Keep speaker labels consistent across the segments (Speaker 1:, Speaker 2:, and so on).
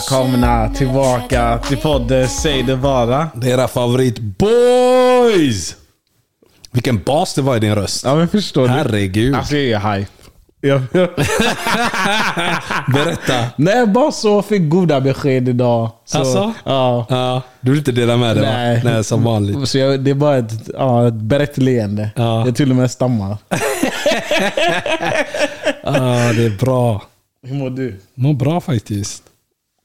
Speaker 1: Välkomna tillbaka till podden Säg det bara.
Speaker 2: Det är era favoritboys! Vilken bas det var i din röst.
Speaker 1: Ja men förstår du?
Speaker 2: Herregud.
Speaker 1: Alltså jag är hype. Jag, jag,
Speaker 2: Berätta.
Speaker 1: nej, bara så fick goda besked idag. Så,
Speaker 2: Alltså?
Speaker 1: Ja.
Speaker 2: Ja, du vill inte dela med dig va?
Speaker 1: Nej.
Speaker 2: Nej, som vanligt.
Speaker 1: Så jag, det är bara ett, ja, ett brett leende.
Speaker 2: Ja.
Speaker 1: Jag till och med stammar.
Speaker 2: Ja, det är bra.
Speaker 1: Hur mår du?
Speaker 2: Mår bra faktiskt.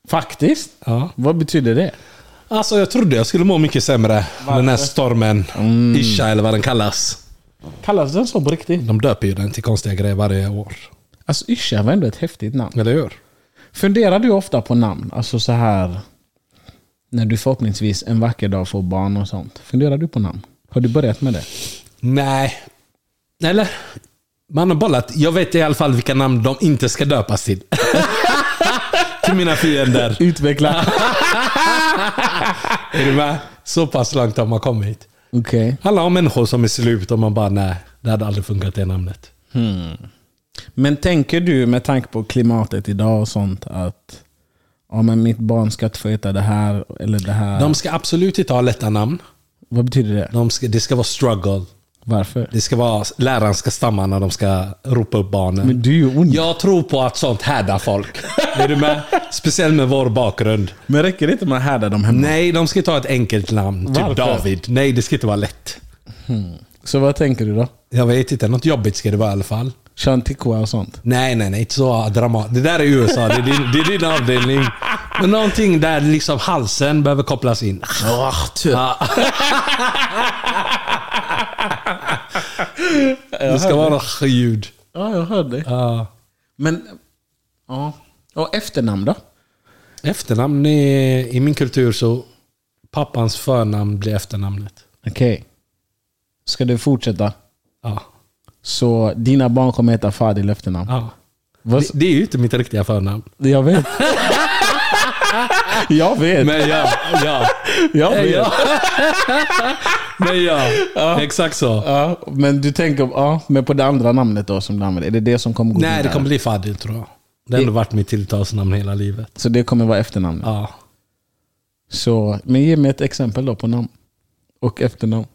Speaker 1: Faktiskt?
Speaker 2: Ja.
Speaker 1: Vad betyder det?
Speaker 2: Alltså jag trodde jag skulle må mycket sämre. Den här stormen.
Speaker 1: Mm.
Speaker 2: Isha eller vad den kallas.
Speaker 1: Kallas den så på riktigt?
Speaker 2: De döper ju den till konstiga grejer varje år.
Speaker 1: Alltså Yrsa var ändå ett häftigt namn.
Speaker 2: Eller hur?
Speaker 1: Funderar du ofta på namn? Alltså så här när du förhoppningsvis en vacker dag får barn och sånt. Funderar du på namn? Har du börjat med det?
Speaker 2: Nej. Eller? Man har bollat. Jag vet i alla fall vilka namn de inte ska döpas till. till mina fiender.
Speaker 1: Utveckla.
Speaker 2: Är du med? Så pass långt har man kommit.
Speaker 1: Okej.
Speaker 2: Alla har människor som är slut och man bara nej, det hade aldrig funkat det namnet.
Speaker 1: Men tänker du med tanke på klimatet idag och sånt att ja, men mitt barn ska inte få heta det här eller det här.
Speaker 2: De ska absolut inte ha lätta namn.
Speaker 1: Vad betyder det?
Speaker 2: De ska, det ska vara struggle.
Speaker 1: Varför?
Speaker 2: Det ska vara, läraren ska stamma när de ska ropa upp barnen.
Speaker 1: Men du är ju ond.
Speaker 2: Jag tror på att sånt härdar folk. är du med? Speciellt med vår bakgrund.
Speaker 1: Men räcker det inte med att härda dem hemma?
Speaker 2: Nej, de ska inte ha ett enkelt namn. Typ
Speaker 1: Varför?
Speaker 2: David. Nej, det ska inte vara lätt.
Speaker 1: Så vad tänker du då?
Speaker 2: Jag vet inte, något jobbigt ska det vara i alla fall.
Speaker 1: Chantikwa och sånt?
Speaker 2: Nej, nej, nej. Inte så dramatiskt. Det där är USA. Det är din, det är din avdelning. Men någonting där liksom halsen behöver kopplas in.
Speaker 1: Ah, typ.
Speaker 2: Ja. Det ska vara något ljud.
Speaker 1: Ja, jag hörde det.
Speaker 2: Ja.
Speaker 1: Men, ja. Och efternamn då?
Speaker 2: Efternamn är, i min kultur så pappans förnamn blir efternamnet.
Speaker 1: Okej. Ska du fortsätta?
Speaker 2: Ja.
Speaker 1: Så dina barn kommer heta Fadil efternamn?
Speaker 2: ja.
Speaker 1: Vad-
Speaker 2: Det, det är ju inte mitt riktiga förnamn.
Speaker 1: Jag vet. jag vet.
Speaker 2: Men ja, ja.
Speaker 1: jag vet.
Speaker 2: ja. Men ja, exakt så.
Speaker 1: Ja, men du tänker ja, men på det andra namnet då som du använder, är det det som kommer gå
Speaker 2: Nej, det
Speaker 1: vidare?
Speaker 2: kommer bli Fadil tror jag. Det har ändå varit mitt tilltalsnamn hela livet.
Speaker 1: Så det kommer vara efternamnet?
Speaker 2: Ja.
Speaker 1: Så, men ge mig ett exempel då på namn. Och efternamn.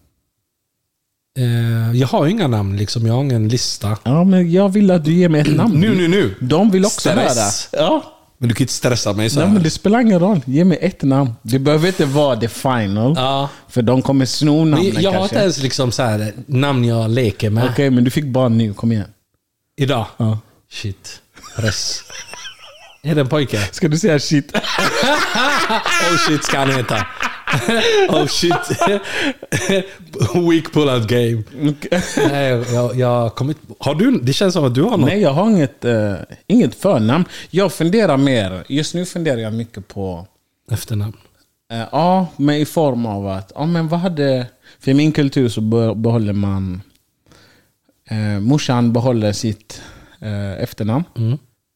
Speaker 2: Eh, jag har ju inga namn, liksom. jag har ingen lista.
Speaker 1: Ja, men jag vill att du ger mig ett namn.
Speaker 2: nu!
Speaker 1: De vill också
Speaker 2: Stress.
Speaker 1: höra. Ja.
Speaker 2: Men du kan ju inte stressa mig så
Speaker 1: Nej, men
Speaker 2: här.
Speaker 1: det spelar ingen roll. Ge mig ett namn. Det behöver inte vara the final.
Speaker 2: Ja.
Speaker 1: För de kommer sno
Speaker 2: Men
Speaker 1: namnen
Speaker 2: Jag jag har
Speaker 1: kanske.
Speaker 2: inte ens liksom så här, namn jag leker med
Speaker 1: Okej, men du fick barn nu. Kom igen.
Speaker 2: idag.
Speaker 1: Ja.
Speaker 2: Shit. Press. Är det en pojke?
Speaker 1: Ska du säga shit?
Speaker 2: Oh shit ska han heta. Oh shit. Weak pull-out game. Nej, jag, jag har kommit... Har du... Det känns som att du har något.
Speaker 1: Nej, jag har inget, eh, inget förnamn. Jag funderar mer. Just nu funderar jag mycket på
Speaker 2: Efternamn.
Speaker 1: Eh, Ja, men i form av att, ja men vad hade... För i min kultur så be- behåller man... Eh, morsan behåller sitt eh, efternamn.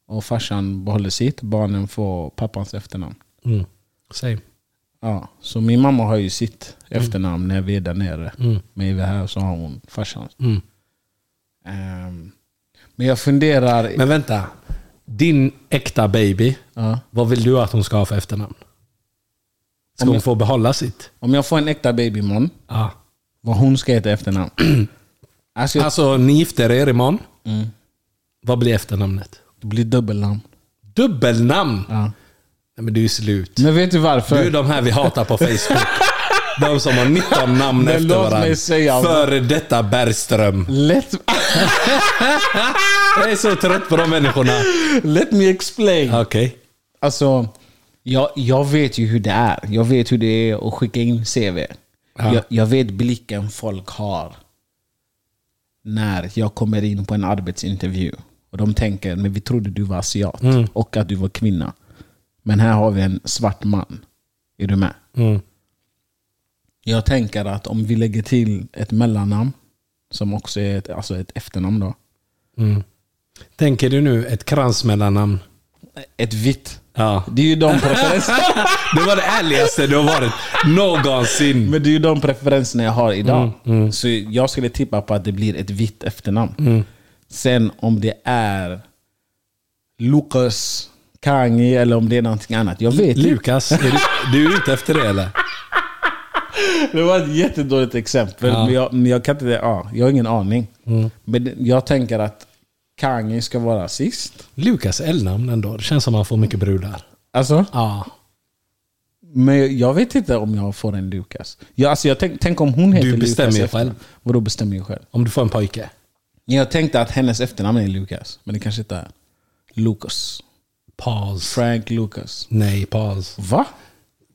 Speaker 1: Och farsan behåller sitt. Barnen får pappans efternamn.
Speaker 2: Mm. Same.
Speaker 1: Ja, så min mamma har ju sitt efternamn när vi är där nere. Men är vi här så har hon farsans.
Speaker 2: Mm.
Speaker 1: Ehm, men jag funderar...
Speaker 2: Men vänta. Din äkta baby,
Speaker 1: ja,
Speaker 2: vad vill du att hon ska ha för efternamn? Ska hon få behålla sitt?
Speaker 1: om jag får en äkta baby imorgon,
Speaker 2: Ja.
Speaker 1: vad hon ska heta efternamn. alltså, jag,
Speaker 2: Alltså, ni gifter er imorgon.
Speaker 1: Mm.
Speaker 2: Vad blir efternamnet?
Speaker 1: det blir dubbelnamn.
Speaker 2: Dubbelnamn!
Speaker 1: Ja.
Speaker 2: Nej, men du är slut.
Speaker 1: Men vet du varför?
Speaker 2: Du är de här vi hatar på Facebook. De som har 19 namn
Speaker 1: Men
Speaker 2: efter
Speaker 1: låt mig
Speaker 2: varandra.
Speaker 1: säga-
Speaker 2: Före detta Bergström.
Speaker 1: Let,
Speaker 2: Jag är så trött på de människorna.
Speaker 1: let me explain.
Speaker 2: Okej.
Speaker 1: Alltså, jag, jag vet ju hur det är. Jag vet hur det är att skicka in CV. Jag, jag vet blicken folk har när jag kommer in på en arbetsintervju. Och De tänker men vi trodde du var asiat och att du var kvinna. Men här har vi en svart man. Är du med?
Speaker 2: Mm.
Speaker 1: Jag tänker att om vi lägger till ett mellannamn, som också är ett, alltså ett efternamn. då.
Speaker 2: Mm. Tänker du nu ett kransmellannamn?
Speaker 1: Ett vitt.
Speaker 2: Ja.
Speaker 1: Det är ju de preferenserna.
Speaker 2: Det var det ärligaste du har varit någonsin.
Speaker 1: Men det är ju de preferenserna jag har idag.
Speaker 2: Mm,
Speaker 1: Så jag skulle tippa på att det blir ett vitt
Speaker 2: Mm.
Speaker 1: efternamn. Sen om det är Lukas Kanye eller om det är någonting annat. Jag vet inte.
Speaker 2: Lukas, är du, du är ute efter det eller?
Speaker 1: Det var ett jättedåligt exempel.
Speaker 2: Ja. Mm.
Speaker 1: Men jag, men jag, kan inte, ja, jag har ingen aning. Men jag tänker att Kanye ska vara sist.
Speaker 2: Lukas L-namn ändå. Det känns som man får mycket brudar.
Speaker 1: Alltså,
Speaker 2: Ja.
Speaker 1: men jag vet inte om jag får en Lukas. Jag, alltså, jag tänk, tänk om hon heter
Speaker 2: Du
Speaker 1: Lukas.
Speaker 2: bestämmer ju
Speaker 1: efter-
Speaker 2: själv.
Speaker 1: Vadå bestämmer jag själv?
Speaker 2: Om du får en pojke.
Speaker 1: Jag tänkte att hennes efternamn är Lukas, men det kanske inte är. Lucas.
Speaker 2: Paus.
Speaker 1: Frank Lucas.
Speaker 2: Nej, paus.
Speaker 1: Va?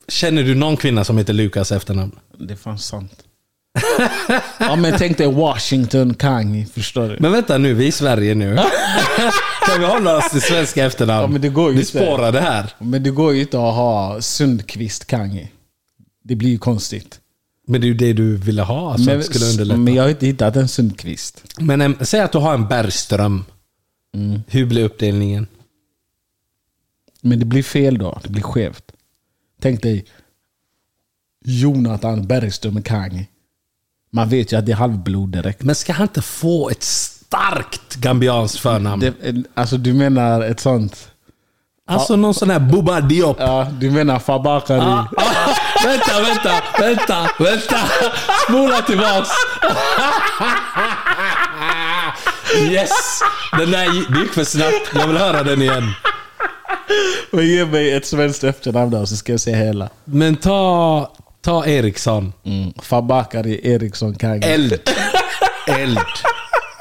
Speaker 2: Känner du någon kvinna som heter Lukas efternamn?
Speaker 1: Det är fan sant. ja, men tänk dig Washington Kanye, förstår du?
Speaker 2: Men vänta nu, vi är i Sverige nu. kan vi hålla oss till svenska efternamn?
Speaker 1: Ja, men det går ju
Speaker 2: vi
Speaker 1: inte.
Speaker 2: spårar det här.
Speaker 1: Men det går ju inte att ha Sundqvist Kanye. Det blir ju konstigt.
Speaker 2: Men det är ju det du ville ha, så att det skulle underlätta.
Speaker 1: men jag har inte hittat en Sundqvist.
Speaker 2: Men em, säg att du har en Bergström. Hur blir uppdelningen?
Speaker 1: Men det blir fel då. Det blir skevt. Tänk dig Jonathan Bergström Kanye. Man vet ju att det är halvblod direkt.
Speaker 2: Men ska han inte få ett starkt gambianskt förnamn?
Speaker 1: Det, alltså du menar ett sånt...
Speaker 2: alltså någon sån här Bubba Diop.
Speaker 1: Ja, du menar Fabakari.
Speaker 2: Ah, ah, vänta, vänta, vänta, vänta. Spola tillbaks. Yes! Den där det gick för snabbt. Jag vill höra den igen.
Speaker 1: Och ge mig ett svenskt efternamn då så ska jag säga hela.
Speaker 2: Men ta, ta Eriksson.
Speaker 1: Mm. Fabakari Eriksson Kanye.
Speaker 2: Eld. Eld.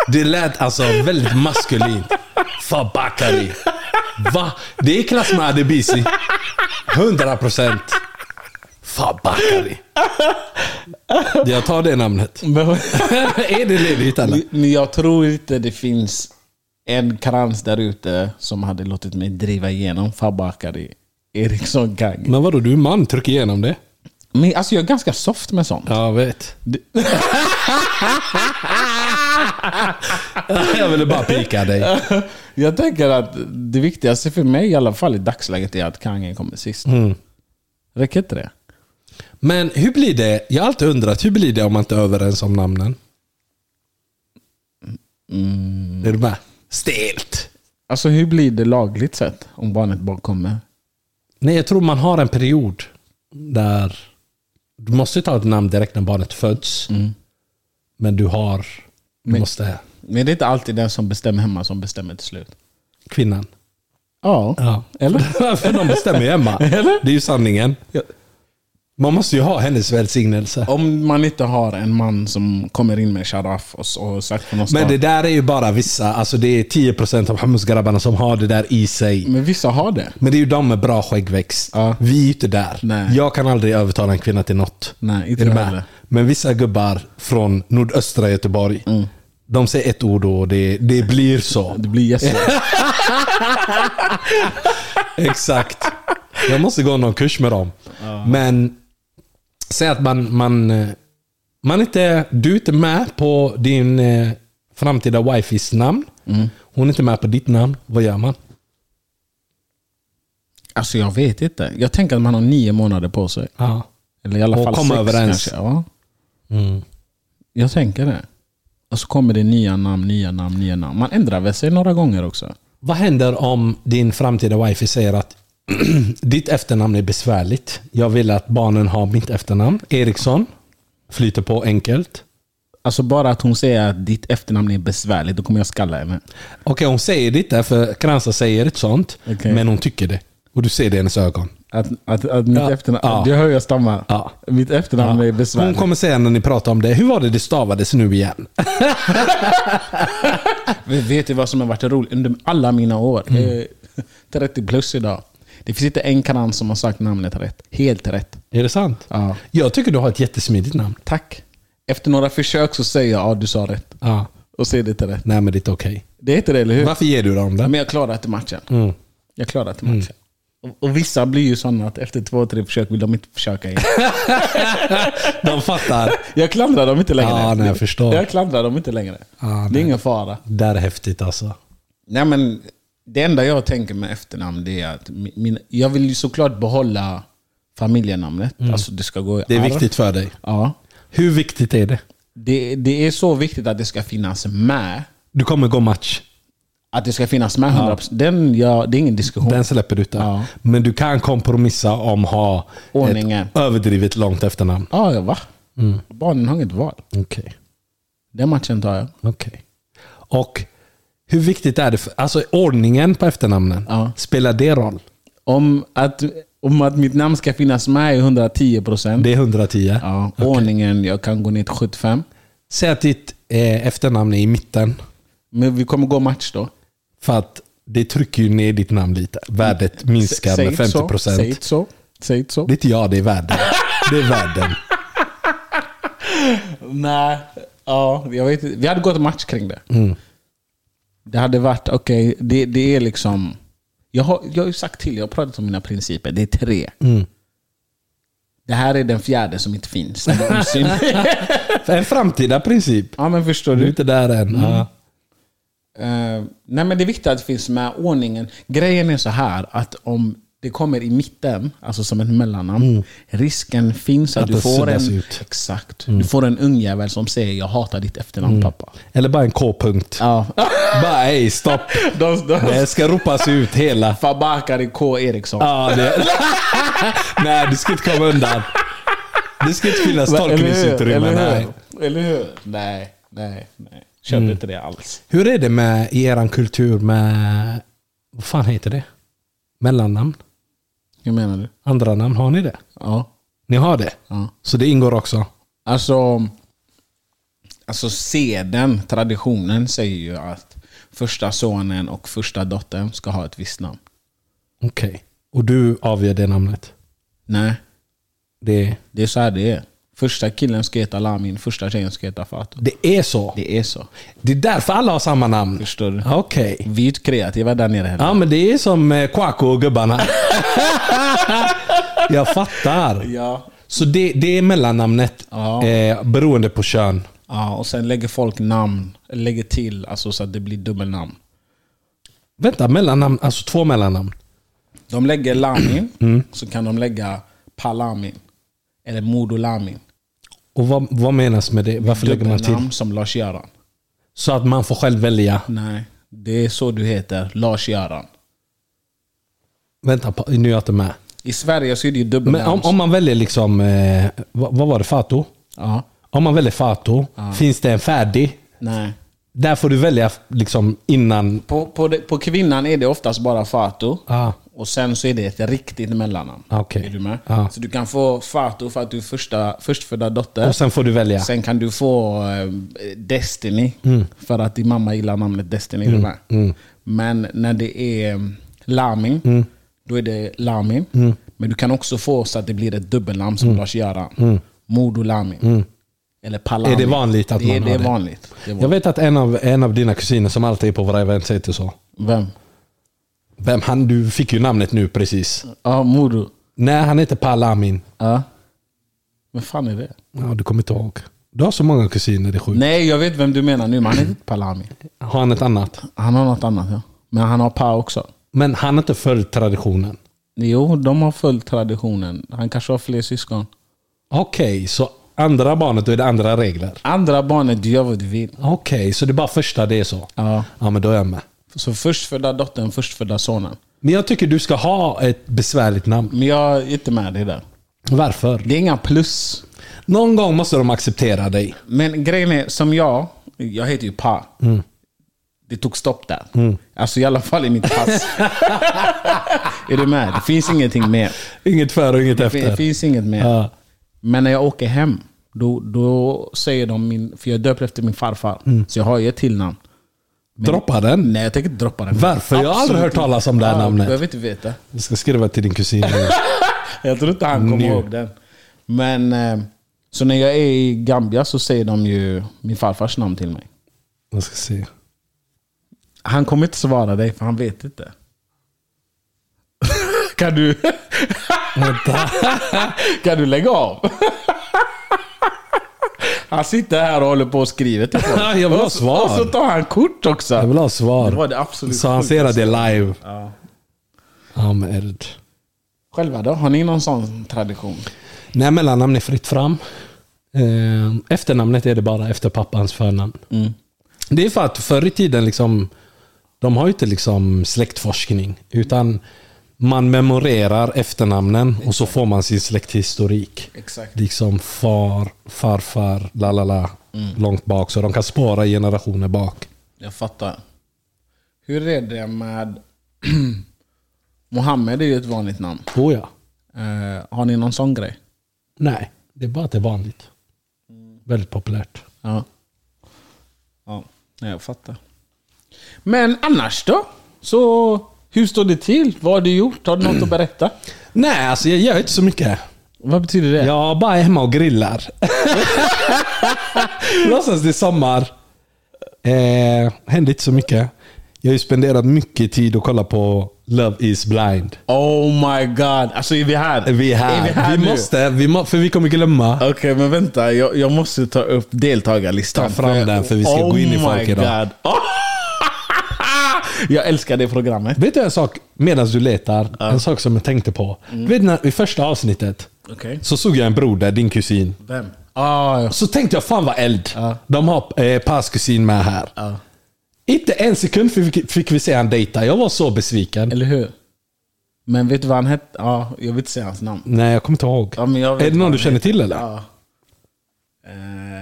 Speaker 2: Det lät alltså väldigt maskulint. Fabakari. Va? Det är i klass med Adebisi. 100 procent. Fabakari. Jag tar det namnet.
Speaker 1: Men-
Speaker 2: är det ledigt eller?
Speaker 1: Men jag tror inte det finns en krans där ute som hade låtit mig driva igenom Fabakari Eriksson Kanye.
Speaker 2: Men vadå, du är man. Tryck igenom det.
Speaker 1: Men alltså jag är ganska soft med sånt.
Speaker 2: Ja, jag vet. jag ville bara pika dig.
Speaker 1: Jag tänker att det viktigaste för mig i alla fall i dagsläget är att Kanye kommer sist. Räcker inte det?
Speaker 2: Men hur blir det? Jag har alltid undrat, hur blir det om man inte är överens om namnen? Är du med? Stelt.
Speaker 1: Alltså hur blir det lagligt sett om barnet bara kommer?
Speaker 2: Nej, jag tror man har en period där du måste ta ett namn direkt när barnet föds. Men du har... Du måste...
Speaker 1: Men det är inte alltid den som bestämmer hemma som bestämmer till slut.
Speaker 2: Kvinnan.
Speaker 1: Ja.
Speaker 2: Ja.
Speaker 1: Eller?
Speaker 2: För de bestämmer ju hemma. Det är ju sanningen. Man måste ju ha hennes välsignelse.
Speaker 1: Om man inte har en man som kommer in med sharaf och, så- och sagt på någon
Speaker 2: Men
Speaker 1: stad.
Speaker 2: det där är ju bara vissa, alltså det är 10% av Hammuzgrabbarna som har det där i sig.
Speaker 1: Men vissa har det.
Speaker 2: Men det är ju de med bra skäggväxt.
Speaker 1: Ja.
Speaker 2: Vi är ju inte där.
Speaker 1: Nej.
Speaker 2: Jag kan aldrig övertala en kvinna till något.
Speaker 1: Nej, inte
Speaker 2: Är du
Speaker 1: jag
Speaker 2: med?
Speaker 1: heller.
Speaker 2: Men vissa gubbar från nordöstra Göteborg,
Speaker 1: Mm.
Speaker 2: de säger ett ord och det, det blir så.
Speaker 1: Det blir gäster.
Speaker 2: Exakt. Jag måste gå någon kurs med dem. Men säg att man, man, eh, man inte, du är inte med på din eh, framtida wifis namn.
Speaker 1: Mm.
Speaker 2: Hon är inte med på ditt namn. Vad gör man?
Speaker 1: Alltså jag vet inte. Jag tänker att man har nio månader på sig.
Speaker 2: Ja.
Speaker 1: Eller i alla
Speaker 2: Och
Speaker 1: fall
Speaker 2: komma
Speaker 1: sex
Speaker 2: överens.
Speaker 1: kanske. Ja.
Speaker 2: Mm.
Speaker 1: Jag tänker det. Och så kommer det nya namn, nya namn, nya namn. Man ändrar väl sig några gånger också.
Speaker 2: Vad händer om din framtida wifi säger att ditt efternamn är besvärligt. Jag vill att barnen har mitt efternamn. Eriksson flyter på enkelt.
Speaker 1: Alltså bara att hon säger att ditt efternamn är besvärligt, då kommer jag skalla henne.
Speaker 2: Okej, hon säger det inte för Kransa säger ett sånt.
Speaker 1: Okej.
Speaker 2: Men hon tycker det. Och du ser det i hennes ögon.
Speaker 1: Att, att, att mitt
Speaker 2: Ja.
Speaker 1: efternamn...
Speaker 2: Ja.
Speaker 1: Du hör jag stammar.
Speaker 2: Ja.
Speaker 1: Mitt efternamn är
Speaker 2: Hon
Speaker 1: besvärligt.
Speaker 2: kommer säga när ni pratar om det, hur var det det stavades nu igen?
Speaker 1: Vi vet ju vad som har varit roligt under alla mina år.
Speaker 2: Mm.
Speaker 1: Jag är 30 plus idag. Det finns inte en kanan som har sagt namnet rätt. Helt rätt.
Speaker 2: Är det sant?
Speaker 1: Ja.
Speaker 2: Jag tycker du har ett jättesmidigt namn.
Speaker 1: Tack. Efter några försök så säger jag ja, du sa rätt.
Speaker 2: Ja.
Speaker 1: Och säger det inte rätt.
Speaker 2: Nej, men det är okej.
Speaker 1: Det är inte det, eller hur?
Speaker 2: Varför ger du dem det?
Speaker 1: Men jag klarar inte matchen.
Speaker 2: Mm.
Speaker 1: Jag klarar inte matchen. Och, och vissa blir ju sådana att efter två, tre försök vill de inte försöka igen.
Speaker 2: De fattar.
Speaker 1: Jag klandrar dem inte längre.
Speaker 2: Ja, nej, jag förstår.
Speaker 1: Jag klandrar dem inte längre.
Speaker 2: Ja,
Speaker 1: det är ingen fara.
Speaker 2: Det där är häftigt alltså.
Speaker 1: Nej, men det enda jag tänker med efternamn det är att mi- min, jag vill ju såklart behålla familjenamnet. Alltså det ska gå i
Speaker 2: Mm. Det är
Speaker 1: arv.
Speaker 2: viktigt för dig.
Speaker 1: Ja.
Speaker 2: Hur viktigt är det?
Speaker 1: Det, det är så viktigt att det ska finnas med.
Speaker 2: Du kommer gå match.
Speaker 1: Att det ska finnas med 100%, den, ja, det är ingen diskussion.
Speaker 2: Den släpper du inte.
Speaker 1: Ja.
Speaker 2: Men du kan kompromissa om ha
Speaker 1: Ordningen.
Speaker 2: ett överdrivet långt efternamn.
Speaker 1: Ja, ja, va?
Speaker 2: Mm.
Speaker 1: Barnen har inget val.
Speaker 2: Okej.
Speaker 1: Den matchen tar jag.
Speaker 2: Okej. Och hur viktigt är det? För, alltså ordningen på efternamnen,
Speaker 1: Ja.
Speaker 2: spelar det roll?
Speaker 1: Om att, om att mitt namn ska finnas med i 110 procent.
Speaker 2: Det är 110.
Speaker 1: Ja, Ordningen, jag kan gå ner till 75.
Speaker 2: Säg att ditt eh, efternamn är i mitten.
Speaker 1: Men vi kommer gå match då.
Speaker 2: För att det trycker ju ner ditt namn lite. Värdet minskar
Speaker 1: Säg
Speaker 2: med
Speaker 1: inte så.
Speaker 2: 50
Speaker 1: Säg inte så. Säg inte så.
Speaker 2: Det är inte jag, det är världen. Det är världen.
Speaker 1: Nej. Ja, jag vet inte. Vi hade gått match kring det.
Speaker 2: Mm.
Speaker 1: Det hade varit, okej, det, det är liksom... Jag har, jag har ju sagt till, jag har pratat om mina principer. Det är tre.
Speaker 2: Mm.
Speaker 1: Det här är den fjärde som inte finns. Den är osynlig.
Speaker 2: En framtida princip.
Speaker 1: ja, men förstår
Speaker 2: Du är
Speaker 1: du?
Speaker 2: inte där
Speaker 1: Mm.
Speaker 2: än. Ja.
Speaker 1: Eh, nej men det är viktigt att det finns med ordningen. Grejen är så här att om det kommer i mitten, alltså som ett mellannamn, risken finns att,
Speaker 2: Mm. Att
Speaker 1: du
Speaker 2: det
Speaker 1: får
Speaker 2: suddas
Speaker 1: en...
Speaker 2: ut. Mm.
Speaker 1: Exakt. Du får en ungjävel som säger jag hatar ditt efternamn pappa.
Speaker 2: Eller bara en K-punkt.
Speaker 1: Ja.
Speaker 2: Bara ej, stopp.
Speaker 1: de, de,
Speaker 2: Det ska ropas ut hela.
Speaker 1: Fabakari K Eriksson.
Speaker 2: Ja, det. Nej, du ska inte komma undan. Det ska inte finnas tolkningsutrymme.
Speaker 1: Eller
Speaker 2: Nej.
Speaker 1: hur? Eller hur? Nej, nej, nej. Kände
Speaker 2: Mm.
Speaker 1: inte det alls.
Speaker 2: Hur är det med, i eran kultur med... Vad fan heter det? Mellannamn?
Speaker 1: Hur menar du?
Speaker 2: Andra namn, har ni det?
Speaker 1: Ja.
Speaker 2: Ni har det?
Speaker 1: Ja.
Speaker 2: Så det ingår också?
Speaker 1: Alltså, alltså seden, traditionen säger ju att första sonen och första dottern ska ha ett visst namn.
Speaker 2: Okej. Och du avgör det namnet?
Speaker 1: Nej,
Speaker 2: Det är,
Speaker 1: det är så här det är. Första killen ska heta Lamin, första tjejen ska heta Fatou.
Speaker 2: det är så?
Speaker 1: Det är så.
Speaker 2: Det är därför alla har samma namn? Ah,
Speaker 1: Förstår du?
Speaker 2: Okej.
Speaker 1: Vi är ju inte kreativa där nere heller.
Speaker 2: Ja, men det är som eh, Kwaku och gubbarna. Jag fattar.
Speaker 1: Ja.
Speaker 2: Så det, det är mellannamnet
Speaker 1: Ja.
Speaker 2: eh, beroende på kön.
Speaker 1: ja. Och sen lägger folk namn, lägger till alltså, så att det blir dubbelnamn.
Speaker 2: Vänta, mellannamn, alltså två mellannamn.
Speaker 1: De lägger Lamin,
Speaker 2: Mm.
Speaker 1: så kan de lägga Palamin. Eller Modolamin.
Speaker 2: Och vad, vad menas med det? Varför lägger man till?
Speaker 1: Dubbelnamn som Lars-Göran.
Speaker 2: Så att man får själv välja.
Speaker 1: Nej, det är så du heter. Lars-Göran.
Speaker 2: Vänta, pa- nu är jag inte med.
Speaker 1: I Sverige så är det ju
Speaker 2: Men
Speaker 1: dubbelnamn.
Speaker 2: om, om man väljer liksom, eh, vad, vad var det, Fato?
Speaker 1: ja.
Speaker 2: Om man väljer Fato, finns det en färdig?
Speaker 1: Nej.
Speaker 2: Där får du välja liksom innan.
Speaker 1: På, på, det- på kvinnan är det oftast bara Fatou.
Speaker 2: Ah,
Speaker 1: Och sen så är det ett riktigt mellannamn.
Speaker 2: Okej.
Speaker 1: Är du med?
Speaker 2: Ja.
Speaker 1: Så du kan få Fatou för att du är första, förstfödda dotter.
Speaker 2: och sen får du välja.
Speaker 1: Sen kan du få eh, Destiny,
Speaker 2: Mm.
Speaker 1: för att din mamma gillar namnet Destiny. Mm. Med. Men när det är eh, Lamin,
Speaker 2: Mm.
Speaker 1: då är det Lamin. Men du kan också få så att det blir ett dubbelnamn som Lars-Göran. Mm. Modo Lamin. Eller Palami.
Speaker 2: Mm. Är det vanligt att
Speaker 1: det,
Speaker 2: man
Speaker 1: det?
Speaker 2: har
Speaker 1: Är
Speaker 2: det?
Speaker 1: vanligt. det är
Speaker 2: Jag
Speaker 1: vanligt.
Speaker 2: vet att en av, en av dina kusiner som alltid är på våra event säger till så.
Speaker 1: Vem?
Speaker 2: Vem, han, du fick ju namnet nu precis.
Speaker 1: Ja, Modo.
Speaker 2: Nej, han heter Palamin.
Speaker 1: Ja. Vem fan är det?
Speaker 2: Ja, du kommer inte ihåg. Du har så många kusiner, det är sjukt.
Speaker 1: Nej, jag vet vem du menar nu, men han heter inte Palami.
Speaker 2: Har han ett annat?
Speaker 1: Han har något annat, ja. Men han har Pa också.
Speaker 2: Men han har inte följt traditionen.
Speaker 1: Jo, de har följt traditionen. Han kanske har fler syskon.
Speaker 2: Okej, så andra barnet, då är det andra regler.
Speaker 1: Andra barnet, du gör vad du vill.
Speaker 2: Okej, så det är bara första det är så.
Speaker 1: Ja.
Speaker 2: Ja, men då är jag med.
Speaker 1: Så förstfödda dottern, förstfödda sonen.
Speaker 2: Men jag tycker du ska ha ett besvärligt namn.
Speaker 1: Men jag är inte med dig där.
Speaker 2: Varför?
Speaker 1: Det är inga plus.
Speaker 2: Någon gång måste de acceptera dig.
Speaker 1: Men grejen är, som jag, jag heter ju Pa.
Speaker 2: Mm.
Speaker 1: Det tog stopp där. Alltså i alla fall i mitt pass. är du med? Det finns ingenting mer.
Speaker 2: Inget före och inget
Speaker 1: Det
Speaker 2: efter.
Speaker 1: finns inget mer.
Speaker 2: Ja.
Speaker 1: Men när jag åker hem, då, då säger de min... För jag är döpt efter min farfar.
Speaker 2: Mm.
Speaker 1: Så jag har ju ett till namn.
Speaker 2: Droppa den.
Speaker 1: Nej, jag tänker inte droppa den.
Speaker 2: Varför? Jag har aldrig
Speaker 1: Absolut
Speaker 2: hört talas om det här
Speaker 1: Ja, Du
Speaker 2: namnet.
Speaker 1: behöver inte veta.
Speaker 2: Jag ska skriva till din kusin.
Speaker 1: Jag tror inte han kommer
Speaker 2: Nu.
Speaker 1: ihåg den. Men, eh, så när jag är i Gambia så säger de ju min farfars namn till mig.
Speaker 2: Jag ska se.
Speaker 1: Han kommer inte svara dig för han vet inte. kan, du,
Speaker 2: Vänta.
Speaker 1: kan du lägga av? han sitter här och håller på och skriver till folk.
Speaker 2: Jag vill ha
Speaker 1: Och så- Och så
Speaker 2: svar.
Speaker 1: tar han kort också.
Speaker 2: Jag vill ha svar.
Speaker 1: Alltså- Det var det absolut
Speaker 2: så han ser att det är live.
Speaker 1: Ja.
Speaker 2: Ja, men är det...
Speaker 1: Själva då? Har ni någon sån tradition?
Speaker 2: Nej, mellannamn är fritt fram. Eh, Efternamnet är det bara efter pappans förnamn. Det är för att förr i tiden liksom, De har ju inte liksom släktforskning, utan man memorerar efternamnen och så får man sin släkthistorik.
Speaker 1: Exakt.
Speaker 2: Liksom far, farfar, la la la, långt bak. Så de kan spara generationer bak.
Speaker 1: Jag fattar. Hur är det med... Mohammed är ju ett vanligt namn.
Speaker 2: Tror jag.
Speaker 1: Eh, har ni någon sån grej?
Speaker 2: Nej, det är bara att det är vanligt. Väldigt populärt.
Speaker 1: Ja. Ja, nej, jag fattar. Men annars då? Så hur står det till? Vad har du gjort? Har du något att berätta?
Speaker 2: Nej, alltså jag gör inte så mycket.
Speaker 1: Vad betyder det?
Speaker 2: Jag bara är hemma och grillar. Låtsas det är sommar. Eh, händer inte så mycket. Jag har ju spenderat mycket tid att kolla på Love is blind.
Speaker 1: Oh my god. Alltså är vi här?
Speaker 2: Vi är här.
Speaker 1: Är vi här nu?
Speaker 2: måste, vi må, för vi kommer glömma.
Speaker 1: Okej, men vänta. Jag, jag måste ta upp deltagarlistan. Oh
Speaker 2: Ta fram den, för vi ska gå in i folk
Speaker 1: my
Speaker 2: idag.
Speaker 1: God. jag älskar det programmet.
Speaker 2: Vet du en sak, medan du letar? En sak som jag tänkte på.
Speaker 1: Mm.
Speaker 2: Vet du när, i första avsnittet
Speaker 1: Okej.
Speaker 2: så såg jag en broder, din kusin.
Speaker 1: Vem? Ah, ja.
Speaker 2: Så tänkte jag, fan vad eld. De har eh, Pars kusin med här.
Speaker 1: Ja.
Speaker 2: Inte en sekund fick, fick vi se han dejta. Jag var så besviken.
Speaker 1: Eller hur? Men vet du vad han hette? Ja, jag vill inte säga hans namn.
Speaker 2: Nej, jag kommer inte ihåg.
Speaker 1: Ja, men jag vet
Speaker 2: är det
Speaker 1: vad
Speaker 2: någon du
Speaker 1: han
Speaker 2: känner till eller? Ja.
Speaker 1: Ja. Eh,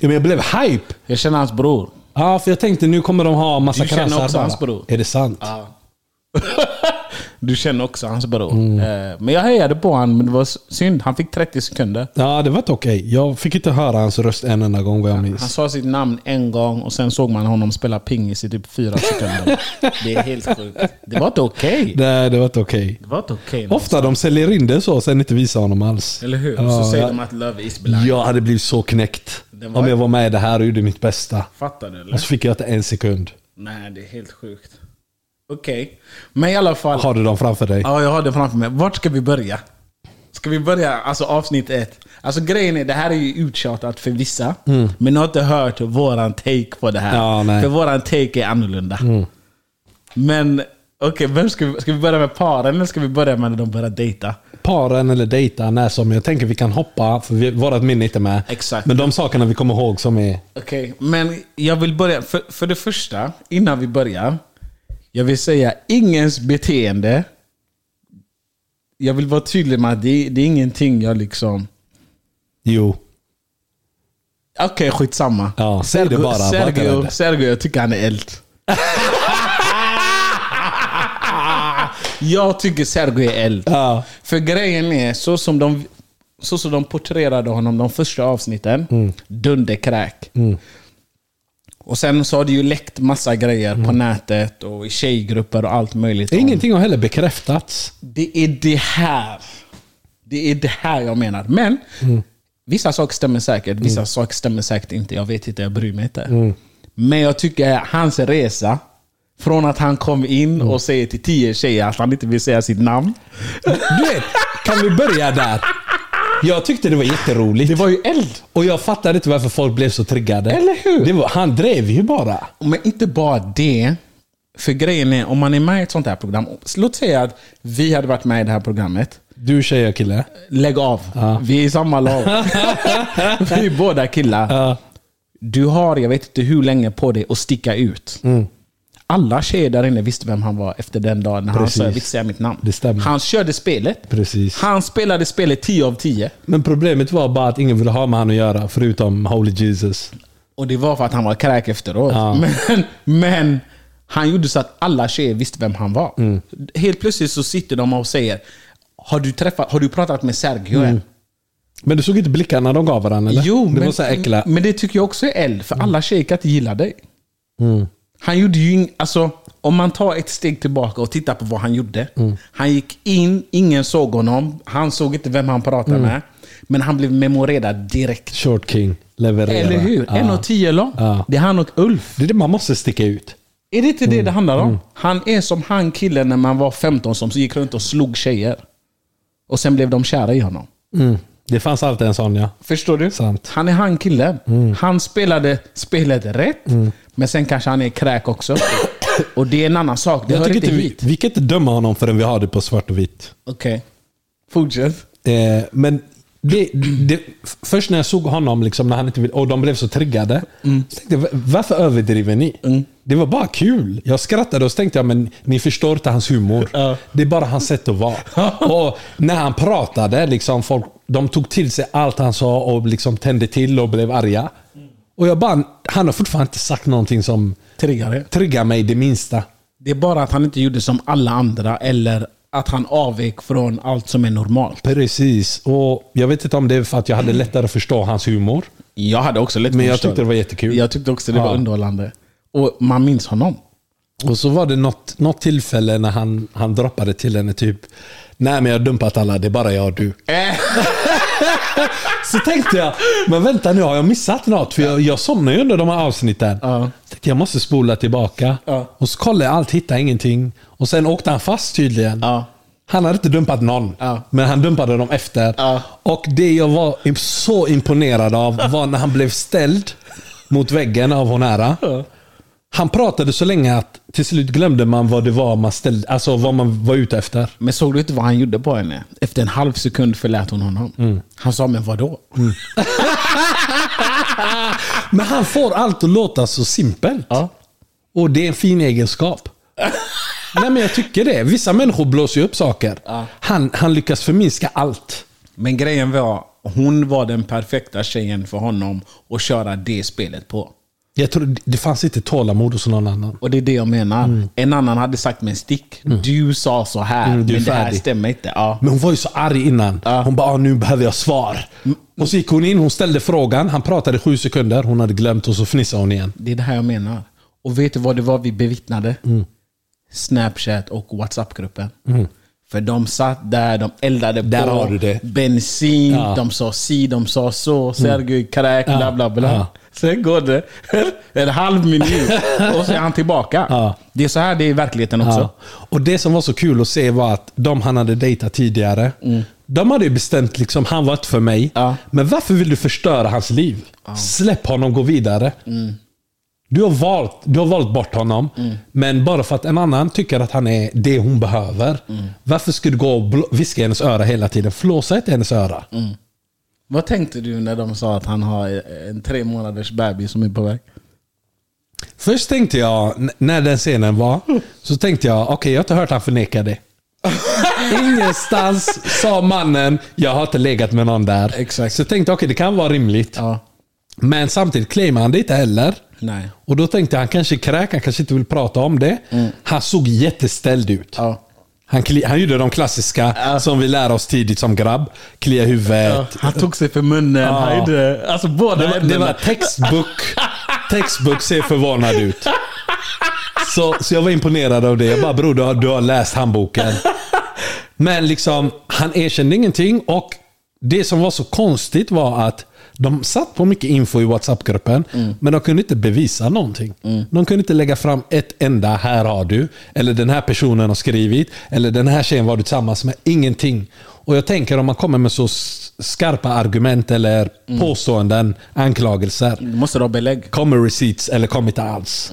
Speaker 2: men jag blev hype.
Speaker 1: jag känner hans bror.
Speaker 2: Ja, för jag tänkte nu kommer de ha massa
Speaker 1: Du känner
Speaker 2: krassar
Speaker 1: också
Speaker 2: bara.
Speaker 1: hans bror?
Speaker 2: Är det sant?
Speaker 1: Du känner också hans bror.
Speaker 2: Mm.
Speaker 1: Eh, men jag hejade på honom, men det var s- synd. Han fick 30 sekunder.
Speaker 2: Ja, det var inte okej. Jag fick inte höra hans röst en enda gång vad jag minns.
Speaker 1: Han sa sitt namn en gång och sen såg man honom spela pingis i typ fyra sekunder. det är helt sjukt. Det var inte okej.
Speaker 2: Nej, det var inte okej.
Speaker 1: Det var inte okej.
Speaker 2: Ofta de säljer in det så och sen inte visar honom alls.
Speaker 1: Eller hur?
Speaker 2: Ja,
Speaker 1: så säger
Speaker 2: jag,
Speaker 1: de att love is blind.
Speaker 2: jag hade blivit så knäckt.
Speaker 1: Den var-
Speaker 2: Om jag var med i det här och gjorde mitt bästa.
Speaker 1: Fattar du eller?
Speaker 2: Och så fick jag inte en sekund.
Speaker 1: Nej, det är helt sjukt. Okej. Men i alla fall.
Speaker 2: Har du dem framför dig?
Speaker 1: Ja, jag har det framför mig. Vart ska vi börja? Ska vi börja alltså avsnitt ett? Alltså grejen är, det här är ju uttjatat för vissa. Men ni har inte hört våran take på det här.
Speaker 2: Mm. Ja, nej. Mm.
Speaker 1: För våran take är annorlunda. Men okej, vem ska, vi, ska vi börja med paren eller ska vi börja med när de börjar dejta?
Speaker 2: Paren eller dejta när som. Jag tänker vi kan hoppa, för vi, vårat minne är inte med.
Speaker 1: Exakt.
Speaker 2: Men de sakerna vi kommer ihåg som är...
Speaker 1: Okej, men jag vill börja. För, för det första, innan vi börjar. Jag vill säga ingens beteende. Jag vill vara tydlig med att det, det är ingenting jag liksom...
Speaker 2: Jo.
Speaker 1: Okej, skitsamma.
Speaker 2: Ja, säg det bara. Var inte
Speaker 1: Sergio,
Speaker 2: rädd.
Speaker 1: Sergio, jag tycker han är eld. jag tycker Sergio är eld.
Speaker 2: Ja.
Speaker 1: För grejen är, så som de, så som de porträtterade honom de första avsnitten, dunderkräk. Och sen så har det ju läckt massa grejer på nätet och i tjejgrupper och allt möjligt. om-
Speaker 2: Ingenting har heller bekräftats.
Speaker 1: det är det här. Det är det här jag menar. Men vissa saker stämmer säkert, vissa saker stämmer säkert inte. Jag vet inte, jag bryr mig inte. Men jag tycker att hans resa, från att han kom in och säger till tio tjejer att han inte vill säga sitt namn.
Speaker 2: Du vet, kan vi börja där? Jag tyckte det var jätteroligt.
Speaker 1: Det var ju eld.
Speaker 2: Och jag fattade inte varför folk blev så triggade.
Speaker 1: Eller hur?
Speaker 2: Det var, han drev ju bara.
Speaker 1: Men inte bara det. För grejen är, om man är med i ett sånt här program. Låt säga att vi hade varit med i det här programmet.
Speaker 2: Du tjej och kille.
Speaker 1: Lägg av. Vi är i samma lag. vi är båda killar.
Speaker 2: Ja.
Speaker 1: Du har, jag vet inte hur länge på dig att sticka ut.
Speaker 2: Mm.
Speaker 1: Alla tjejer där inne visste vem han var efter den dagen när
Speaker 2: Precis.
Speaker 1: han sa jag vill inte säga mitt namn.
Speaker 2: Det stämmer.
Speaker 1: Han körde spelet.
Speaker 2: Precis.
Speaker 1: Han spelade spelet 10 av 10.
Speaker 2: Men problemet var bara att ingen ville ha med han att göra, förutom Holy Jesus.
Speaker 1: Och det var för att han var kräk efteråt. Men, men han gjorde så att alla tjejer visste vem han var.
Speaker 2: Mm.
Speaker 1: Helt plötsligt så sitter de och säger har du, träffat, har du pratat med Sergio än?
Speaker 2: Men du såg inte blickarna de gav varandra Mm. eller?
Speaker 1: Jo,
Speaker 2: det
Speaker 1: men, Mm.
Speaker 2: var så här äckla. Mm.
Speaker 1: men det tycker jag också är eld, för alla tjejer kan inte gilla dig. Han gjorde ju ing, alltså, om man tar ett steg tillbaka och tittar på vad han gjorde.
Speaker 2: Mm.
Speaker 1: Han gick in, ingen såg honom, han såg inte vem han pratade
Speaker 2: Mm.
Speaker 1: med. Men han blev memorerad direkt.
Speaker 2: Short King leverera.
Speaker 1: Eller hur?
Speaker 2: Ja.
Speaker 1: En och tio lång.
Speaker 2: Ja.
Speaker 1: Det är han och Ulf.
Speaker 2: Det är det man måste sticka ut.
Speaker 1: Är det inte
Speaker 2: Mm.
Speaker 1: det det handlar om? Han är som han killen när man var 15 som gick runt och slog tjejer. Och sen blev de kära i honom.
Speaker 2: Det fanns alltid en sån ja.
Speaker 1: Förstår du?
Speaker 2: Sant. Mm.
Speaker 1: Han är han killen. Han spelade spelet rätt, men sen kanske han är kräk också. Och det är en annan sak. Det
Speaker 2: Jag
Speaker 1: hör
Speaker 2: tycker
Speaker 1: inte
Speaker 2: inte vi,
Speaker 1: hit.
Speaker 2: vi kan inte döma honom förrän vi har det på svart och vitt.
Speaker 1: Okej. Fortsätt.
Speaker 2: Eh, men Det, det, först när jag såg honom, liksom, när han inte vill, och de blev så triggade. Så tänkte jag, varför överdriver ni? Det var bara kul. Jag skrattade och så tänkte jag, men ni förstår inte hans humor.
Speaker 1: Ja.
Speaker 2: Det är bara hans sätt att vara. och när han pratade, liksom, folk, de tog till sig allt han sa och liksom tände till och blev arga. Och jag bara, han har fortfarande inte sagt någonting som
Speaker 1: Triggare.
Speaker 2: triggar mig det minsta.
Speaker 1: Det är bara att han inte gjorde som alla andra eller att han avvek från allt som är normalt.
Speaker 2: Precis. Och jag vet inte om det är för att jag hade lättare att förstå hans humor.
Speaker 1: Jag hade också lätt
Speaker 2: Men
Speaker 1: att
Speaker 2: jag
Speaker 1: förstå
Speaker 2: tyckte det var jättekul.
Speaker 1: Jag tyckte också det
Speaker 2: Ja.
Speaker 1: var underhållande. Och man minns honom.
Speaker 2: Och så var det något, något tillfälle när han, han droppade till henne typ Nej men jag har dumpat alla, det är bara jag och du. så tänkte jag, men vänta nu har jag missat något? För jag, jag somnade ju under de här avsnitten.
Speaker 1: Ja.
Speaker 2: Så tänkte jag måste spola tillbaka.
Speaker 1: Ja.
Speaker 2: Och så kollade jag allt, hittade ingenting. Och sen åkte han fast tydligen.
Speaker 1: Ja.
Speaker 2: Han hade inte dumpat någon,
Speaker 1: Ja.
Speaker 2: men han dumpade dem efter.
Speaker 1: Ja.
Speaker 2: Och det jag var im- så imponerad av var när han blev ställd mot väggen av hon ära. Han pratade så länge att till slut glömde man vad det var man ställde, alltså vad man var ute efter.
Speaker 1: Men såg du inte vad han gjorde på henne? Efter en halv sekund förlät hon honom.
Speaker 2: Mm.
Speaker 1: Han sa, men vadå?
Speaker 2: Men han får allt att låta så simpelt.
Speaker 1: Ja.
Speaker 2: Och det är en fin egenskap. Nej men jag tycker det. Vissa människor blåser ju upp saker. Han, han lyckas förminska allt.
Speaker 1: Men grejen var, hon var den perfekta tjejen för honom att köra det spelet på.
Speaker 2: Jag tror det fanns inte tålamod hos någon annan.
Speaker 1: Och det är det jag menar. En annan hade sagt med en stick. Du sa så här,
Speaker 2: Mm, du är
Speaker 1: men det här
Speaker 2: färdig.
Speaker 1: stämmer inte. Ja.
Speaker 2: Men hon var ju så arg innan. Hon bara, "Ah, nu behöver jag svar. Och så gick hon in, hon ställde frågan, han pratade sju sekunder, hon hade glömt och så fnissade hon igen.
Speaker 1: Det är det här jag menar. Och vet du vad det var vi bevittnade?
Speaker 2: Mm.
Speaker 1: Snapchat och WhatsApp-gruppen. För de satt där, de eldade
Speaker 2: Där
Speaker 1: på
Speaker 2: har du det.
Speaker 1: bensin,
Speaker 2: Ja. Mm.
Speaker 1: de sa si, de sa så, Sergej kräk, bla bla bla.
Speaker 2: Ja.
Speaker 1: Sen går det en halv minut och så är han tillbaka.
Speaker 2: Ja.
Speaker 1: Det är så här det är i verkligheten också.
Speaker 2: Ja. Och det som var så kul att se var att de han hade dejtat tidigare, de hade ju bestämt liksom, han var inte för mig.
Speaker 1: Ja.
Speaker 2: Men varför vill du förstöra hans liv? Släpp honom, gå vidare. Du, har valt, du har valt bort honom, men bara för att en annan tycker att han är det hon behöver. Varför ska du gå och blå- viska i hennes öra hela tiden? Flåsa inte i hennes öra.
Speaker 1: Vad tänkte du när de sa att han har en tre månaders bebis som är på väg?
Speaker 2: Först tänkte jag, n- när den scenen var, så tänkte jag, okej jag har inte hört han förneka det. Ingenstans sa mannen, jag har inte legat med någon där.
Speaker 1: Exakt.
Speaker 2: Så jag tänkte, okej det kan vara rimligt.
Speaker 1: Ja.
Speaker 2: Men samtidigt claimar han det inte heller.
Speaker 1: Nej.
Speaker 2: Och då tänkte jag, han kanske är kräk, han kanske inte vill prata om det.
Speaker 1: Mm.
Speaker 2: Han såg jätteställd ut.
Speaker 1: Ja.
Speaker 2: Han, kli- han gjorde de klassiska som vi lär oss tidigt som grabb. Klia huvudet.
Speaker 1: Han tog sig för munnen.
Speaker 2: Ja.
Speaker 1: Han gjorde, alltså båda
Speaker 2: Det var, det
Speaker 1: händerna.
Speaker 2: var textbook. Textbook ser förvånad ut. Så, så jag var imponerad av det. Jag bara, bror du har, du har läst handboken. Men liksom, han erkände ingenting och det som var så konstigt var att de satt på mycket info i WhatsApp-gruppen, men de kunde inte bevisa någonting. De kunde inte lägga fram ett enda “här har du”, eller “den här personen har skrivit”, eller “den här tjejen var du tillsammans med”. Ingenting. Och jag tänker om man kommer med så s- skarpa argument eller påståenden, anklagelser,
Speaker 1: Du måste ha belägg.
Speaker 2: kommer receipts eller kommer inte alls.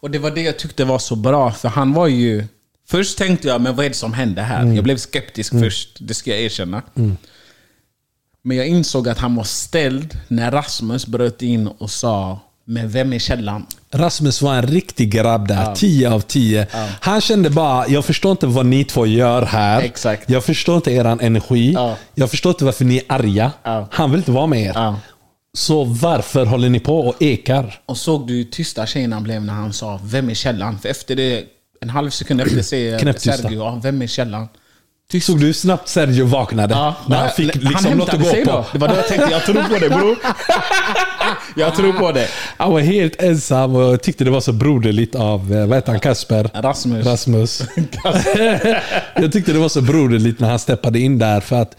Speaker 1: Och det var det jag tyckte var så bra, för han var ju... Först tänkte jag, men vad är det som hände här? Jag blev skeptisk först, det ska jag erkänna. Men jag insåg att han var ställd när Rasmus bröt in och sa, men vem är källan?
Speaker 2: Rasmus var en riktig grabb där. 10 av 10. Han kände bara, jag förstår inte vad ni två gör här.
Speaker 1: Exakt.
Speaker 2: Jag förstår inte eran energi.
Speaker 1: Ja.
Speaker 2: Jag förstår inte varför ni är arga.
Speaker 1: Ja.
Speaker 2: Han vill inte vara med er.
Speaker 1: Ja.
Speaker 2: Så varför håller ni på och ekar?
Speaker 1: Och såg du hur tysta tjejen han blev när han sa, vem är källan? För efter det, en halv sekund efter säger
Speaker 2: Knäpptysta.
Speaker 1: Sergio, ja, vem är källan?
Speaker 2: Såg du hur snabbt Sergio vaknade?
Speaker 1: Ja,
Speaker 2: när han fick liksom något att
Speaker 1: hämtade
Speaker 2: gå
Speaker 1: sig
Speaker 2: på.
Speaker 1: Då. Det var då jag tänkte, jag tror på det bror. jag tror på det.
Speaker 2: Han var helt ensam och jag tyckte det var så broderligt av, eh, vad heter han, Kasper?
Speaker 1: Rasmus.
Speaker 2: Rasmus. jag tyckte det var så broderligt när han steppade in där. För att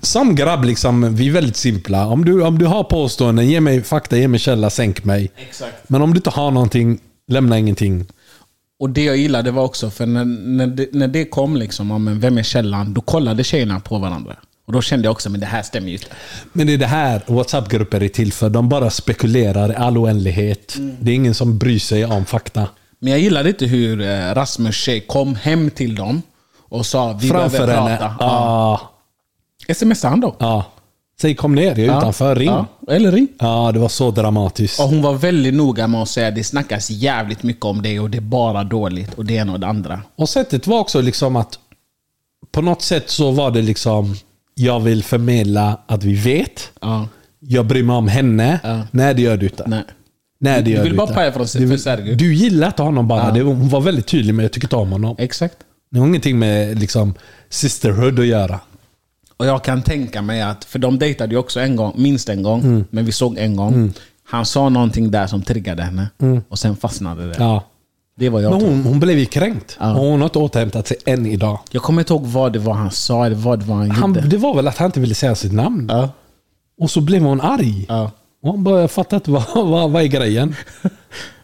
Speaker 2: som grabb, liksom, vi är väldigt simpla. Om du, om du har påståenden, ge mig fakta, ge mig källa, sänk mig.
Speaker 1: Exakt.
Speaker 2: Men om du inte har någonting, lämna ingenting.
Speaker 1: Och det jag gillade var också, för när, när, det, när det kom liksom, ja, men vem är källan? Då kollade tjejerna på varandra. Och då kände jag också, men det här stämmer ju inte.
Speaker 2: Men det är det här WhatsApp-grupper är till för. De bara spekulerar i all oändlighet.
Speaker 1: Mm.
Speaker 2: Det är ingen som bryr sig om fakta.
Speaker 1: Men jag gillade inte hur eh, Rasmus tjej kom hem till dem och sa, vi
Speaker 2: Framför
Speaker 1: behöver
Speaker 2: henne.
Speaker 1: prata.
Speaker 2: Ja.
Speaker 1: Smsade han då?
Speaker 2: ja. Säg kom ner, jag är utanför, ring.
Speaker 1: Ja,
Speaker 2: Ja.
Speaker 1: eller ring.
Speaker 2: det var så dramatiskt.
Speaker 1: Och hon var väldigt noga med att säga det snackas jävligt mycket om dig och det är bara dåligt och det ena och det andra.
Speaker 2: Och sättet var också liksom att på något sätt så var det liksom jag vill förmedla att vi vet.
Speaker 1: Ja.
Speaker 2: Jag bryr mig om henne.
Speaker 1: Ja.
Speaker 2: Nej, det gör du inte.
Speaker 1: Nej.
Speaker 2: Nej, det
Speaker 1: Du
Speaker 2: gör
Speaker 1: vill
Speaker 2: du
Speaker 1: bara
Speaker 2: inte.
Speaker 1: paja från sig för Sergio.
Speaker 2: Du gillar inte honom bara. Det, hon var väldigt tydlig med jag tycker inte om honom.
Speaker 1: Exakt.
Speaker 2: Det har ingenting med liksom, sisterhood att göra.
Speaker 1: Och jag kan tänka mig att, för de dejtade ju också en gång, minst en gång,
Speaker 2: Mm.
Speaker 1: men vi såg en gång. Han sa någonting där som triggade henne och sen fastnade det.
Speaker 2: Mm. Ja.
Speaker 1: Det var jag
Speaker 2: Men
Speaker 1: tror.
Speaker 2: hon, hon blev ju kränkt.
Speaker 1: Ja.
Speaker 2: Och hon har inte återhämtat sig än idag.
Speaker 1: Jag kommer inte ihåg vad det var han sa eller vad det var han,
Speaker 2: Han,
Speaker 1: gjorde.
Speaker 2: det var väl att han inte ville säga sitt namn.
Speaker 1: Ja.
Speaker 2: Och så blev hon arg.
Speaker 1: Ja.
Speaker 2: Och hon bara, jag fattar inte vad, vad, vad är grejen?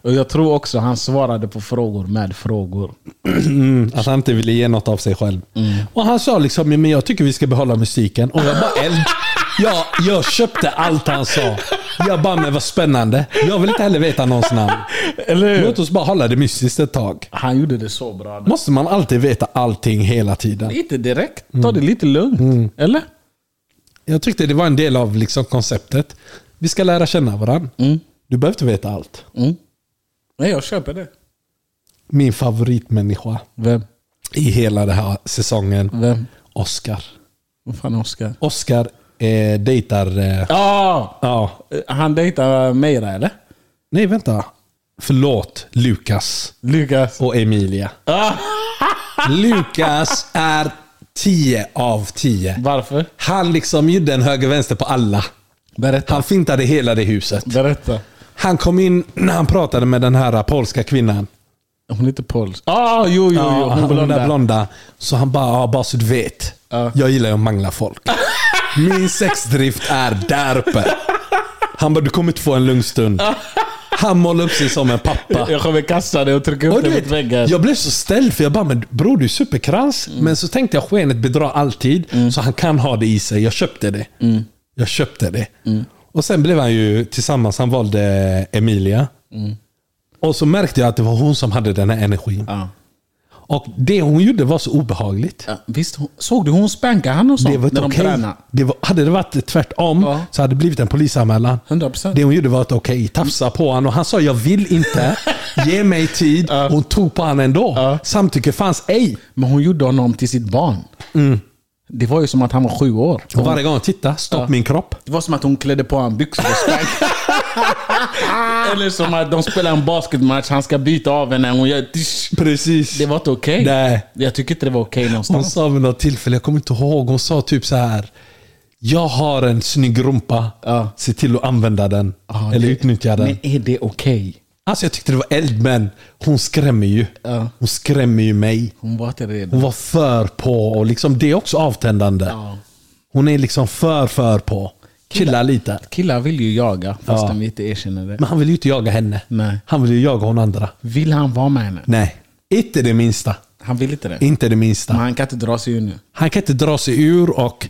Speaker 1: Och jag tror också han svarade på frågor med frågor.
Speaker 2: Att han inte ville ge något av sig själv. Och han sa liksom, men jag tycker vi ska behålla musiken. Och jag bara, eld. Jag, jag köpte allt han sa. Jag bara, men vad spännande. Jag vill inte heller veta någons namn.
Speaker 1: Eller
Speaker 2: Låt oss bara hålla det mystiskt ett tag.
Speaker 1: Han gjorde det så bra.
Speaker 2: Måste man alltid veta allting hela tiden?
Speaker 1: Inte direkt.
Speaker 2: Mm.
Speaker 1: Ta det lite lugnt. Eller?
Speaker 2: Jag tyckte det var en del av liksom konceptet. Vi ska lära känna varandra. Du behöver inte veta allt.
Speaker 1: Nej, jag köper det.
Speaker 2: Min favoritmänniska
Speaker 1: Vem?
Speaker 2: i hela den här säsongen.
Speaker 1: Vem?
Speaker 2: Oscar.
Speaker 1: Vad fan Oskar?
Speaker 2: Oscar eh, dejtar... Eh,
Speaker 1: Ja!
Speaker 2: ja.
Speaker 1: Han dejtar Meira eller?
Speaker 2: Nej, vänta. Förlåt, Lukas
Speaker 1: Lukas.
Speaker 2: och Emilia. Lukas är 10 av 10.
Speaker 1: Varför?
Speaker 2: Han liksom gjorde en höger-vänster på alla.
Speaker 1: Berätta.
Speaker 2: Han fintade hela det huset.
Speaker 1: Berätta.
Speaker 2: Han kom in när han pratade med den här polska kvinnan.
Speaker 1: Hon är inte polsk. Ah, jo, jo, jo.
Speaker 2: Ja,
Speaker 1: Hon
Speaker 2: han- den där
Speaker 1: blonda.
Speaker 2: blonda. Så han bara, ja, bara så du vet.
Speaker 1: Ja.
Speaker 2: Jag gillar ju att mangla folk. Min sexdrift är där uppe. Han bara, du kommer inte få en lugn stund. Han målar upp sig som en pappa.
Speaker 1: Jag kommer kasta dig och trycka
Speaker 2: Och
Speaker 1: upp
Speaker 2: du
Speaker 1: dig mot
Speaker 2: vet,
Speaker 1: väggen.
Speaker 2: jag blev så ställd för jag bara, men bror du är superkrans.
Speaker 1: Mm.
Speaker 2: Men så tänkte jag skenet bedrar alltid. Så han kan ha det i sig. Jag köpte det.
Speaker 1: Mm.
Speaker 2: Jag köpte det. Och sen blev han ju tillsammans, han valde Emilia. Och så märkte jag att det var hon som hade den här energin.
Speaker 1: Mm. Ja.
Speaker 2: Och det hon gjorde var så obehagligt.
Speaker 1: Ja, visst, hon- såg du hon spankade han och sånt
Speaker 2: Det
Speaker 1: när
Speaker 2: var inte
Speaker 1: de
Speaker 2: okej.
Speaker 1: tränade?
Speaker 2: Det var- Hade det varit tvärtom
Speaker 1: Ja.
Speaker 2: så hade det blivit en polisanmälan.
Speaker 1: 100%.
Speaker 2: Det hon gjorde var att okej, tafsa på honom och han sa jag vill inte, ge mig tid. Hon tog på honom ändå. Samtycke fanns ej.
Speaker 1: Men hon gjorde honom till sitt barn. Det var ju som att han var sju år.
Speaker 2: Mm. Och varje gång jag tittar, stopp min kropp.
Speaker 1: Det var som att hon klädde på honom byxor och spank. Eller som att de spelar en basketmatch, han ska byta av henne. Hon gör dish.
Speaker 2: Precis.
Speaker 1: Det var inte okej.
Speaker 2: Nej.
Speaker 1: Jag tycker inte det var okej
Speaker 2: Hon
Speaker 1: någonstans.
Speaker 2: sa vid något tillfälle, jag kommer inte ihåg, hon sa typ så här. Jag har en snygg rumpa.
Speaker 1: Ja. Ah,
Speaker 2: Se till att använda den.
Speaker 1: Ja,
Speaker 2: eller
Speaker 1: det-
Speaker 2: utnyttja den.
Speaker 1: Men är det okej?
Speaker 2: Alltså jag tyckte det var eld, men hon skrämmer ju.
Speaker 1: Ja.
Speaker 2: Hon skrämmer ju mig.
Speaker 1: Hon var inte redo.
Speaker 2: Hon var för på och liksom, det är också avtändande.
Speaker 1: Ja.
Speaker 2: Hon är liksom för, för på. Chilla lite.
Speaker 1: Killar vill ju jaga fastän
Speaker 2: Ja.
Speaker 1: vi inte erkänner det.
Speaker 2: Men han vill ju inte jaga henne.
Speaker 1: Nej.
Speaker 2: Han vill ju jaga hon andra.
Speaker 1: Vill han vara med henne?
Speaker 2: Nej. Inte det minsta.
Speaker 1: Han vill inte det.
Speaker 2: Inte det minsta.
Speaker 1: Men han kan inte dra sig ur nu.
Speaker 2: Han kan inte dra sig ur och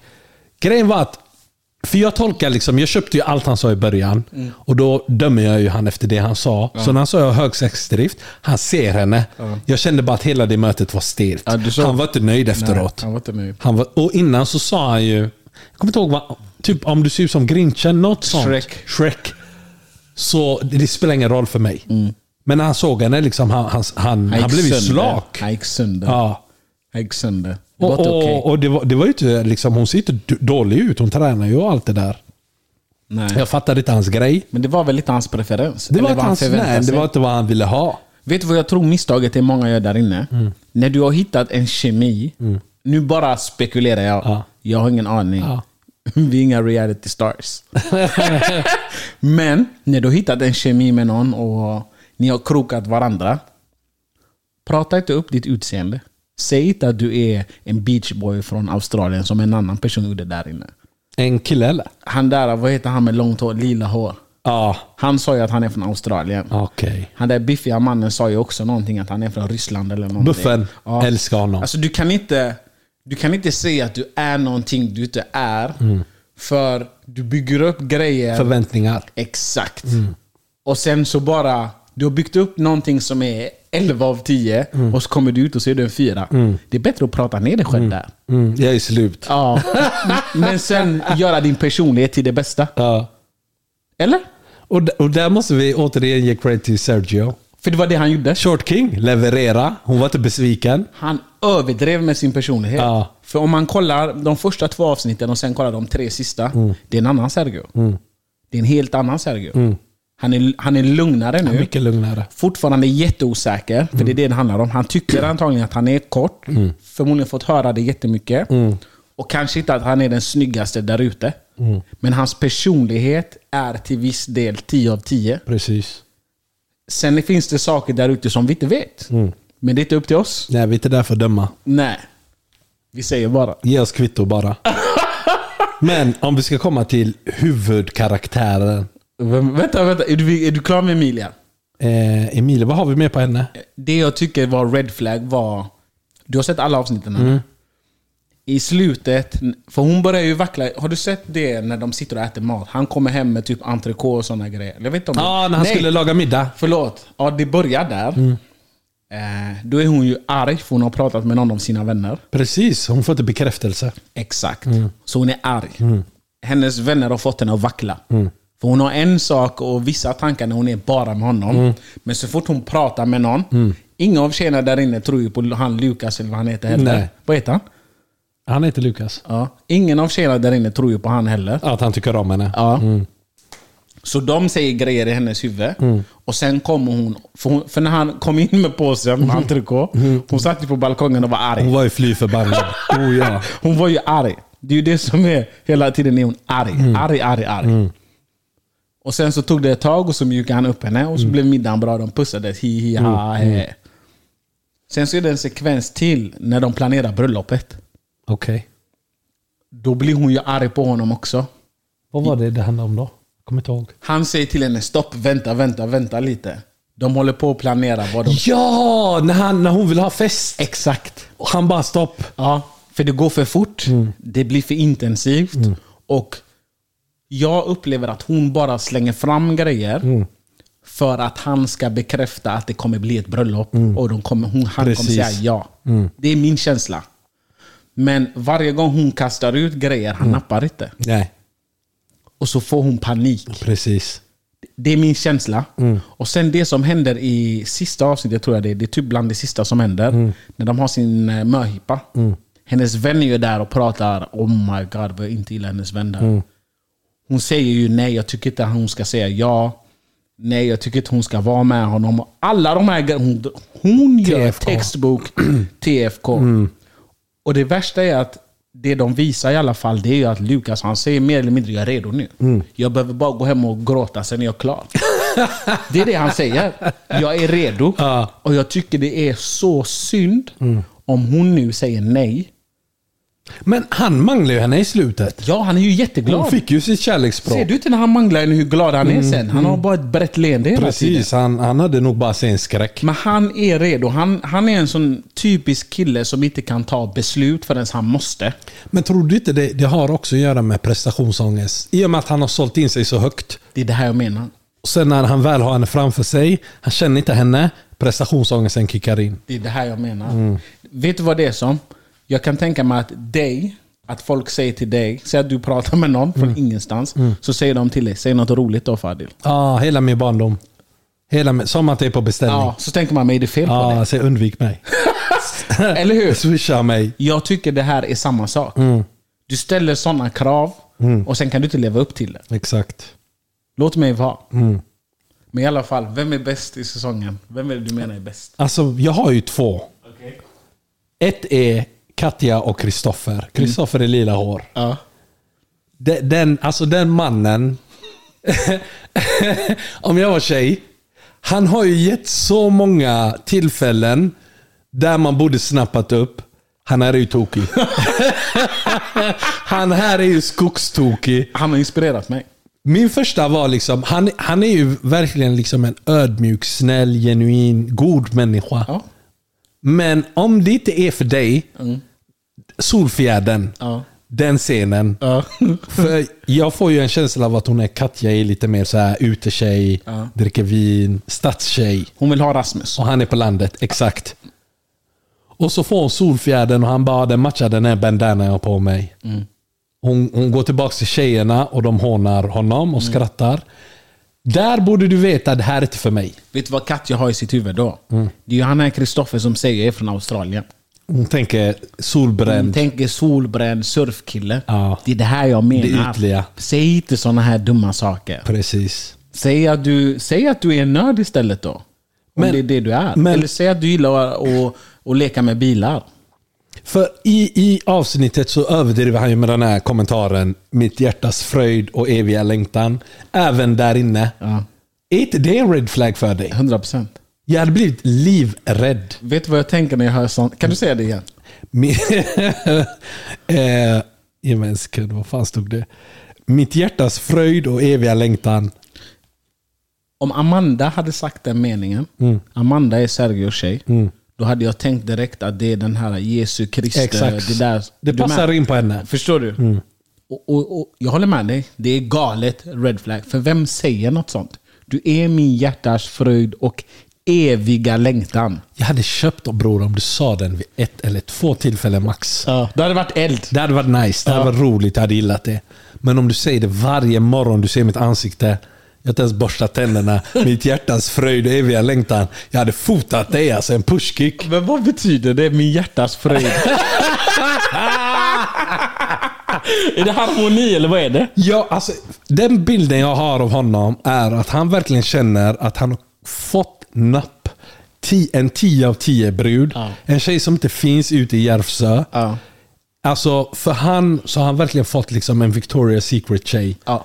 Speaker 2: grejen var att för jag tolkar liksom, jag köpte ju allt han sa i början
Speaker 1: Mm.
Speaker 2: och då dömer jag ju han efter det han sa. Så när han sa jag har hög sexdrift, han ser henne. Jag kände bara att hela det mötet var stelt.
Speaker 1: Ja, du såg-
Speaker 2: han var inte nöjd efteråt.
Speaker 1: Nej, han var inte nöjd.
Speaker 2: Han var, och innan så sa han ju, jag kommer inte ihåg vad, typ om du ser ut som Grinchen, något sånt.
Speaker 1: Shrek.
Speaker 2: Shrek. Så det, det spelar ingen roll för mig. Men när han såg henne, liksom, han, han, han, han
Speaker 1: Mm. gick
Speaker 2: blev ju
Speaker 1: sönder.
Speaker 2: slak.
Speaker 1: Han gick sönder.
Speaker 2: Ja.
Speaker 1: Han gick sönder. Det var
Speaker 2: Och,
Speaker 1: inte okej.
Speaker 2: och, och det, var, det var ju inte, liksom, hon ser ju inte d- dålig ut. Hon tränar ju och allt det där.
Speaker 1: Nej.
Speaker 2: Jag fattade inte hans grej.
Speaker 1: Men det var väl lite hans preferens.
Speaker 2: Det
Speaker 1: Eller
Speaker 2: var, inte
Speaker 1: vad han
Speaker 2: hans,
Speaker 1: förväntade
Speaker 2: nej, det
Speaker 1: sig.
Speaker 2: var inte vad han ville ha.
Speaker 1: Vet du vad jag tror misstaget är många gör där inne?
Speaker 2: Mm.
Speaker 1: När du har hittat en kemi, nu bara spekulerar jag.
Speaker 2: Ja.
Speaker 1: Jag har ingen aning.
Speaker 2: Ja.
Speaker 1: Vi är inga reality stars. Men när du har hittat en kemi med någon och ni har krokat varandra. Prata inte upp ditt utseende. Säg inte att du är en beachboy från Australien som en annan person gjorde där inne.
Speaker 2: En kille eller?
Speaker 1: Han där, vad heter han med långt hår, lila hår?
Speaker 2: Ja,
Speaker 1: Han sa ju att han är från Australien.
Speaker 2: okej.
Speaker 1: Han där biffiga mannen sa ju också någonting att han är från Ryssland eller någonting.
Speaker 2: Buffen. Älskar honom.
Speaker 1: Alltså du kan inte, du kan inte säga att du är någonting du inte är.
Speaker 2: Mm.
Speaker 1: För du bygger upp grejer.
Speaker 2: Förväntningar. Mm.
Speaker 1: Exakt. Och sen så bara, du har byggt upp någonting som är 11 av 10 och så kommer du ut och så är du en 4. Det är bättre att prata ner dig själv där.
Speaker 2: Mm. Mm, jag är slut.
Speaker 1: Ja. Men sen göra din personlighet till det bästa.
Speaker 2: Ja.
Speaker 1: Eller?
Speaker 2: Och, d- och där måste vi återigen ge cred till Sergio.
Speaker 1: För det var det han gjorde.
Speaker 2: Short King leverera. Hon var inte besviken.
Speaker 1: Han överdrev med sin personlighet.
Speaker 2: Ja.
Speaker 1: För om man kollar de första två avsnitten och sen kollar de tre sista.
Speaker 2: Mm.
Speaker 1: Det är en annan Sergio. Det är en helt annan Sergio. Han, är, han är lugnare nu.
Speaker 2: Mm. Mycket Mm. lugnare.
Speaker 1: Fortfarande jätteosäker, för det är det det handlar om. Han tycker antagligen att han är kort.
Speaker 2: Mm.
Speaker 1: Förmodligen fått höra det jättemycket. Och kanske inte att han är den snyggaste där ute.
Speaker 2: Mm.
Speaker 1: Men hans personlighet är till viss del 10 av 10.
Speaker 2: Precis.
Speaker 1: Sen finns det saker där ute som vi inte vet.
Speaker 2: Mm.
Speaker 1: Men det är inte upp till oss.
Speaker 2: Nej, vi är inte där för att döma.
Speaker 1: Nej. Vi säger bara.
Speaker 2: Ge oss kvitto bara. Men om vi ska komma till huvudkaraktären.
Speaker 1: Vem- Vänta, vänta. Är du, är du klar med Emilia?
Speaker 2: Eh, Emilia, vad har vi med på henne?
Speaker 1: Det jag tycker var red flag var... Du har sett alla avsnitten? eller? I slutet, för hon börjar ju vackla. Har du sett det när de sitter och äter mat? Han kommer hem med typ entrecote och sådana grejer. Jag vet inte om
Speaker 2: Ja, när han
Speaker 1: Nej,
Speaker 2: skulle laga middag.
Speaker 1: Förlåt. Ja, det börjar där. Eh, då är hon ju arg för hon har pratat med någon av sina vänner.
Speaker 2: Precis, hon får inte bekräftelse.
Speaker 1: Exakt. Så hon är arg. Hennes vänner har fått henne att vackla. För hon har en sak och vissa tankar när hon är bara med honom. Men så fort hon pratar med någon. Inga av tjejerna där inne tror ju på han Lukas eller vad han heter heller.
Speaker 2: Nej.
Speaker 1: Vad heter han?
Speaker 2: Han heter Lukas.
Speaker 1: Ja. Ingen av tjejerna där inne tror ju på han heller.
Speaker 2: Att han tycker om henne.
Speaker 1: Ja. Så de säger grejer i hennes huvud. Och sen kommer hon för, hon... för när han kom in med påsen med entrecote. Hon satt ju på balkongen och var arg.
Speaker 2: Hon var ju fly förbannad. Oh ja.
Speaker 1: Hon var ju arg. Det är ju det som är hela tiden är hon arg. Arg, arg, arg. Och sen så tog det ett tag och så mjukade han upp henne och så blev middagen bra. De pussades. Hi, hi, ha, he. Sen så är det en sekvens till när de planerar bröllopet.
Speaker 2: Okej.
Speaker 1: Då blir hon ju arg på honom också.
Speaker 2: Vad var det det handlade om då? Kommer inte ihåg.
Speaker 1: Han säger till henne stopp, vänta, vänta, vänta lite. De håller på att planera vad de...
Speaker 2: Ja! När, han, när hon vill ha fest.
Speaker 1: Exakt.
Speaker 2: Och han bara stopp.
Speaker 1: Ja, för det går för fort. Det blir för intensivt. Och jag upplever att hon bara slänger fram grejer för att han ska bekräfta att det kommer bli ett bröllop. Och de kommer, hon, han
Speaker 2: Precis.
Speaker 1: kommer säga ja. Det är min känsla. Men varje gång hon kastar ut grejer, han nappar inte.
Speaker 2: Nej,
Speaker 1: Och så får hon panik.
Speaker 2: precis.
Speaker 1: Det är min känsla. Och sen det som händer i sista avsnittet, tror jag det är, det är typ bland det sista som händer. När de har sin eh, möhippa. Hennes vän är ju där och pratar, oh my god vad jag inte gillar hennes vän där. Hon säger ju nej, jag tycker inte hon ska säga ja. Nej, jag tycker inte hon ska vara med honom. Och Alla de här grejerna. Hon, hon gör
Speaker 2: TFK.
Speaker 1: textbok TFK. Och det värsta är att det de visar i alla fall, det är ju att Lukas han säger mer eller mindre jag är redo nu.
Speaker 2: Mm.
Speaker 1: Jag behöver bara gå hem och gråta, sen är jag klar. det är det han säger. Jag är redo.
Speaker 2: Ja. Mm.
Speaker 1: Och jag tycker det är så synd om hon nu säger nej.
Speaker 2: Men han manglar ju henne i slutet.
Speaker 1: Ja, han är ju jätteglad.
Speaker 2: Hon fick ju sitt
Speaker 1: Ser
Speaker 2: kärleksspråk.
Speaker 1: du inte när han manglar henne hur glad han är sen? Han har bara ett brett leende hela tiden.
Speaker 2: mm. Precis, han, han hade nog bara sin skräck.
Speaker 1: Men han är redo. Han, han är en sån typisk kille som inte kan ta beslut förrän han måste.
Speaker 2: Men tror du inte det, det har också att göra med prestationsångest? I och med att han har sålt in sig så högt.
Speaker 1: Det är det här jag menar.
Speaker 2: Och sen när han väl har henne framför sig, han känner inte henne, prestationsångesten kickar in.
Speaker 1: Det är det här jag menar. Vet du vad det är som? Jag kan tänka mig att dig, att folk säger till dig, säg att du pratar med någon från ingenstans, så säger de till dig, säg något roligt då Fadil.
Speaker 2: Ja, Ah, hela min barndom. Hela, min- som att det är på beställning.
Speaker 1: Ja, så tänker man, mig är det fel på
Speaker 2: Ja, så undvik mig.
Speaker 1: dig? Eller hur?
Speaker 2: Swisha mig.
Speaker 1: Jag tycker det här är samma sak. Du ställer sådana krav och sen kan du inte leva upp till det.
Speaker 2: Exakt.
Speaker 1: Låt mig vara. Men i alla fall, vem är bäst i säsongen? Vem är det du menar är bäst?
Speaker 2: Alltså, jag har ju två. Ett är Katja och
Speaker 1: Mm.
Speaker 2: Kristoffer. Kristoffer är lila hår.
Speaker 1: Ja.
Speaker 2: De- Den, alltså den mannen. om jag var tjej. Han har ju gett så många tillfällen där man borde snappat upp. Han här är ju tokig. han här är ju skogstokig.
Speaker 1: Han har inspirerat mig.
Speaker 2: Min första var liksom, han, han är ju verkligen liksom en ödmjuk, snäll, genuin, god människa.
Speaker 1: Ja.
Speaker 2: Men om det inte är för dig, Solfjärden.
Speaker 1: Mm. Ja.
Speaker 2: den scenen.
Speaker 1: Ja.
Speaker 2: För jag får ju en känsla av att hon är Katja är lite mer så här utetjej,
Speaker 1: Ja.
Speaker 2: dricker vin, stadstjej.
Speaker 1: Hon vill ha Rasmus.
Speaker 2: Och han är på landet, exakt. Och så får hon solfjädern och han bara, den matchar den här bandanan jag har på mig. Hon, hon går tillbaka till tjejerna och de hånar honom och skrattar. Där borde du veta, det här är inte för mig.
Speaker 1: Vet du vad Katja har i sitt huvud då? Det är ju han här Kristoffer som säger jag är från Australien.
Speaker 2: Hon tänker
Speaker 1: Hon
Speaker 2: solbränd.
Speaker 1: tänker solbränd surfkille.
Speaker 2: Ehm. Ja.
Speaker 1: Det är det här jag menar.
Speaker 2: Det ytliga.
Speaker 1: Säg inte sådana här dumma saker.
Speaker 2: Precis.
Speaker 1: Säg att du, säg att du är en nörd istället då. Om
Speaker 2: Men-
Speaker 1: det är det du är.
Speaker 2: men-
Speaker 1: Eller säg att du gillar att- att, att leka med bilar.
Speaker 2: För i, i avsnittet så överdriver han ju med den här kommentaren. Mitt hjärtas fröjd och eviga längtan. Även där inne.
Speaker 1: Ja.
Speaker 2: Är inte det en red flag för dig?
Speaker 1: 100%.
Speaker 2: Jag hade blivit livrädd.
Speaker 1: Vet du vad jag tänker när jag hör sånt? Kan du säga det igen?
Speaker 2: Min, eh, ge mig en sekund, vad fan stod det? Mitt hjärtas fröjd och eviga längtan.
Speaker 1: Om Amanda hade sagt den meningen,
Speaker 2: Mm.
Speaker 1: Amanda är Sergios tjej, då hade jag tänkt direkt att det är den här Jesu Kristus.
Speaker 2: Exakt.
Speaker 1: Det, där,
Speaker 2: Det
Speaker 1: Du
Speaker 2: passar
Speaker 1: med?
Speaker 2: in på henne.
Speaker 1: Förstår du? Och, och, och, jag håller med dig, det är galet red flag. För vem säger något sånt? Du är min hjärtas fröjd och eviga längtan.
Speaker 2: Jag hade köpt dem bror om du sa den vid ett eller två tillfällen max.
Speaker 1: Ja. Det hade varit eld.
Speaker 2: Det hade varit nice, det hade varit roligt, jag hade gillat det. Men om du säger det varje morgon, du ser mitt ansikte. Jag har inte ens borstat tänderna. Mitt hjärtas fröjd och eviga längtan. Jag hade fotat dig alltså, en pushkick.
Speaker 1: Men vad betyder det, min hjärtas fröjd? är det harmoni eller vad är det?
Speaker 2: Ja, alltså, den bilden jag har av honom är att han verkligen känner att han har fått napp. Ti- En 10 av 10 brud.
Speaker 1: Ja.
Speaker 2: En tjej som inte finns ute i Järvsö.
Speaker 1: Ja.
Speaker 2: Alltså, för han så har han verkligen fått liksom en Victoria's Secret-tjej.
Speaker 1: Ja.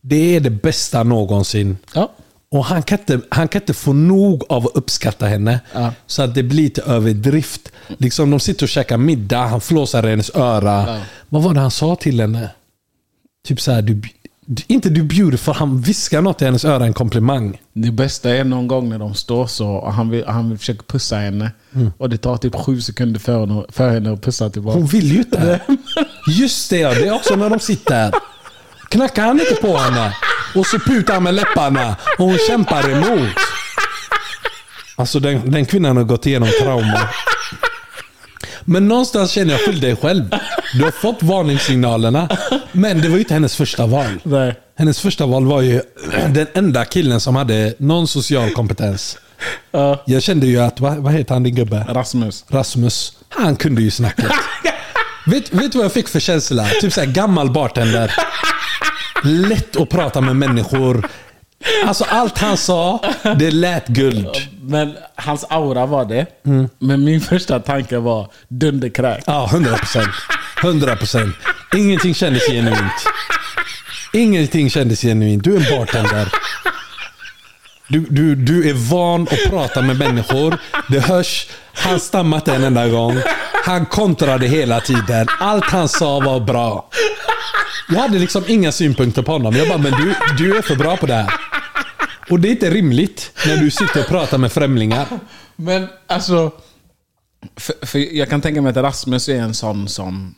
Speaker 2: Det är det bästa någonsin.
Speaker 1: ja.
Speaker 2: Och han kan, inte, han kan inte få nog av att uppskatta henne.
Speaker 1: Ja.
Speaker 2: Så att det blir lite överdrift. Liksom, de sitter och käkar middag, han flåsar i hennes öra.
Speaker 1: Ja.
Speaker 2: Vad var det han sa till henne? Typ så här, du, du- inte du bjuder för han viskar något i hennes öra, en komplimang.
Speaker 1: Det bästa är någon gång när de står så och han, vill, han vill försöker pussa henne. Och det tar typ sju sekunder för henne, för henne att pussa tillbaka.
Speaker 2: Hon vill ju inte. Just det, ja, det är också när de sitter. Knackar han inte på henne? Och så putar han med läpparna och hon kämpar emot. Alltså den, den kvinnan har gått igenom trauma. Men någonstans känner jag, skyll dig själv. Du har fått varningssignalerna. Men det var ju inte hennes första val.
Speaker 1: Nej.
Speaker 2: Hennes första val var ju den enda killen som hade någon social kompetens.
Speaker 1: Ja.
Speaker 2: Jag kände ju att, vad, vad heter han din gubbe?
Speaker 1: Rasmus.
Speaker 2: Rasmus, han kunde ju snacket. vet, vet du vad jag fick för känsla? Typ såhär gammal bartender. Lätt att prata med människor. Alltså allt han sa, det lät guld.
Speaker 1: Men hans aura var det. Men min första tanke var dunderkräk.
Speaker 2: Ja, hundra procent. Hundra procent. Ingenting kändes genuint. Ingenting kändes genuint. Du är en bartender. Du, du, du är van att prata med människor. Det hörs. Han stammade inte en enda gång. Han kontrade hela tiden. Allt han sa var bra. Jag hade liksom inga synpunkter på honom. Jag bara, men du, du är för bra på det här. Och det är inte rimligt när du sitter och pratar med främlingar.
Speaker 1: Men alltså... För, för jag kan tänka mig att Rasmus är en sån som...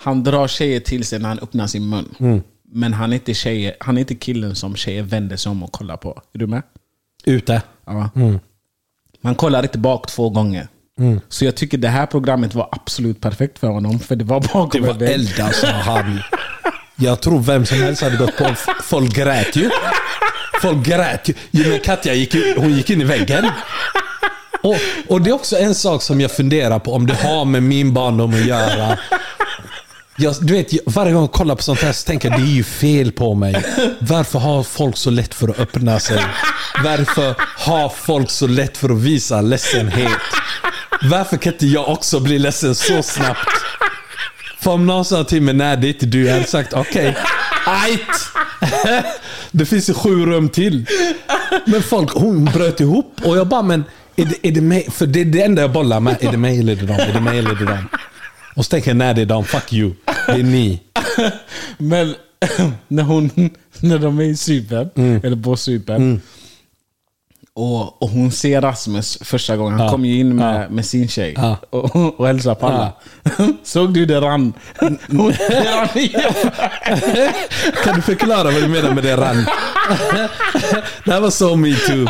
Speaker 1: Han drar tjejer till sig när han öppnar sin mun. Men han är, inte tjejer, han är inte killen som tjejer vänder sig om och kollar på. Är du med?
Speaker 2: Ute.
Speaker 1: Ja. Man kollar inte bak två gånger. Så jag tycker det här programmet var absolut perfekt för honom. För det var bakom
Speaker 2: Det var eld alltså. Han. Jag tror vem som helst hade gått på. Folk grät ju. Folk grät ju. Jo, men Katja gick, ju- hon gick in i väggen. Och, och det är också en sak som jag funderar på om det har med min barndom att göra. Jag, du vet, jag- varje gång jag kollar på sånt här så tänker jag det är ju fel på mig. Varför har folk så lätt för att öppna sig? Varför har folk så lätt för att visa ledsenhet? Varför kan inte jag också bli ledsen så snabbt? För om någon sa till mig nej det är inte du, jag hade sagt okej. Ajt! Det finns ju sju rum till. Men folk, hon bröt ihop och jag bara men är det, är det mig? För det är det enda jag bollar med. Är det mig eller är det dem? Är det mig eller är det dem? Och så tänker jag nej det är dem, fuck you. Det är ni.
Speaker 1: Men
Speaker 2: Mm.
Speaker 1: när, hon, när de är i Cypern, eller på Cypern. Och, och hon ser Rasmus första gången. Han
Speaker 2: Ja.
Speaker 1: kom ju in med, med sin tjej
Speaker 2: Ja.
Speaker 1: och, och hälsade på alla. Såg du det rann? Hon, det rann igen.
Speaker 2: Kan du förklara vad du menar med det rann? det här var så metoo.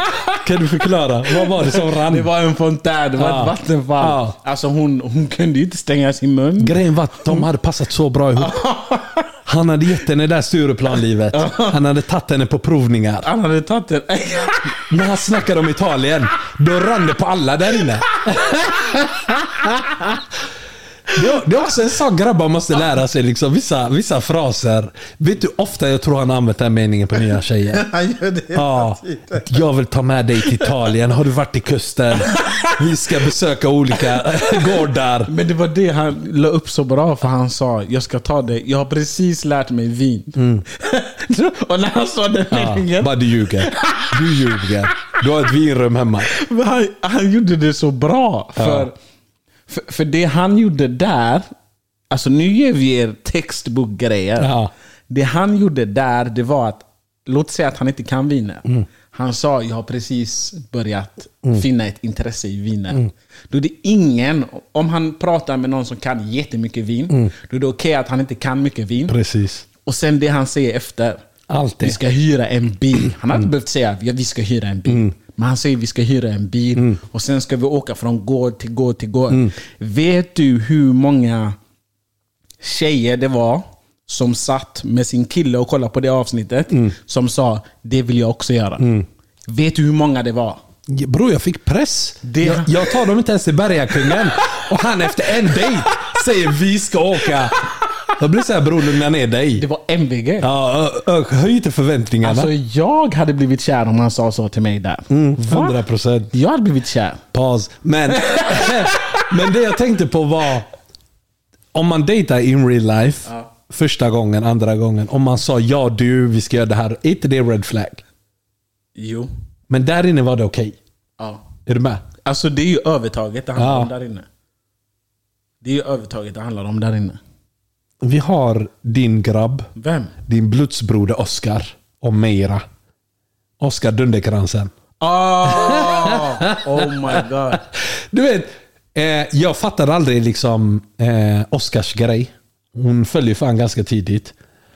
Speaker 2: Kan du förklara? Vad var det som rann?
Speaker 1: Det var en fontän, det var
Speaker 2: Ja.
Speaker 1: ett vattenfall.
Speaker 2: Ja.
Speaker 1: Alltså hon, hon kunde ju inte stänga sin mun.
Speaker 2: Grejen var att de hade passat så bra ihop. Han hade gett henne det där Stureplanlivet. Han hade tagit henne på provningar.
Speaker 1: Han hade tagit den.
Speaker 2: När han snackade om Italien, då rann det på alla där inne. Det- Det är också en sak grabbar måste lära sig. Liksom, vissa, vissa fraser. Vet du hur ofta jag tror han har använt den meningen på nya tjejer?
Speaker 1: Han gör det hela
Speaker 2: Ja,
Speaker 1: tiden.
Speaker 2: jag vill ta med dig till Italien. Har du varit i kusten? Vi ska besöka olika gårdar.
Speaker 1: Men det var det han la upp så bra för han sa jag ska ta dig, jag har precis lärt mig vin. och när han sa den meningen,
Speaker 2: Mm. Ja, bara du ljuger. Du ljuger. Du har ett vinrum hemma.
Speaker 1: Men han, han gjorde det så bra. För, för, för det han gjorde där, alltså nu ger vi er textbokgrejer.
Speaker 2: Ja.
Speaker 1: Det han gjorde där, det var att, låt säga att han inte kan viner. Han sa, jag har precis börjat finna ett intresse i viner. Då är det ingen, om han pratar med någon som kan jättemycket vin, då är det okej att han inte kan mycket vin.
Speaker 2: Precis.
Speaker 1: Och sen det han säger efter.
Speaker 2: Allt det.
Speaker 1: Vi ska hyra en bil. Han hade inte behövt säga att vi ska hyra en bil. Men han säger vi ska hyra en bil och sen ska vi åka från gård till gård till gård. Vet du hur många tjejer det var som satt med sin kille och kollade på det avsnittet som sa det vill jag också göra. Vet du hur många det var?
Speaker 2: Bro, jag fick press.
Speaker 1: Det-
Speaker 2: Jag, jag tar dem inte ens till Bergakungen. Och han efter en dejt säger vi ska åka. Jag blir såhär, bror lugna
Speaker 1: Det
Speaker 2: ner dig.
Speaker 1: var MVG.
Speaker 2: Ja, ö- ö- höj inte förväntningarna.
Speaker 1: Alltså jag hade blivit kär om han sa så till mig där.
Speaker 2: Mm.
Speaker 1: Va?
Speaker 2: 100 procent.
Speaker 1: Jag hade blivit kär.
Speaker 2: Paus. Men, men det jag tänkte på var, om man dejtar in real life,
Speaker 1: Ja.
Speaker 2: första gången, andra gången. Om man sa ja du, vi ska göra det här. Är inte det red flag?
Speaker 1: Jo.
Speaker 2: Men där inne var det okej.
Speaker 1: Ja.
Speaker 2: Är du med?
Speaker 1: Alltså det är ju övertaget det handlar
Speaker 2: Ja.
Speaker 1: om där inne. Det är ju övertaget det handlar om där inne.
Speaker 2: Vi har din grabb,
Speaker 1: Vem?
Speaker 2: din blodsbroder Oscar och Meira. Oscar Dunderkransen.
Speaker 1: Oh, oh my god.
Speaker 2: Du vet, eh, jag fattar aldrig liksom eh, Oscars grej. Hon föll ju fan ganska tidigt.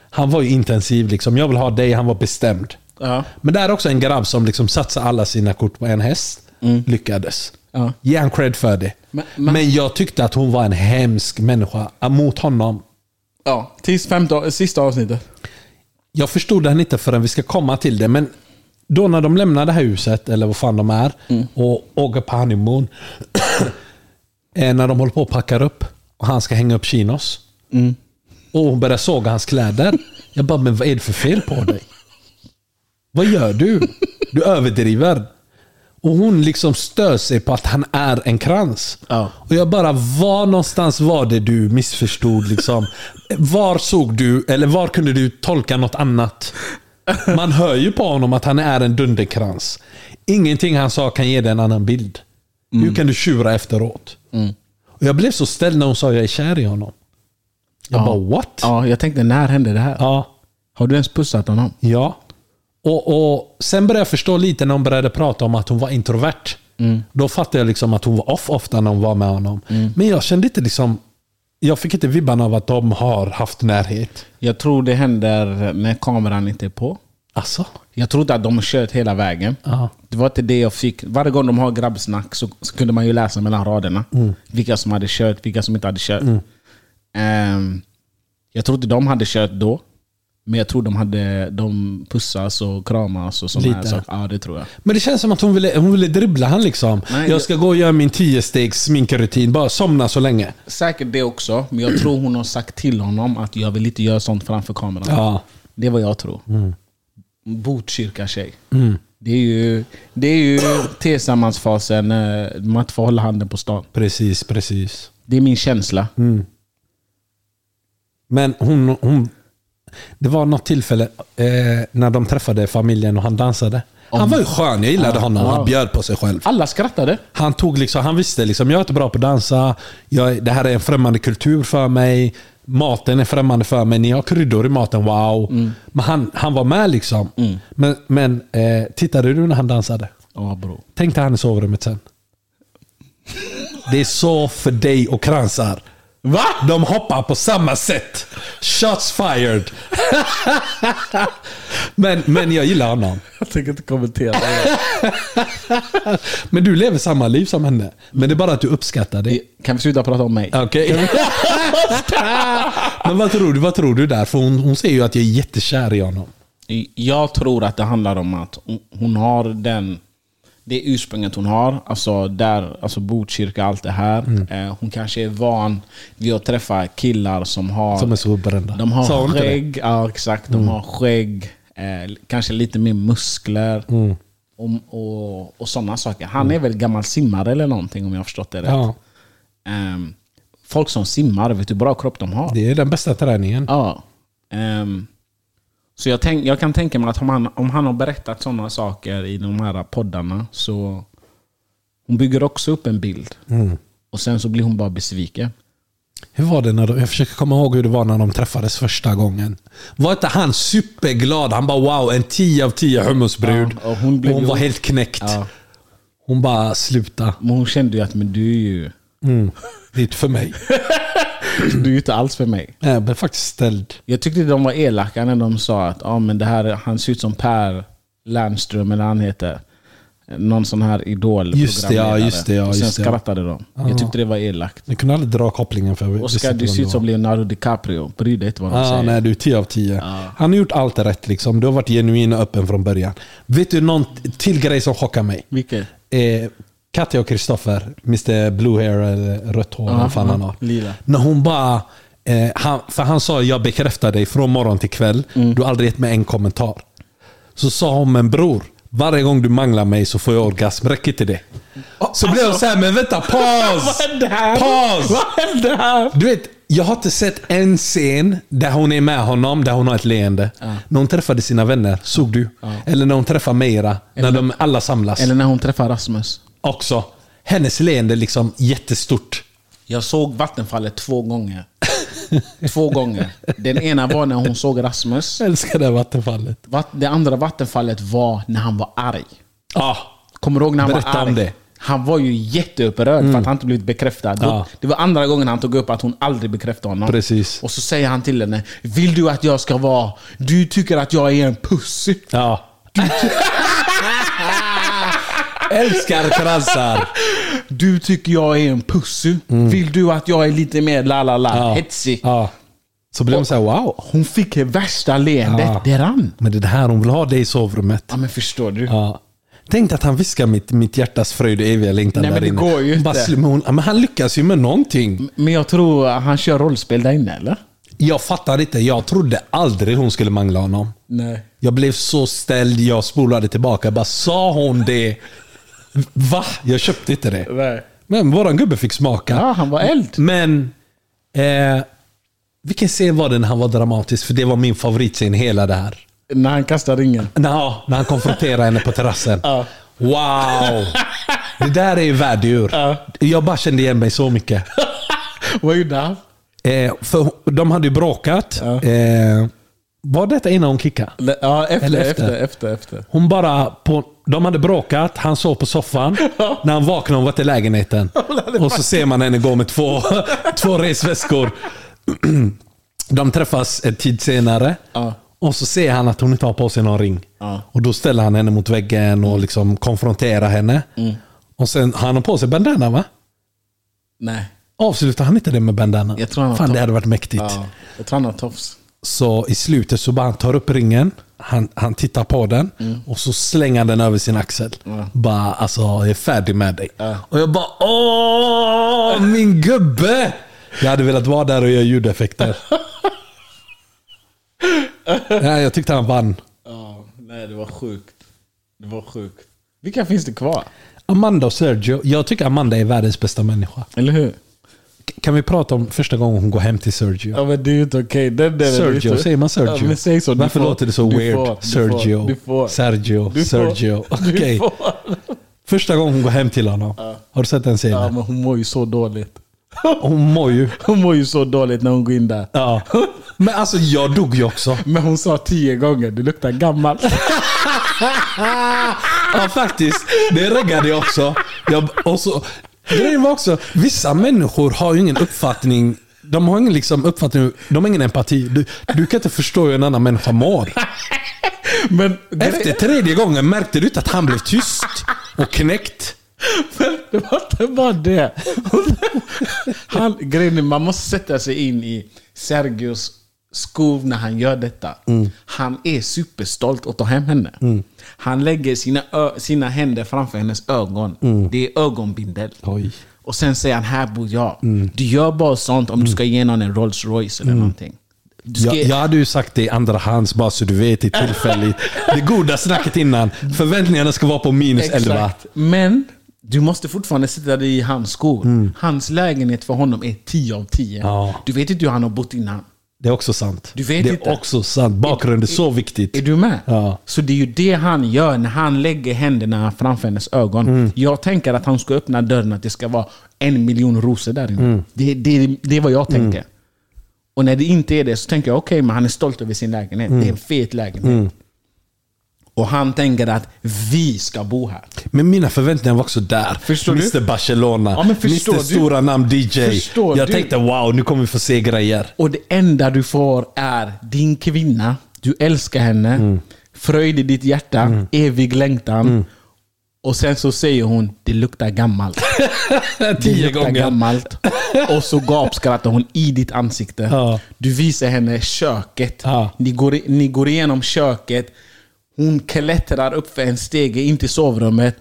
Speaker 2: Han var ju intensiv liksom. Jag vill ha dig, han var bestämd.
Speaker 1: Ja.
Speaker 2: Men det är också en grabb som liksom satsar alla sina kort på en häst. Lyckades.
Speaker 1: Mm. Ja.
Speaker 2: Ge han cred för det.
Speaker 1: Men-
Speaker 2: Men,
Speaker 1: men-
Speaker 2: jag tyckte att hon var en hemsk människa mot honom.
Speaker 1: ja. Tills femte, sista avsnittet.
Speaker 2: Jag förstod den inte förrän vi ska komma till det, men då när de lämnar det här huset, eller vad fan de är, och åker på honeymoon. eh, när de håller på och packar upp och han ska hänga upp chinos. Och hon börjar såga hans kläder. Jag bara, men vad är det för fel på dig? Vad gör du? Du överdriver. Och hon liksom stör sig på att han är en krans.
Speaker 1: Ja.
Speaker 2: Och jag bara, var någonstans var det du missförstod? Liksom? Var såg du, eller var kunde du tolka något annat? Man hör ju på honom att han är en dunderkrans. Ingenting han sa kan ge dig en annan bild. Hur kan du tjura efteråt? Och jag blev så ställd när hon sa jag är kär i honom. Jag bara, what?
Speaker 1: Ja, jag tänkte när hände det här?
Speaker 2: ja.
Speaker 1: Har du ens pussat honom?
Speaker 2: Ja. Och, och Sen började jag förstå lite när hon började prata om att hon var introvert.
Speaker 1: Mm.
Speaker 2: Då fattade jag liksom att hon var off ofta när hon var med honom. Men jag kände inte liksom... Jag fick inte vibban av att de har haft närhet.
Speaker 1: Jag tror det händer när kameran inte är på.
Speaker 2: Alltså?
Speaker 1: Jag tror inte att de har kört hela vägen.
Speaker 2: Ja.
Speaker 1: Det var inte det jag fick. Varje gång de har grabbsnack så, så kunde man ju läsa mellan raderna.
Speaker 2: Mm.
Speaker 1: Vilka som hade kört, vilka som inte hade kört. Ehm, jag tror inte de hade kört då. Men jag tror de hade de pussas och kramas och sådana här
Speaker 2: Lite.
Speaker 1: saker. Ja, det tror jag.
Speaker 2: Men det känns som att hon ville, hon ville dribbla han liksom.
Speaker 1: Nej,
Speaker 2: jag
Speaker 1: jag-
Speaker 2: ska gå och göra min 10-stegs sminkrutin. Bara somna så länge.
Speaker 1: Säkert det också, men jag tror hon har sagt till honom att jag vill inte göra sånt framför kameran.
Speaker 2: Ja. Mm.
Speaker 1: Det är vad jag tror. Botkyrka tjej. Det är ju, det är ju tillsammansfasen, eh, man inte får hålla handen på stan.
Speaker 2: Precis, precis.
Speaker 1: Det är min känsla.
Speaker 2: Mm. Men hon, hon... Det var något tillfälle eh, när de träffade familjen och han dansade. Han var ju skön, jag gillade honom.
Speaker 1: ja.
Speaker 2: Han bjöd på sig själv.
Speaker 1: Alla skrattade.
Speaker 2: Han, tog liksom, han visste liksom, jag är inte bra på att dansa. Jag, det här är en främmande kultur för mig. Maten är främmande för mig. Ni har kryddor i maten,
Speaker 1: Mm.
Speaker 2: wow. Men han, han var med liksom. Men, men eh, tittade du när han dansade?
Speaker 1: Ja, bro.
Speaker 2: Tänk dig han i sovrummet sen. Det är så för dig och kransar. Va? De hoppar på samma sätt. Shots fired. men, men jag gillar honom.
Speaker 1: Jag tänker inte kommentera det.
Speaker 2: Men du lever samma liv som henne. Men det är bara att du uppskattar det.
Speaker 1: Eh, Kan vi sluta prata om mig?
Speaker 2: Okej. men vad tror du? Vad tror du där? För hon, hon säger ju att jag är jättekär i honom.
Speaker 1: Eh, Jag tror att det handlar om att hon- hon har den, det ursprunget hon har. Alltså, där, alltså Botkyrka, allt det här.
Speaker 2: Mm.
Speaker 1: Eh, Hon kanske är van vid att träffa killar som har...
Speaker 2: Som är så Mm. brända.
Speaker 1: de
Speaker 2: Sa
Speaker 1: har
Speaker 2: hon inte det?
Speaker 1: skägg, ja, exakt. De har skägg, eh, kanske lite mer muskler.
Speaker 2: Mm.
Speaker 1: Och, och, och sådana saker. Han är väl gammal simmare eller någonting om jag har förstått det rätt.
Speaker 2: Ja,
Speaker 1: Ehm, folk som simmar, vet du hur bra kropp de har?
Speaker 2: det är den bästa träningen.
Speaker 1: Ja. Ehm, så jag, tänk, jag kan tänka mig att om han, om han har berättat sådana saker i de här poddarna så hon bygger också upp en bild.
Speaker 2: Mm.
Speaker 1: Och sen så blir hon bara besviken.
Speaker 2: Hur var det när de, jag försöker komma ihåg hur det var när de träffades första gången. Var inte han superglad? Han bara wow, en 10 av 10 hummusbrud.
Speaker 1: Ja, och
Speaker 2: och
Speaker 1: hon
Speaker 2: hon,
Speaker 1: blev ju-
Speaker 2: var helt knäckt.
Speaker 1: Ja.
Speaker 2: Hon bara sluta.
Speaker 1: Men hon kände ju att men du är ju,
Speaker 2: Det är inte för mig.
Speaker 1: du är ju inte alls för mig.
Speaker 2: Jag blev faktiskt ställd.
Speaker 1: Jag tyckte de var elaka när de sa att ah, men det här, han ser ut som Per Lernström eller han heter. Någon sån här idol
Speaker 2: Just det, ja, just det, ja,
Speaker 1: Och sen
Speaker 2: just det.
Speaker 1: skrattade de. Jag tyckte det var elakt.
Speaker 2: Jag kunde aldrig dra kopplingen för jag visste
Speaker 1: Oskar,
Speaker 2: inte
Speaker 1: du
Speaker 2: vem
Speaker 1: ser
Speaker 2: det
Speaker 1: ut som Leonardo DiCaprio. Bry dig inte vad de
Speaker 2: Ah,
Speaker 1: säger.
Speaker 2: nej, du är 10 av 10. Han har gjort allt rätt. Liksom. Du har varit genuin och öppen från början. Vet du någon till grej som chockar mig?
Speaker 1: Vilket?
Speaker 2: Eh, Katja och Kristoffer, Mr Blue Hair eller rött hår,
Speaker 1: Ja,
Speaker 2: vad fan han
Speaker 1: ja,
Speaker 2: har.
Speaker 1: lila.
Speaker 2: När hon bara... Eh, han, för han sa jag bekräftar dig från morgon till kväll.
Speaker 1: Mm.
Speaker 2: Du har aldrig gett mig en kommentar. Så sa hon men bror, varje gång du manglar mig så får jag orgasm. Räcker inte det? Så blev jag såhär, men vänta, paus!
Speaker 1: alltså. Vad hände här?
Speaker 2: Paus!
Speaker 1: Vad hände här?
Speaker 2: Du vet, jag har inte sett en scen där hon är med honom, där hon har ett leende. När hon träffade sina vänner, såg du? Eller när hon träffar Meira, när de alla samlas.
Speaker 1: Eller när hon träffar Rasmus.
Speaker 2: Också. Hennes leende är liksom jättestort.
Speaker 1: Jag såg Vattenfallet två gånger. två gånger. Den ena var när hon såg Rasmus.
Speaker 2: Jag älskar det här vattenfallet.
Speaker 1: Vatt- Det andra Vattenfallet var när han var arg.
Speaker 2: Ja.
Speaker 1: Kommer du ihåg när han
Speaker 2: Berätta
Speaker 1: var arg?
Speaker 2: om det.
Speaker 1: Han var ju jätteupprörd för att han inte blivit bekräftad. Då-
Speaker 2: Ja.
Speaker 1: Det var andra gången han tog upp att hon aldrig bekräftade honom.
Speaker 2: Precis.
Speaker 1: Och så säger han till henne, vill du att jag ska vara... Du tycker att jag är en pussy.
Speaker 2: Ja. älskar kransar.
Speaker 1: Du tycker jag är en pussy. Vill du att jag är lite mer la la la, hetsig?
Speaker 2: Mm. Ja. Så blev hon såhär, wow.
Speaker 1: Hon fick värsta leendet.
Speaker 2: Ja.
Speaker 1: Det rann.
Speaker 2: Men det är det här hon vill ha dig i sovrummet.
Speaker 1: Ja men förstår du?
Speaker 2: Ja. Tänk dig att han viskar mitt, mitt hjärtas fröjd och eviga längtan
Speaker 1: Nej,
Speaker 2: där
Speaker 1: men det
Speaker 2: inne.
Speaker 1: går ju
Speaker 2: Hon bara,
Speaker 1: inte. Mm.
Speaker 2: sl- men hon, ja, men han lyckas ju med någonting.
Speaker 1: Men jag tror han kör rollspel där inne eller?
Speaker 2: Jag fattar inte. Jag trodde aldrig hon skulle mangla honom.
Speaker 1: Nej.
Speaker 2: Jag blev så ställd. Jag spolade tillbaka. Jag bara, sa hon det? Va? Jag köpte inte det.
Speaker 1: Nej.
Speaker 2: Men våran gubbe fick smaka.
Speaker 1: Ja, han var eld.
Speaker 2: Men... Eh, vilken scen var det när han var dramatisk? För det var min favoritscen i hela det här.
Speaker 1: När han kastar ringen.
Speaker 2: Nå, när han konfronterar henne på terrassen.
Speaker 1: Ja.
Speaker 2: Wow! Det där är ju värdegjord.
Speaker 1: Ja.
Speaker 2: Jag bara kände igen mig så mycket.
Speaker 1: Vad gjorde han?
Speaker 2: Eh, för de hade ju bråkat.
Speaker 1: Ja.
Speaker 2: Eh, var detta innan hon kickade?
Speaker 1: Ja, efter,
Speaker 2: Eller efter.
Speaker 1: efter, efter, efter.
Speaker 2: Hon bara på, de hade bråkat, han sov på soffan.
Speaker 1: Ja.
Speaker 2: När han vaknade hon var i lägenheten. Och så ser man henne gå med två, två resväskor. De träffas en tid senare.
Speaker 1: Ja.
Speaker 2: Och så ser han att hon inte har på sig någon ring.
Speaker 1: Ja. Mm.
Speaker 2: Och då ställer han henne mot väggen och liksom konfronterar henne. Och sen har han på sig bandana va?
Speaker 1: Nej.
Speaker 2: Avslutar han inte det med bandana?
Speaker 1: Jag tror han har
Speaker 2: Fan
Speaker 1: tagit-
Speaker 2: det hade varit mäktigt.
Speaker 1: Ja. Jag tror han har tofs.
Speaker 2: Så i slutet så bara han tar upp ringen, han, han tittar på den och så slänger han den över sin axel. Bara alltså, jag är färdig med dig. Och jag bara åh, min gubbe! Jag hade velat vara där och göra ljudeffekter. Nej, jag tyckte han vann.
Speaker 1: Ja, nej det var sjukt. Det var sjukt. Vilka finns det kvar?
Speaker 2: Amanda och Sergio. Jag tycker Amanda är världens bästa människa.
Speaker 1: Eller hur?
Speaker 2: K- Kan vi prata om första gången hon går hem till Sergio?
Speaker 1: Ja men det är ju inte okej. Den delen är
Speaker 2: Sergio,
Speaker 1: inte-
Speaker 2: säger man Sergio?
Speaker 1: Ja, men säg så. Du
Speaker 2: Varför
Speaker 1: får-
Speaker 2: låter det så
Speaker 1: du
Speaker 2: weird?
Speaker 1: får, du
Speaker 2: Sergio,
Speaker 1: får, Du får.
Speaker 2: Sergio,
Speaker 1: Du får.
Speaker 2: Sergio.
Speaker 1: Du
Speaker 2: Okej.
Speaker 1: får.
Speaker 2: Första gången hon går hem till honom. Har du sett den scenen?
Speaker 1: Ja men hon mår ju så dåligt.
Speaker 2: Hon mår ju.
Speaker 1: Hon mår ju så dåligt när hon går in där.
Speaker 2: Ja. Men alltså jag dog ju också.
Speaker 1: Men hon sa tio gånger, du luktar gammal.
Speaker 2: Ja faktiskt, det reggade jag också. Jag, och så, grejen var också, vissa människor har ju ingen uppfattning de har ingen liksom uppfattning, de har ingen empati. Du, du kan inte förstå hur en annan människa mår.
Speaker 1: Men gre-
Speaker 2: Efter tredje gången märkte du inte att han blev tyst och knäckt.
Speaker 1: Men det var inte bara det. Han, grejen är, man måste sätta sig in i Sergios skor när han gör detta. Han är superstolt att ta hem henne. Han lägger sina, ö- sina händer framför hennes ögon. Det är ögonbindel.
Speaker 2: Oj.
Speaker 1: Och sen säger han, här bor jag. Du gör bara sånt om du ska ge någon en Rolls Royce eller någonting. Du ska,
Speaker 2: Jag, jag hade ju sagt det i andra hands bara så du vet, det är tillfälligt. Det goda snacket innan. Förväntningarna ska vara på minus 11.
Speaker 1: Exakt. Men du måste fortfarande sätta dig i hans skor. Hans lägenhet för honom är 10 av 10.
Speaker 2: Mm. Ja.
Speaker 1: Du vet inte hur han har bott innan.
Speaker 2: Det är också sant.
Speaker 1: Du vet
Speaker 2: det är
Speaker 1: inte.
Speaker 2: också sant. Bakgrunden är så viktigt.
Speaker 1: Är du med?
Speaker 2: Ja.
Speaker 1: Så det är ju det han gör när han lägger händerna framför hennes ögon.
Speaker 2: Mm.
Speaker 1: Jag tänker att han ska öppna dörren att det ska vara en miljon rosor där inne.
Speaker 2: Mm.
Speaker 1: Det, det, det är vad jag tänker. Och när det inte är det så tänker jag okej, men han är stolt över sin lägenhet.
Speaker 2: Mm.
Speaker 1: Det är en fet lägenhet. Och han tänker att vi ska bo här.
Speaker 2: Men mina förväntningar var också där.
Speaker 1: Förstår du?
Speaker 2: Mr Barcelona,
Speaker 1: Ja, men förstår
Speaker 2: Mr
Speaker 1: du?
Speaker 2: Stora Namn DJ.
Speaker 1: Förstår
Speaker 2: jag
Speaker 1: du?
Speaker 2: tänkte wow, nu kommer vi få se grejer.
Speaker 1: Och det enda du får är din kvinna, du älskar henne, fröjd i ditt hjärta,
Speaker 2: Mm.
Speaker 1: evig längtan. Och sen så säger hon, det luktar gammalt. Det
Speaker 2: Tio
Speaker 1: luktar
Speaker 2: gånger.
Speaker 1: gammalt. Och så gapskrattar hon i ditt ansikte.
Speaker 2: Ja.
Speaker 1: Du visar henne köket.
Speaker 2: Ja.
Speaker 1: Ni, går, i- ni går igenom köket. Hon klättrar upp för en stege in till sovrummet.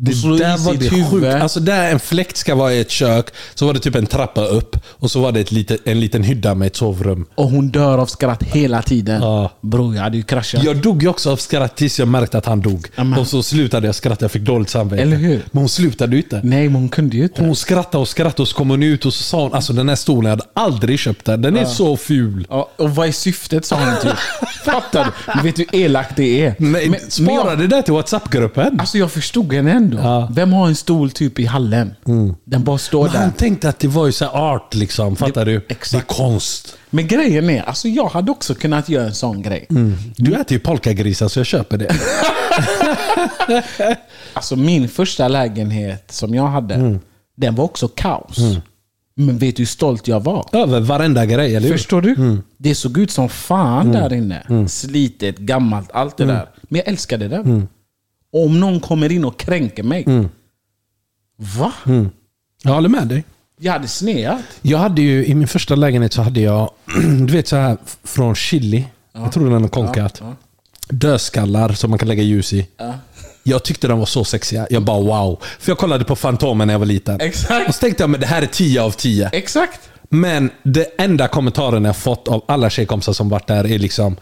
Speaker 2: Det
Speaker 1: Och slår
Speaker 2: där
Speaker 1: i
Speaker 2: var det
Speaker 1: sitt huvud.
Speaker 2: sjukt. Alltså där en fläkt ska vara i ett kök, så var det typ en trappa upp och så var det ett litet, en liten hydda med ett sovrum.
Speaker 1: Och hon dör av skratt hela tiden.
Speaker 2: Ja.
Speaker 1: Bror, jag hade ju kraschat.
Speaker 2: Jag dog ju också av skratt tills jag märkte att han dog.
Speaker 1: Amen.
Speaker 2: Och så slutade jag skratta, jag fick dåligt samvete.
Speaker 1: Eller hur?
Speaker 2: Men hon slutade ju inte.
Speaker 1: Nej, men hon kunde ju inte.
Speaker 2: Hon skrattade och skrattade och så kom hon ut och så sa hon, alltså den här stolen, jag hade aldrig köpt den. Den är så ful.
Speaker 1: Ja, och vad är syftet sa hon typ. Fattar du? Men vet du hur elakt det är?
Speaker 2: Nej,
Speaker 1: men, men
Speaker 2: spara
Speaker 1: jag,
Speaker 2: det där till WhatsApp-gruppen.
Speaker 1: alltså jag förstod henne ändå.
Speaker 2: Ja. Mm.
Speaker 1: Vem har en stol typ i hallen? Den bara står
Speaker 2: Men
Speaker 1: där.
Speaker 2: han tänkte att det var ju så här art liksom, fattar du?
Speaker 1: exakt.
Speaker 2: Det är konst.
Speaker 1: Men grejen är, alltså jag hade också kunnat göra en sån grej.
Speaker 2: Mm. Du äter ju polkagrisar så jag köper det.
Speaker 1: Alltså min första lägenhet som jag hade,
Speaker 2: Mm.
Speaker 1: den var också kaos. Men vet du hur stolt jag var?
Speaker 2: Över varenda grej, eller hur? Mm.
Speaker 1: Förstår du? Det såg ut som fan där inne. Slitet, gammalt, allt
Speaker 2: Mm.
Speaker 1: det där. Men jag älskade det. Om någon kommer in och kränker mig.
Speaker 2: Mm.
Speaker 1: Va?
Speaker 2: Jag håller med dig.
Speaker 1: Jag hade sneat.
Speaker 2: Jag hade ju, i min första lägenhet så hade jag, du vet så här från chili. Jag tror den har konkat. Dödskallar som man kan lägga ljus i. Jag tyckte de var så sexiga. Jag bara wow. För jag kollade på Fantomen när jag var liten.
Speaker 1: Exakt.
Speaker 2: Och så tänkte jag men det här är 10 av 10.
Speaker 1: Exakt.
Speaker 2: Men det enda kommentaren jag fått av alla tjejkompisar som varit där är liksom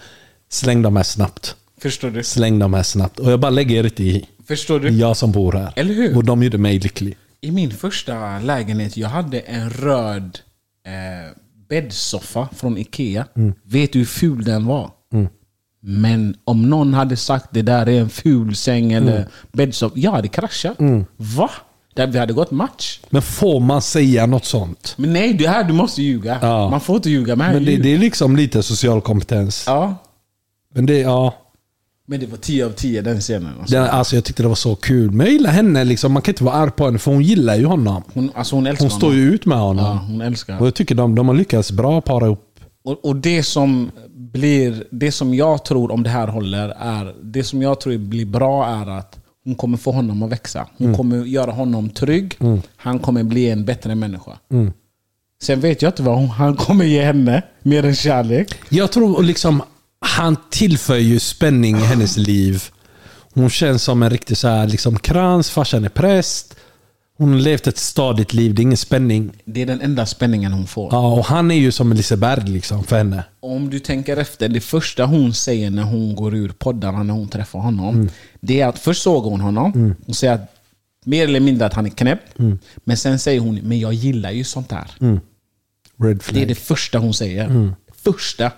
Speaker 2: Släng de här snabbt.
Speaker 1: Förstår du?
Speaker 2: Släng de här snabbt. Och jag bara lägger det i.
Speaker 1: Förstår du?
Speaker 2: Jag som bor här.
Speaker 1: Eller hur?
Speaker 2: Och de gjorde mig lycklig.
Speaker 1: I min första lägenhet, jag hade en röd eh, bäddsoffa från Ikea.
Speaker 2: Mm.
Speaker 1: Vet du hur ful den var? Men om någon hade sagt det där är en ful säng eller
Speaker 2: Mm.
Speaker 1: bäddsoffa. Jag hade kraschat. Va? Där vi hade gått match.
Speaker 2: Men får man säga något sånt?
Speaker 1: Men nej, det här du måste ljuga.
Speaker 2: Ja.
Speaker 1: Man får inte ljuga. Men, här
Speaker 2: Men det,
Speaker 1: ljuger.
Speaker 2: det är liksom lite social kompetens.
Speaker 1: Ja.
Speaker 2: Men det, ja.
Speaker 1: men det var 10 av 10 den scenen. Alltså.
Speaker 2: Den, alltså jag tyckte det var så kul. Men jag gillar henne. Liksom. Man kan inte vara arg på henne för hon gillar ju honom.
Speaker 1: Hon, alltså hon älskar
Speaker 2: Hon står ju ut med honom.
Speaker 1: honom. Ja, hon älskar
Speaker 2: Och jag tycker de, de har lyckats bra para ihop.
Speaker 1: Och, och det som blir, det som jag tror om det här håller, är det som jag tror blir bra är att hon kommer få honom att växa. Hon kommer göra honom trygg. Han kommer bli en bättre människa. Sen vet jag inte vad hon, han kommer ge henne, mer än kärlek.
Speaker 2: Jag tror liksom han tillför ju spänning i hennes liv. Hon känns som en riktig så här, liksom, krans, farsan är präst. Hon har levt ett stadigt liv, det är ingen spänning.
Speaker 1: Det är den enda spänningen hon får.
Speaker 2: Ja, och han är ju som Liseberg liksom, för henne.
Speaker 1: Om du tänker efter, det första hon säger när hon går ur poddarna, när hon träffar honom. Det är att först såg hon honom. Hon säger att, mer eller mindre att han är knäpp. Men sen säger hon, men jag gillar ju sånt här.
Speaker 2: Red
Speaker 1: Det är
Speaker 2: flag.
Speaker 1: det första hon säger.
Speaker 2: Mm.
Speaker 1: Första.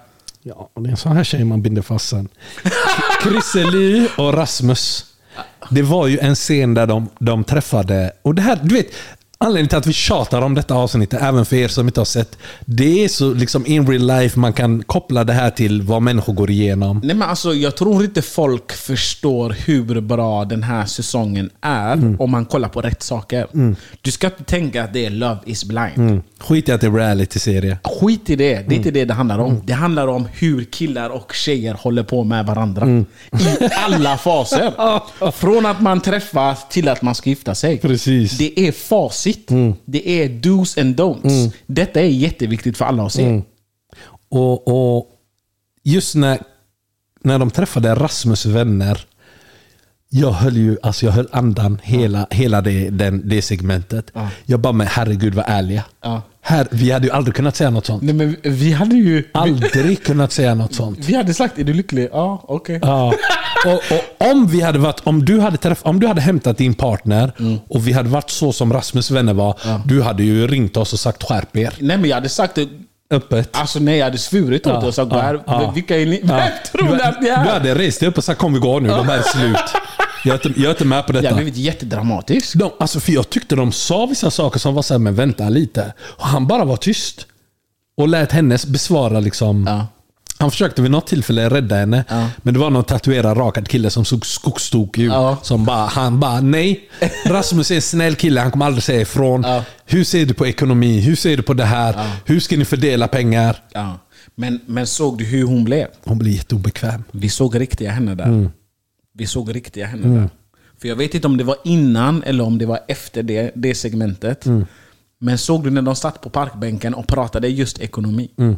Speaker 2: Ja, det är en sån här tjej man binder fast sen. Chrisseli och Rasmus. Det var ju en scen där de, de träffade. Och det här, du vet, Anledningen till att vi tjatar om detta avsnittet, även för er som inte har sett, det är så liksom in real life man kan koppla det här till vad människor går igenom.
Speaker 1: Nej, men alltså, jag tror inte folk förstår hur bra den här säsongen är
Speaker 2: Mm.
Speaker 1: om man kollar på rätt saker. Du ska inte tänka att det är Love is blind.
Speaker 2: Mm. Skit i att det är reality-serie.
Speaker 1: Skit i det. Det är inte det det handlar
Speaker 2: Mm.
Speaker 1: om. Det handlar om hur killar och tjejer håller på med varandra.
Speaker 2: Mm.
Speaker 1: I alla faser. Från att man träffas till att man ska gifta sig.
Speaker 2: Precis. Mm.
Speaker 1: Det är facit. Det är do's and don'ts. Detta är jätteviktigt för alla att se.
Speaker 2: Mm. Och, och just när, när de träffade Rasmus vänner. Jag höll ju alltså jag höll andan hela, hela det, den, det segmentet. Jag bara, men herregud vad ärliga.
Speaker 1: Ja.
Speaker 2: Här, vi hade ju aldrig kunnat säga något sånt.
Speaker 1: Nej, men vi hade ju...
Speaker 2: Aldrig kunnat säga något sånt.
Speaker 1: Vi hade sagt, är du lycklig? Ja, okej.
Speaker 2: Ja. Och, och om, vi hade varit, om, du hade träff, om du hade hämtat din partner och vi hade varit så som Rasmus vänner var. Du hade ju ringt oss och sagt skärp er.
Speaker 1: Nej men jag hade sagt det,
Speaker 2: Öppet.
Speaker 1: alltså nej jag hade svurit åt
Speaker 2: Ja,
Speaker 1: oss att gå
Speaker 2: ja,
Speaker 1: här.
Speaker 2: ja.
Speaker 1: Vilka är ni? Vem tror ni
Speaker 2: du,
Speaker 1: att ni
Speaker 2: Du
Speaker 1: är?
Speaker 2: hade rest dig upp och sagt kom vi går nu, de här är slut. Jag är inte, jag är inte med på
Speaker 1: Jag har
Speaker 2: detta.
Speaker 1: blivit jättedramatisk.
Speaker 2: De, alltså, för jag tyckte de sa vissa saker som var såhär, men vänta lite. Och han bara var tyst. Och lät hennes besvara liksom.
Speaker 1: Ja.
Speaker 2: Han försökte vid något tillfälle rädda henne.
Speaker 1: Ja.
Speaker 2: Men det var någon tatuerad rakad kille som såg skogstokig ut.
Speaker 1: Ja.
Speaker 2: Som bara, han bara, nej. Rasmus är en snäll kille, han kommer aldrig säga ifrån.
Speaker 1: Ja.
Speaker 2: Hur ser du på ekonomi? Hur ser du på det här? Hur ska ni fördela pengar?
Speaker 1: Ja. Men, men såg du hur hon blev?
Speaker 2: Hon blir jätteobekväm.
Speaker 1: Vi såg riktiga henne där.
Speaker 2: Mm.
Speaker 1: Vi såg riktiga henne där. För jag vet inte om det var innan eller om det var efter det, det segmentet.
Speaker 2: Mm.
Speaker 1: Men såg du när de satt på parkbänken och pratade just ekonomi?
Speaker 2: Mm.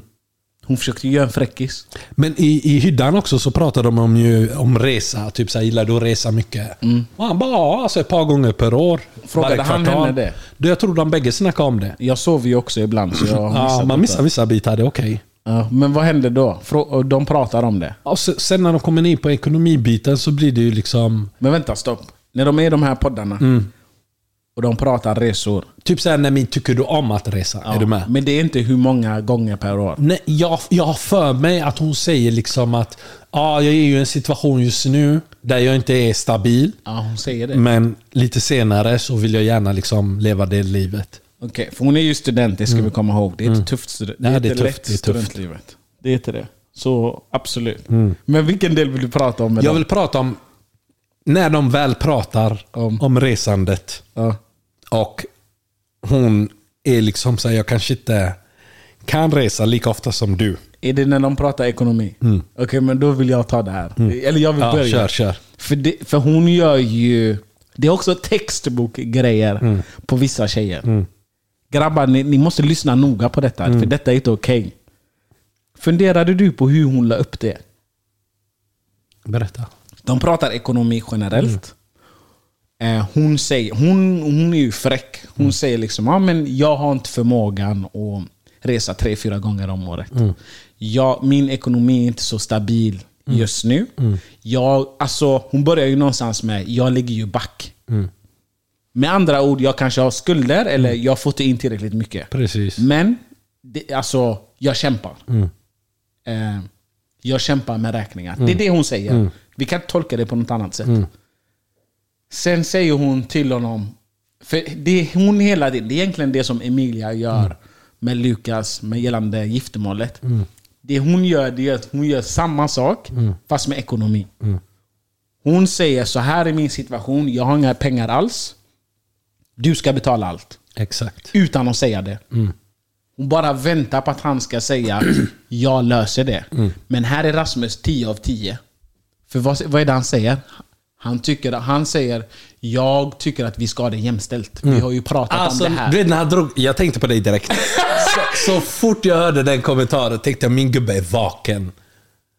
Speaker 1: Hon försökte ju göra en fräckis.
Speaker 2: Men i, i hyddan också så pratade de om, ju, om resa. Typ så här, gillar du att resa mycket? Och han bara, ja, alltså ett par gånger per år.
Speaker 1: Frågade
Speaker 2: varje
Speaker 1: Mm. han
Speaker 2: kvartal."
Speaker 1: henne det?
Speaker 2: Du, Jag tror de bägge snackade om det.
Speaker 1: Jag sover ju också ibland så jag har
Speaker 2: Ja,
Speaker 1: missat
Speaker 2: man
Speaker 1: detta.
Speaker 2: missar vissa bitar, det är okej.
Speaker 1: Ja, men vad hände då? Frå- De pratar om det.
Speaker 2: Och se- Sen när de kommer in på ekonomibiten så blir det ju liksom...
Speaker 1: Men vänta, stopp. När de är i de här poddarna
Speaker 2: Mm.
Speaker 1: och de pratar resor.
Speaker 2: Typ såhär, nej men tycker du om att resa? Är du med?
Speaker 1: Men det är inte hur många gånger per år.
Speaker 2: Nej, jag, jag har för mig att hon säger liksom att ja, jag är ju i en situation just nu där jag inte är stabil.
Speaker 1: Ja, hon säger det.
Speaker 2: Men lite senare så vill jag gärna liksom leva det livet.
Speaker 1: Okej, för hon är ju student, det ska vi komma ihåg. Det är ett tufft stud-
Speaker 2: Mm. Nej, det är
Speaker 1: ett
Speaker 2: tufft,
Speaker 1: lätt
Speaker 2: det är tufft. Mm.
Speaker 1: studentlivet. Det är inte det. Så absolut. Men vilken del vill du prata om? Med
Speaker 2: Jag
Speaker 1: dem?
Speaker 2: vill prata om när de väl pratar
Speaker 1: Om.
Speaker 2: om, resandet
Speaker 1: Ja.
Speaker 2: och hon är liksom så här, jag kanske inte kan resa lika ofta som du.
Speaker 1: Är det när de pratar ekonomi? Okej, men då vill jag ta det här. Eller jag vill
Speaker 2: Mm. Ja,
Speaker 1: börja.
Speaker 2: kör, kör.
Speaker 1: För, det, för hon gör ju... Det är också textbokgrejer på vissa tjejer. Grabbar, ni, ni måste lyssna noga på detta. För detta är inte okej. Funderade du på hur hon la upp det?
Speaker 2: Berätta.
Speaker 1: De pratar ekonomi generellt. Eh, hon, säger, hon, hon är ju fräck. Hon säger liksom ah, men jag har inte förmågan att resa tre, fyra gånger om året. Jag, min ekonomi är inte så stabil just nu. Jag, alltså, hon börjar ju någonstans med jag ligger ju back.
Speaker 2: Mm,
Speaker 1: Med andra ord, jag kanske har skulder eller jag får inte in tillräckligt mycket.
Speaker 2: Precis. Mm,
Speaker 1: Men det, alltså, jag kämpar. Eh, jag kämpar med räkningar. Det är det hon säger. Vi kan inte tolka det på något annat sätt. Sen säger hon till honom, för det är hon hela tiden, det är egentligen det som Emilia gör med Lukas med gällande giftermålet. Det hon gör det är att hon gör samma sak fast med ekonomi. Hon säger så här är min situation, jag har inga pengar alls. Du ska betala allt.
Speaker 2: Exakt.
Speaker 1: Utan att säga det.
Speaker 2: Mm.
Speaker 1: Hon bara väntar på att han ska säga jag löser det.
Speaker 2: Mm.
Speaker 1: Men här är Rasmus 10 av 10. För vad, vad är det han säger? Han, tycker, han säger jag tycker att vi ska ha det jämställt. Vi har ju pratat
Speaker 2: Alltså,
Speaker 1: om det här.
Speaker 2: du vet när han drog, jag tänkte på dig direkt. så, så fort jag hörde den kommentaren tänkte jag min gubbe är vaken.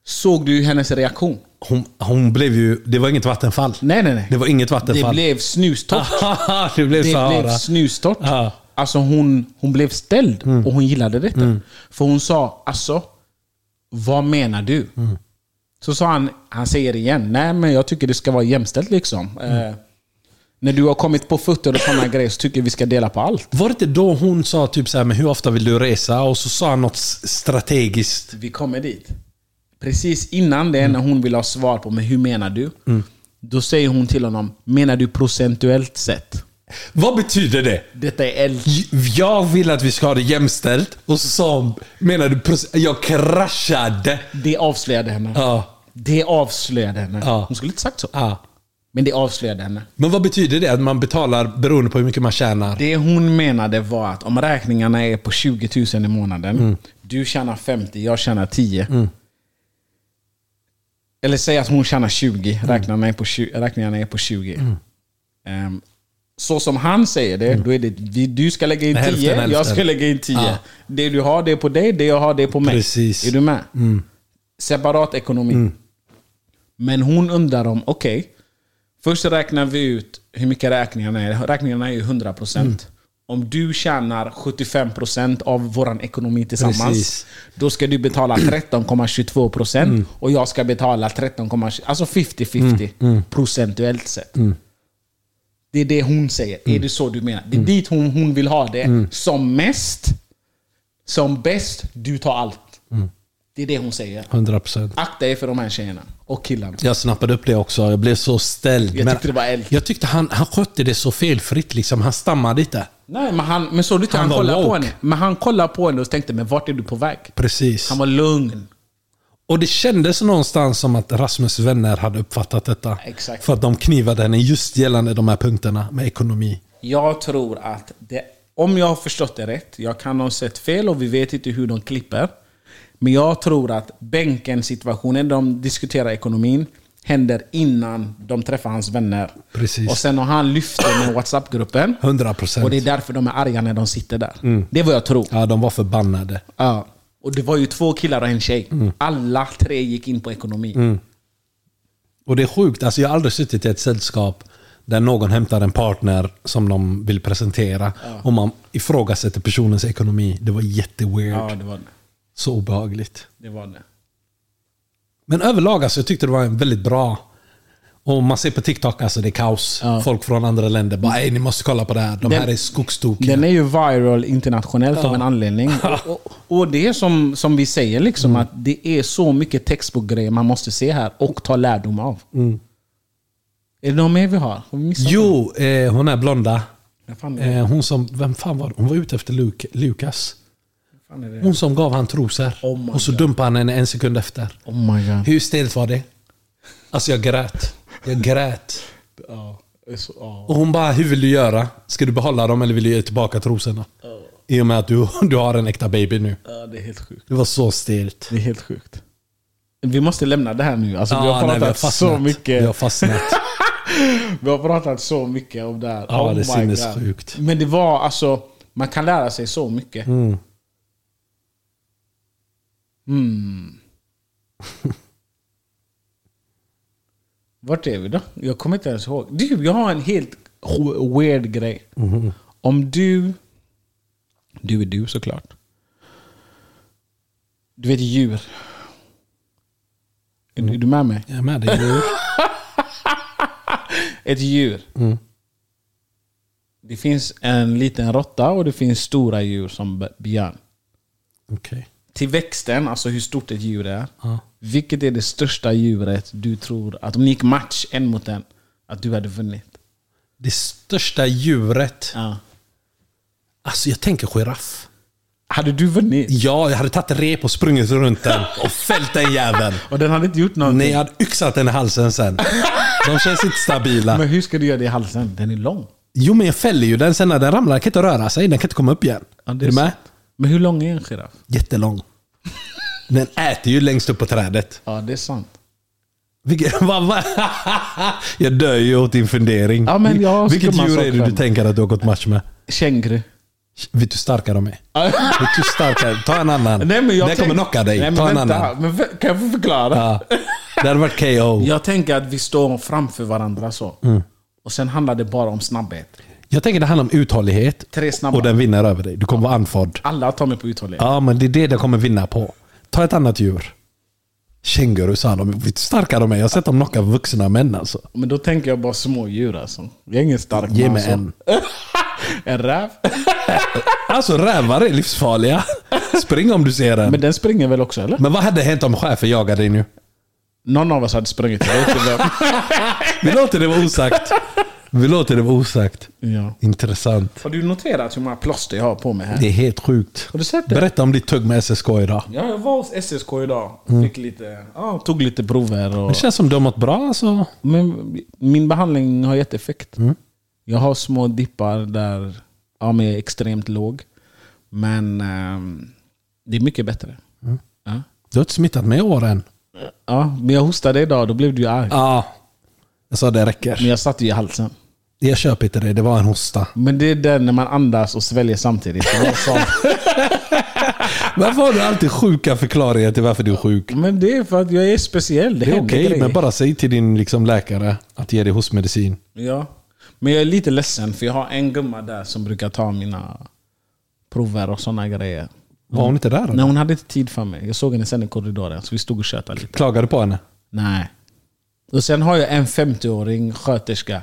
Speaker 1: Såg du hennes reaktion?
Speaker 2: Hon, hon blev ju, det var inget vattenfall.
Speaker 1: Nej, nej, nej.
Speaker 2: Det var inget
Speaker 1: Det
Speaker 2: vattenfall.
Speaker 1: blev snustort.
Speaker 2: det blev
Speaker 1: Det
Speaker 2: Sahara.
Speaker 1: blev snustort.
Speaker 2: Ja. Mm.
Speaker 1: Alltså hon, hon blev ställd och hon gillade detta. För hon sa, alltså, vad menar du?
Speaker 2: Mm.
Speaker 1: Så sa han, han säger igen, nej men jag tycker det ska vara jämställt liksom.
Speaker 2: Mm.
Speaker 1: Eh, när du har kommit på fötter och sådana grejer så tycker jag vi ska dela på allt.
Speaker 2: Var det inte då hon sa typ så här, men hur ofta vill du resa? Och så sa han något s- strategiskt.
Speaker 1: Vi kommer dit. Precis innan det, när
Speaker 2: Mm.
Speaker 1: hon vill ha svar på men hur menar du? Då säger hon till honom, menar du procentuellt sett?
Speaker 2: Vad betyder det?
Speaker 1: Detta är eld.
Speaker 2: Jag vill att vi ska ha det jämställt och så menar du proc- jag kraschade.
Speaker 1: Det avslöjade henne.
Speaker 2: Ja.
Speaker 1: Det avslöjade henne.
Speaker 2: Ja.
Speaker 1: Hon skulle inte sagt så.
Speaker 2: Ja.
Speaker 1: Men det avslöjade henne.
Speaker 2: Men vad betyder det? Att man betalar beroende på hur mycket man tjänar?
Speaker 1: Det hon menade var att om räkningarna är på 20 000 i månaden.
Speaker 2: Mm.
Speaker 1: Du tjänar 50, jag tjänar 10. Eller säg att hon tjänar 20,
Speaker 2: Mm.
Speaker 1: räkningarna är på 20. Räkningarna är på 20. Ehm, så som han säger det, då är det vi- du ska lägga in
Speaker 2: Mm. Hälften,
Speaker 1: 10, jag ska
Speaker 2: hälften.
Speaker 1: lägga in 10.
Speaker 2: Ja.
Speaker 1: Det du har, det är på dig. Det jag har, det är på mig.
Speaker 2: Precis. Mm.
Speaker 1: Är du med? Separat ekonomi. Men hon undrar om, okej. först räknar vi ut hur mycket räkningarna är. Räkningarna är ju 100%. Om du tjänar 75% av vår ekonomi tillsammans.
Speaker 2: Precis.
Speaker 1: Då ska du betala 13,22% och jag ska betala 13,20%. Alltså 50-50 procentuellt sett. Det är det hon säger. Är det så du menar? Det är dit hon, hon vill ha det. Som mest, som bäst, du tar allt. Det är det hon säger.
Speaker 2: 100%.
Speaker 1: Akta er för de här tjejerna och killarna.
Speaker 2: Jag snappade upp det också. Jag blev så ställd.
Speaker 1: Jag
Speaker 2: Men
Speaker 1: tyckte det var eld.
Speaker 2: Jag tyckte han, han skötte det så felfritt. Liksom. Han stammade inte.
Speaker 1: Nej, men, han, men såg du inte?
Speaker 2: Han
Speaker 1: Han,
Speaker 2: var
Speaker 1: kollade på
Speaker 2: woke.
Speaker 1: henne. Men han kollade på henne och tänkte, men vart är du på väg?
Speaker 2: Precis.
Speaker 1: Han var lugn.
Speaker 2: Och det kändes någonstans som att Rasmus vänner hade uppfattat detta.
Speaker 1: Exakt.
Speaker 2: För att de knivade henne just gällande de här punkterna med ekonomi.
Speaker 1: Jag tror att, det, om jag har förstått det rätt, jag kan ha sett fel och vi vet inte hur de klipper. Men jag tror att bänken-situationen, de diskuterar ekonomin, händer innan de träffar hans vänner.
Speaker 2: Precis.
Speaker 1: Och sen har han lyft det med WhatsApp-gruppen.
Speaker 2: 100
Speaker 1: Och det är
Speaker 2: procent. Mm.
Speaker 1: därför de är arga när de sitter där. Det är vad jag tror.
Speaker 2: Ja, de var förbannade.
Speaker 1: Ja. Och det var ju två killar och en tjej.
Speaker 2: Mm.
Speaker 1: Alla tre gick in på ekonomi.
Speaker 2: Och det är sjukt. Alltså, jag har aldrig suttit i ett sällskap där någon hämtar en partner som de vill presentera och man ifrågasätter personens ekonomi. Det var jätteweird.
Speaker 1: Ja, det var det.
Speaker 2: Så obehagligt.
Speaker 1: det, var det.
Speaker 2: Men överlag alltså, jag tyckte det var en väldigt bra. Och man ser på TikTok, alltså det är kaos.
Speaker 1: Ja.
Speaker 2: Folk från andra länder bara "Ey, ni måste kolla på det här. De
Speaker 1: Den-
Speaker 2: här är skogstokiga.
Speaker 1: Den är ju viral internationellt av en anledning. Och, och, och det är som, som vi säger, liksom, att det är så mycket text på grejer man måste se här och ta lärdom av. Är det någon mer vi har? Har vi missat?
Speaker 2: Jo, eh, hon är blonda.
Speaker 1: Vad fan är det?
Speaker 2: Eh, hon som, vem fan var det? Hon var ute efter Luke, Lukas.
Speaker 1: Vad fan är det?
Speaker 2: Hon som gav han trosor.
Speaker 1: Oh my
Speaker 2: och så dumpade han henne en sekund efter.
Speaker 1: Oh my god.
Speaker 2: Hur stelt var det? Alltså jag grät. Jag grät.
Speaker 1: Ja, det är så- ja.
Speaker 2: Och hon bara, hur vill du göra? Ska du behålla dem eller vill du ge tillbaka trosorna? I och med att du, du har en äkta baby nu.
Speaker 1: Ja, det är helt sjukt.
Speaker 2: Det var så stelt.
Speaker 1: Det är helt sjukt. Vi måste lämna det här nu. Alltså, vi har
Speaker 2: Ja, nej,
Speaker 1: pratat så mycket.
Speaker 2: Vi har fastnat.
Speaker 1: Vi har pratat så mycket om det här. Oh
Speaker 2: Ja, det är
Speaker 1: my
Speaker 2: sinnessjukt.
Speaker 1: God. Men det var alltså, man kan lära sig så mycket. Mm. Mm. Vart är vi då? Jag kommer inte ens ihåg. Du, jag har en helt ho- weird grej.
Speaker 2: Mm-hmm.
Speaker 1: Om du... Du är du såklart. Du vet djur. Är du- är du med mig?
Speaker 2: Jag är med dig nu.
Speaker 1: ett djur. Det finns en liten råtta och det finns stora djur som be- björn.
Speaker 2: Okej.
Speaker 1: Till växten, alltså hur stort ett djur är.
Speaker 2: Ja.
Speaker 1: Vilket är det största djuret du tror att om ni gick match en mot en, att du hade vunnit?
Speaker 2: Det största djuret. Alltså jag tänker giraff.
Speaker 1: Hade du vunnit?
Speaker 2: Ja, jag hade tagit rep och sprungit runt den och fällt den jäveln.
Speaker 1: Och den hade inte gjort någonting.
Speaker 2: Nej, jag hade yxat den i halsen sen. De känns inte stabila.
Speaker 1: Men hur ska du göra det i halsen? Den är lång.
Speaker 2: Jo, men jag fäller ju den sen när den ramlar. Den kan inte röra sig. Den kan inte komma upp igen.
Speaker 1: Ja,
Speaker 2: är
Speaker 1: det
Speaker 2: du
Speaker 1: är
Speaker 2: med?
Speaker 1: sant. Men hur lång är en giraff?
Speaker 2: Jättelång. Den äter ju längst upp på trädet.
Speaker 1: Ja, det är sant.
Speaker 2: Vilket, vad, vad? Jag dör ju åt din fundering.
Speaker 1: Ja, men jag har
Speaker 2: Vilket
Speaker 1: skumma
Speaker 2: djur är det
Speaker 1: saker.
Speaker 2: du tänker att du har gått match med?
Speaker 1: Känguru.
Speaker 2: Vet du hur starka de är? Vet du hur starka de är? Ta en annan.
Speaker 1: Nej, men jag
Speaker 2: Den
Speaker 1: tänk-
Speaker 2: kommer knocka dig.
Speaker 1: Nej, men
Speaker 2: Ta en
Speaker 1: vänta.
Speaker 2: annan.
Speaker 1: Men vä- kan jag få förklara?
Speaker 2: Ja. Det hade varit KO.
Speaker 1: Jag tänker att vi står framför varandra så.
Speaker 2: Mm.
Speaker 1: Och sen handlar det bara om snabbhet.
Speaker 2: Jag tänker det handlar om uthållighet.
Speaker 1: Tre snabba.
Speaker 2: Och den vinner över dig. Du kommer vara andfådd.
Speaker 1: Alla tar mig på uthållighet.
Speaker 2: Ja, men det är det den kommer vinna på. Ta ett annat djur. Känguru sa de. Vet du hur starka de är? Jag har sett dem knocka vuxna män alltså.
Speaker 1: Men då tänker jag bara smådjur alltså. Jag är ingen stark
Speaker 2: Ge
Speaker 1: man,
Speaker 2: mig
Speaker 1: så.
Speaker 2: en.
Speaker 1: En räv?
Speaker 2: Alltså rävar är livsfarliga. Spring om du ser en.
Speaker 1: Men den springer väl också eller?
Speaker 2: Men vad hade hänt om chefen jagade dig nu?
Speaker 1: Någon av oss hade sprungit. Jag vet inte vem.
Speaker 2: Vi låter det vara osagt. Vi låter det vara osagt.
Speaker 1: Ja.
Speaker 2: Intressant.
Speaker 1: Har du noterat hur många plåster jag har på mig här?
Speaker 2: Det är helt sjukt.
Speaker 1: Har du sett det?
Speaker 2: Berätta om ditt tugg med SSK idag.
Speaker 1: Ja, jag var hos SSK idag.
Speaker 2: Mm.
Speaker 1: Fick lite, ja, tog lite prover. Och...
Speaker 2: Det känns som du har mått bra alltså.
Speaker 1: Men min behandling har gett effekt.
Speaker 2: Mm.
Speaker 1: Jag har små dippar där ja, men jag är extremt låg. Men ehm, det är mycket bättre.
Speaker 2: Mm.
Speaker 1: Ja.
Speaker 2: Du har inte smittat mig i år än.
Speaker 1: ja, men jag hostade idag då blev du ju arg.
Speaker 2: Ja. Jag sa det räcker.
Speaker 1: Men jag satt ju i halsen.
Speaker 2: Jag köper inte det, det var en hosta.
Speaker 1: Men det är den när man andas och sväljer samtidigt. Det var så-
Speaker 2: Varför har du alltid sjuka förklaringar till varför du är sjuk?
Speaker 1: men det är för att jag är speciell. Det,
Speaker 2: Det är
Speaker 1: händer
Speaker 2: okej,
Speaker 1: grejer.
Speaker 2: men bara säg till din liksom, läkare att ge dig hostmedicin.
Speaker 1: Ja. Men jag är lite ledsen för jag har en gumma där som brukar ta mina prover och sådana grejer.
Speaker 2: Var hon inte där?
Speaker 1: Nej,
Speaker 2: eller?
Speaker 1: hon hade inte tid för mig. Jag såg henne sen i korridoren, så vi stod och tjötade lite.
Speaker 2: Klagade på henne?
Speaker 1: Nej. Och sen har jag en 50-åring sköterska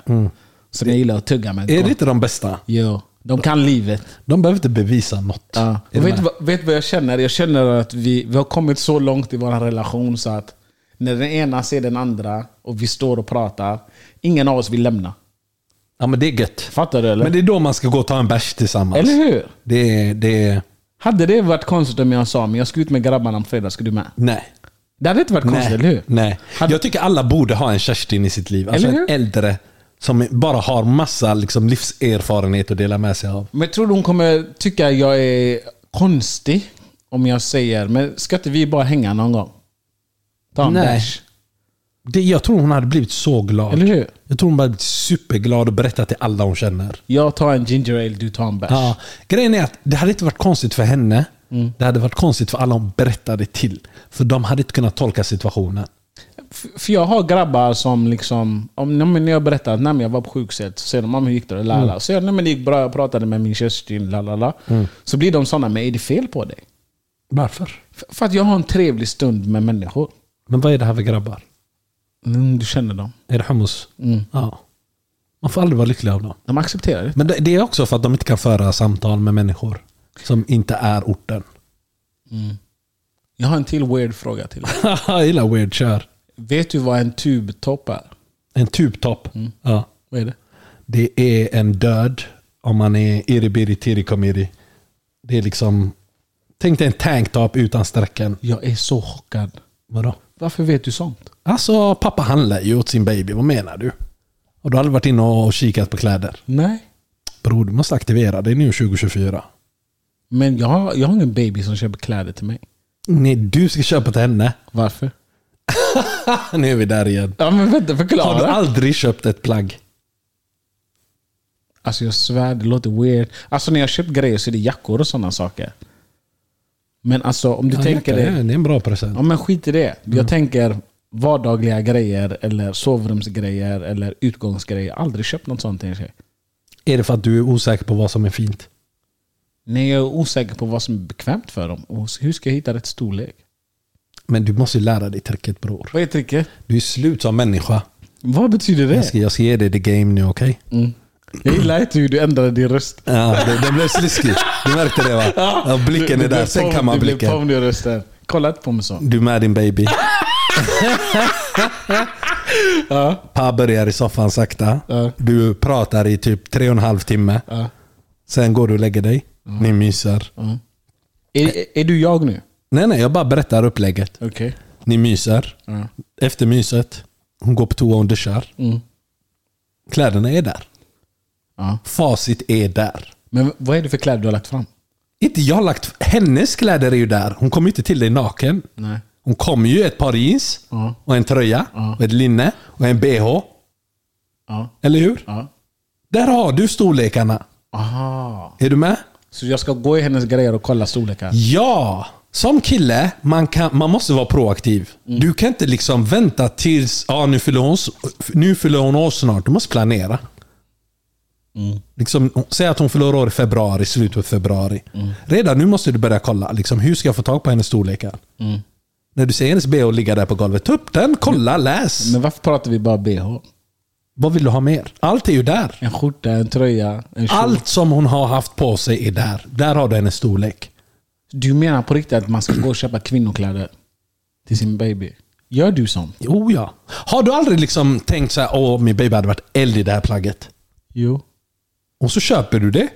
Speaker 1: som jag gillar att tugga med.
Speaker 2: Mm. Är det inte de bästa?
Speaker 1: Jo, de kan livet.
Speaker 2: De behöver inte bevisa något.
Speaker 1: Ja.
Speaker 2: Är du
Speaker 1: Och vet,
Speaker 2: med?
Speaker 1: du vad, vet du vad jag känner? Jag känner att vi, vi har kommit så långt i vår relation så att när den ena ser den andra och vi står och pratar, ingen av oss vill lämna.
Speaker 2: ja, men det är gött.
Speaker 1: Fattar du eller?
Speaker 2: Men det är då man ska gå och ta en bärs tillsammans.
Speaker 1: eller hur?
Speaker 2: Det är... Det är
Speaker 1: Hade det varit konstigt om jag sa men jag ska ut med grabbarna på fredag, ska du med?
Speaker 2: nej.
Speaker 1: Det hade inte varit konstigt,
Speaker 2: Nej.
Speaker 1: Alltså, eller hur?
Speaker 2: Nej.
Speaker 1: Hade-
Speaker 2: Jag tycker alla borde ha en Kerstin i sitt liv. Alltså
Speaker 1: Eller
Speaker 2: en
Speaker 1: hur?
Speaker 2: äldre som bara har massa liksom, livserfarenhet att dela med sig av.
Speaker 1: Men tror du hon kommer tycka jag är konstig om jag säger men ska inte vi bara hänga någon gång? Ta en
Speaker 2: Nej.
Speaker 1: bärs.
Speaker 2: Det, jag tror hon hade blivit så glad.
Speaker 1: Eller hur?
Speaker 2: Jag tror hon bara hade blivit superglad och berättat till alla hon känner.
Speaker 1: Jag tar en ginger ale, du tar en bärs.
Speaker 2: Ja, grejen är att det hade inte varit konstigt för henne.
Speaker 1: Mm.
Speaker 2: Det hade varit konstigt för alla hon berättade till. För de hade inte kunnat tolka situationen.
Speaker 1: F- För jag har grabbar som liksom, om, nej, men när jag berättar att nej, men jag var på sjukhuset, så säger de "Ja, men hur gick det? La,
Speaker 2: Mm.
Speaker 1: la. Så säger jag nej, men det gick bra, jag pratade med min Kerstin, la, la, la. Så blir de sådana, men är det fel på dig?
Speaker 2: Varför?
Speaker 1: F- För att jag har en trevlig stund med människor.
Speaker 2: Men vad är det här för grabbar?
Speaker 1: Mm, du känner dem.
Speaker 2: Är det hummus?
Speaker 1: Mm.
Speaker 2: Ja. Man får aldrig vara lycklig av dem.
Speaker 1: De accepterar det.
Speaker 2: Men det- det är också för att de inte kan föra samtal med människor som inte är orten.
Speaker 1: Jag har en till weird fråga till dig.
Speaker 2: Jag gillar weird kör.
Speaker 1: Vet du vad en tubtopp är?
Speaker 2: En tubtopp.
Speaker 1: Mm.
Speaker 2: Ja.
Speaker 1: Vad är det?
Speaker 2: Det är en död om man är iribiri tirikomiri. Det är liksom... Tänk dig en tanktop utan sträcken.
Speaker 1: Jag är så chockad.
Speaker 2: Vadå?
Speaker 1: Varför vet du sånt?
Speaker 2: Alltså, pappa handlar ju åt sin baby. Vad menar du? Och du har aldrig varit inne och kikat på kläder.
Speaker 1: Nej.
Speaker 2: Bror, du måste aktivera dig nu 2024.
Speaker 1: Men jag har, jag har ingen baby som köper kläder till mig.
Speaker 2: Nej, du ska köpa till henne.
Speaker 1: Varför?
Speaker 2: nu är vi där igen.
Speaker 1: Ja men vänta, förklara.
Speaker 2: Har du aldrig köpt ett plagg?
Speaker 1: Alltså jag svär, det låter weird. Alltså när jag köpt grejer så är det jackor och sådana saker. Men alltså om du tänker
Speaker 2: det.
Speaker 1: det.
Speaker 2: är en bra present.
Speaker 1: Ja Mm. men skit i det. Jag tänker vardagliga grejer eller sovrumsgrejer eller utgångsgrejer. Jag har aldrig köpt något sånt till en tjej.
Speaker 2: Är det för att du är osäker på vad som är fint?
Speaker 1: Nej, jag är osäker på vad som är bekvämt för dem. Och hur ska jag hitta rätt storlek?
Speaker 2: Men du måste ju lära dig tricket bror.
Speaker 1: Vad är tricket?
Speaker 2: Du är slut som människa.
Speaker 1: Vad betyder
Speaker 2: Jag
Speaker 1: det?
Speaker 2: ska, jag ska ge dig the game nu, okej?
Speaker 1: Jag gillar inte hur du ändrade din röst.
Speaker 2: Ja, den, den blev sliskig. Du märkte det va? Ja, blicken
Speaker 1: Du-
Speaker 2: är
Speaker 1: du
Speaker 2: där,
Speaker 1: blev
Speaker 2: sen
Speaker 1: pom-
Speaker 2: kan man
Speaker 1: Du blev
Speaker 2: blicken.
Speaker 1: påmind i rösten. Kolla inte på mig så.
Speaker 2: Du är med din baby.
Speaker 1: Ja.
Speaker 2: Pa börjar i soffan sakta.
Speaker 1: Ja.
Speaker 2: Du pratar i typ tre och en halv timme.
Speaker 1: Ja.
Speaker 2: Sen går du och lägger dig. Ni myser.
Speaker 1: Är, är du jag nu?
Speaker 2: Nej, nej, jag bara berättar upplägget.
Speaker 1: Okej.
Speaker 2: Ni myser.
Speaker 1: Ja.
Speaker 2: Efter myset, hon går på toa och duschar.
Speaker 1: Mm.
Speaker 2: Kläderna är där.
Speaker 1: Ja.
Speaker 2: Facit är där.
Speaker 1: Men vad är det för kläder du har lagt fram?
Speaker 2: Inte jag har lagt... Hennes kläder är ju där. Hon kommer ju inte till dig naken.
Speaker 1: Nej.
Speaker 2: Hon kommer ju i ett par jeans,
Speaker 1: Ja.
Speaker 2: och en tröja,
Speaker 1: Ja.
Speaker 2: och ett linne och en bh.
Speaker 1: Ja.
Speaker 2: Eller hur?
Speaker 1: ja.
Speaker 2: Där har du storlekarna.
Speaker 1: Aha.
Speaker 2: Är du med?
Speaker 1: Så jag ska gå i hennes grejer och kolla storlekar?
Speaker 2: Ja! Som kille, man, kan, man måste vara proaktiv. Du kan inte liksom vänta tills ah, nu, fyller hon, s- nu fyller hon år snart. Du måste planera. Liksom, säg att hon fyller år i februari, slutet av februari. Redan nu måste du börja kolla. Liksom, hur ska jag få tag på hennes storlekar? När du ser hennes bh ligga där på golvet, ta upp den, kolla, läs.
Speaker 1: Men varför pratar vi bara bh?
Speaker 2: Vad vill du ha mer? Allt är ju där.
Speaker 1: En skjorta, en tröja, en kjol.
Speaker 2: Allt som hon har haft på sig är där. Där har du hennes storlek.
Speaker 1: Du menar på riktigt att man ska gå och köpa kvinnokläder till sin baby? Gör du sånt?
Speaker 2: Jo, ja. Har du aldrig liksom tänkt så här, åh min baby hade varit eld i det här plagget?
Speaker 1: Jo.
Speaker 2: Och så köper du det.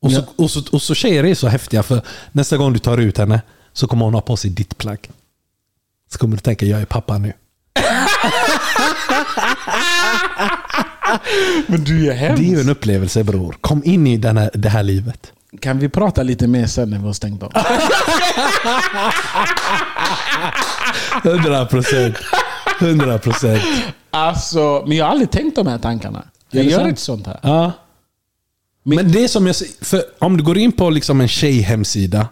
Speaker 2: Och så,
Speaker 1: Ja.
Speaker 2: och så, och så tjejer är så häftiga för nästa gång du tar ut henne så kommer hon ha på sig ditt plagg. Så kommer du tänka, jag är pappa nu.
Speaker 1: Men du är hemsk.
Speaker 2: Det är ju en upplevelse bror. Kom in i den här, det här livet.
Speaker 1: Kan vi prata lite mer sen när vi har stängt av?
Speaker 2: 100 procent. 100 procent.
Speaker 1: Alltså, men jag har aldrig tänkt de här tankarna. Jag
Speaker 2: det
Speaker 1: gör
Speaker 2: sant?
Speaker 1: inte sånt här.
Speaker 2: Ja. Men det är som jag säger, för om du går in på liksom en tjejhemsida.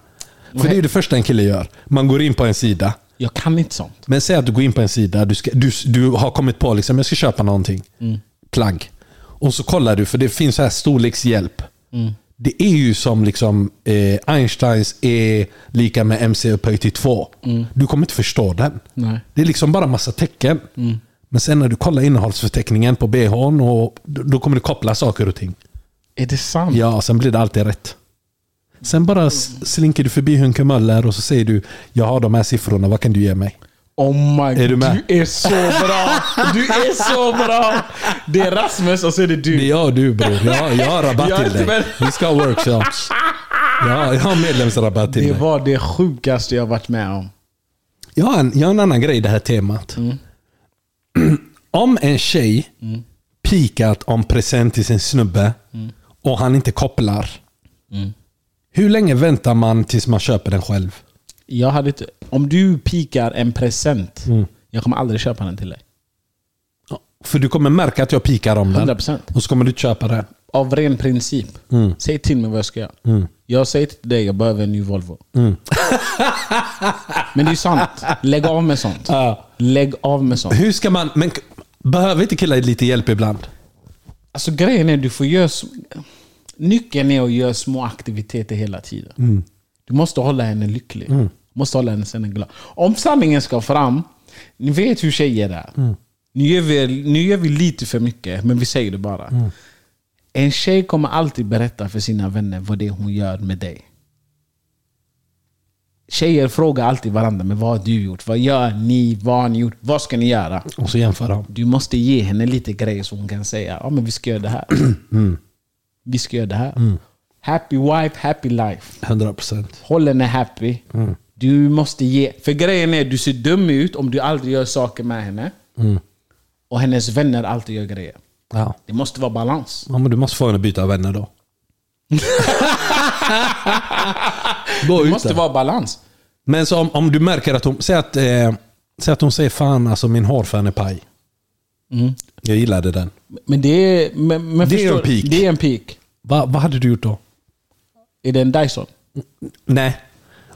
Speaker 2: För det är ju det första en kille gör. Man går in på en sida.
Speaker 1: Jag kan inte sånt.
Speaker 2: Men säg att du går in på en sida, du, ska, du, du har kommit på liksom, jag ska köpa någonting. Plagg. Och så kollar du, för det finns så här storlekshjälp. Det är ju som liksom, eh, Einsteins är lika med MC upphöjt till 2. Du kommer inte förstå den.
Speaker 1: Nej.
Speaker 2: Det är liksom bara massa tecken. Men sen när du kollar innehållsförteckningen på bhn, och, då då kommer du koppla saker och ting.
Speaker 1: Är det sant?
Speaker 2: Ja, sen blir det alltid rätt. Sen bara s- slinker du förbi Hunkemöller och så säger du, jag har de här siffrorna, vad kan du ge mig?
Speaker 1: Oh my
Speaker 2: Är du med?
Speaker 1: Du är så bra! Du är så bra! Det är Rasmus och så är det
Speaker 2: Det är
Speaker 1: du.
Speaker 2: jag och du bror. Jag har, jag har rabatt
Speaker 1: Jag är
Speaker 2: till dig.
Speaker 1: inte med.
Speaker 2: Vi ska ha workshops. Jag har, jag har medlemsrabatt till
Speaker 1: Det
Speaker 2: dig.
Speaker 1: var det sjukaste jag varit med om.
Speaker 2: Jag har, en, jag har en annan grej i det här temat.
Speaker 1: Mm.
Speaker 2: Om en tjej pikat om present till sin snubbe
Speaker 1: Mm.
Speaker 2: och han inte kopplar. Hur länge väntar man tills man köper den själv?
Speaker 1: Jag hade inte, om du pikar en present,
Speaker 2: Mm.
Speaker 1: jag kommer aldrig köpa den till dig.
Speaker 2: För du kommer märka att jag pikar om den.
Speaker 1: 100%.
Speaker 2: Och så kommer du inte köpa den.
Speaker 1: Av ren princip.
Speaker 2: Mm.
Speaker 1: Säg till mig vad jag ska göra. Jag säger till dig jag behöver en ny Volvo.
Speaker 2: Mm.
Speaker 1: Men det är sant. Lägg av med sånt.
Speaker 2: Ja.
Speaker 1: Lägg av med sånt.
Speaker 2: Hur ska man... Men, k- behöver inte killar lite hjälp ibland?
Speaker 1: Alltså grejen är du får göra... sm- Nyckeln är att göra små aktiviteter hela tiden. Du måste hålla henne lycklig. måste hålla henne sen glad. Om sanningen ska fram, ni vet hur tjejer är. Nu, gör vi, nu gör vi lite för mycket, men vi säger det bara. En tjej kommer alltid berätta för sina vänner vad det är hon gör med dig. Tjejer frågar alltid varandra, men vad har du gjort? Vad gör ni? Vad har ni gjort? Vad ska ni göra?
Speaker 2: Och så jämför de.
Speaker 1: Du måste ge henne lite grejer så hon kan säga ja, men vi ska göra det här.
Speaker 2: Mm.
Speaker 1: Vi ska göra det här. Happy wife, happy life.
Speaker 2: 100%.
Speaker 1: Håll henne happy.
Speaker 2: Mm.
Speaker 1: Du måste ge. För grejen är du ser dum ut om du aldrig gör saker med henne.
Speaker 2: Mm.
Speaker 1: Och hennes vänner alltid gör grejer.
Speaker 2: Ja.
Speaker 1: Det måste vara balans.
Speaker 2: Ja, men du måste få henne att byta vänner då. Gå
Speaker 1: Det
Speaker 2: ut
Speaker 1: måste
Speaker 2: där.
Speaker 1: vara balans.
Speaker 2: Men så om, om du märker att hon... Säg att, eh, säg att hon säger fan alltså min hårfärg är paj.
Speaker 1: Mm.
Speaker 2: Jag gillade den.
Speaker 1: Men det är... Men, men
Speaker 2: Det är en
Speaker 1: förstår-
Speaker 2: peak.
Speaker 1: Det är en peak.
Speaker 2: Va, vad hade du gjort då?
Speaker 1: Är det en Dyson?
Speaker 2: Nej.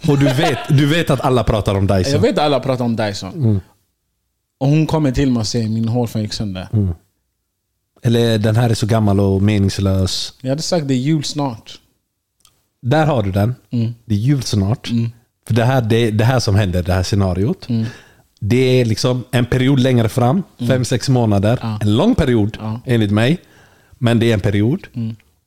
Speaker 2: Och du vet, du vet att alla pratar om Dyson.
Speaker 1: Jag vet att alla pratar om Dyson.
Speaker 2: Mm.
Speaker 1: Och hon kommer till mig och säger min hårfärg gick sönder.
Speaker 2: Mm. Eller den här är så gammal och meningslös.
Speaker 1: Jag hade sagt det är jul snart.
Speaker 2: Där har du den. Det är jul snart. För det här, det, det här som händer, det här scenariot. Det är liksom en period längre fram, fem sex månader. En lång period
Speaker 1: Ja.
Speaker 2: enligt mig. Men det är en period.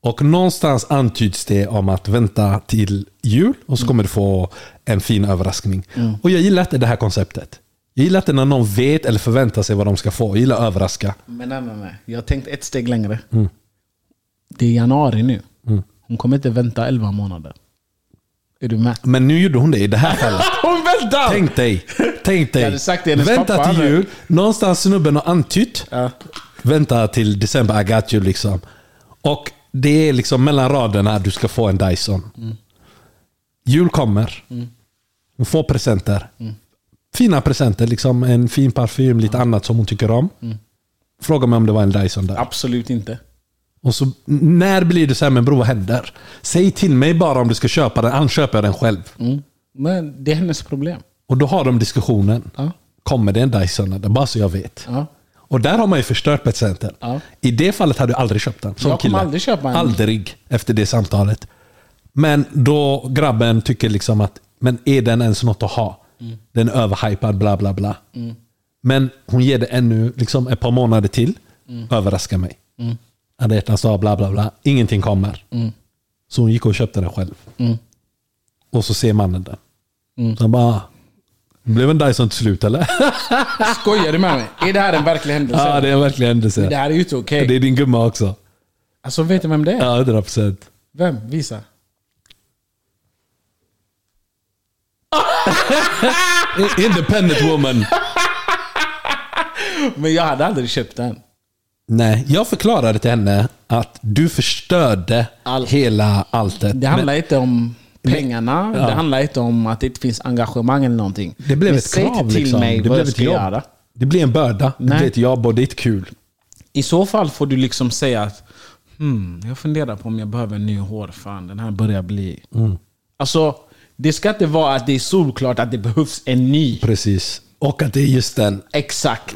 Speaker 2: Och någonstans antyds det om att vänta till jul och så kommer du få en fin överraskning. Och jag gillar inte det här konceptet. Jag gillar inte när någon vet eller förväntar sig vad de ska få. Jag gillar att överraska.
Speaker 1: Men nej, nej, nej. Jag har tänkt ett steg längre.
Speaker 2: Mm.
Speaker 1: Det är januari nu. Hon kommer inte vänta 11 månader. Är du med?
Speaker 2: Men nu gjorde hon det i det här fallet.
Speaker 1: Hon väntar!
Speaker 2: Tänk dig. Tänk
Speaker 1: Jag
Speaker 2: dig.
Speaker 1: hade sagt det till hennes
Speaker 2: vänta
Speaker 1: pappa,
Speaker 2: till
Speaker 1: men-
Speaker 2: jul. Någonstans snubben har antytt. Vänta till december, I got you liksom. Och det är liksom mellan raderna du ska få en Dyson.
Speaker 1: Mm.
Speaker 2: Jul kommer. Hon får presenter.
Speaker 1: Mm.
Speaker 2: Fina presenter. Liksom en fin parfym, lite annat som hon tycker om.
Speaker 1: Mm.
Speaker 2: Fråga mig om det var en Dyson där.
Speaker 1: Absolut inte.
Speaker 2: Och så, när blir det så här, men bror vad händer? Säg till mig bara om du ska köpa den, annars köper jag den själv.
Speaker 1: Men det är hennes problem.
Speaker 2: Och då har de diskussionen.
Speaker 1: Ja.
Speaker 2: Kommer det en Dyson? eller? Bara så jag vet.
Speaker 1: Ja.
Speaker 2: Och där har man ju förstört presenten.
Speaker 1: Ja.
Speaker 2: I det fallet hade du aldrig köpt den. Som
Speaker 1: Jag kommer
Speaker 2: kille.
Speaker 1: aldrig köpa en.
Speaker 2: Aldrig efter det samtalet. Men då grabben tycker liksom att, men är den ens något att ha?
Speaker 1: Mm.
Speaker 2: Den är överhypad, bla bla bla. Men hon ger det ännu liksom, ett par månader till. Överraskar mig. Mm. Alla hjärtans dag, bla bla bla. Ingenting kommer.
Speaker 1: Mm.
Speaker 2: Så hon gick och köpte den själv. Och så ser mannen den.
Speaker 1: Mm.
Speaker 2: Så han bara, det blev en Dyson till slut eller?
Speaker 1: Skojar du med mig? Är det här en verklig händelse?
Speaker 2: ja, det är verkligen
Speaker 1: Det
Speaker 2: händelse.
Speaker 1: här är ju inte okej.
Speaker 2: Det är din gumma också.
Speaker 1: Alltså vet du vem det är?
Speaker 2: Ja, 100 procent.
Speaker 1: Vem? Visa.
Speaker 2: Independent woman.
Speaker 1: Men jag hade aldrig köpt den.
Speaker 2: Nej, jag förklarade till henne att du förstörde
Speaker 1: Allt.
Speaker 2: hela alltet.
Speaker 1: Det handlar inte om pengarna.
Speaker 2: Ja.
Speaker 1: Det handlar inte om att det inte finns engagemang eller någonting.
Speaker 2: Det blev
Speaker 1: Men
Speaker 2: ett
Speaker 1: säg inte
Speaker 2: krav
Speaker 1: till
Speaker 2: liksom.
Speaker 1: mig vad
Speaker 2: det blev
Speaker 1: jag
Speaker 2: ett
Speaker 1: ska
Speaker 2: jobb.
Speaker 1: göra.
Speaker 2: Det blev en börda. Det
Speaker 1: Nej.
Speaker 2: blev ett jobb och det är inte kul.
Speaker 1: I så fall får du liksom säga att hmm, jag funderar på om jag behöver en ny hårfan. Den här börjar bli... Alltså, det ska inte vara att det är solklart att det behövs en ny.
Speaker 2: Precis. Och att det är just den.
Speaker 1: Exakt.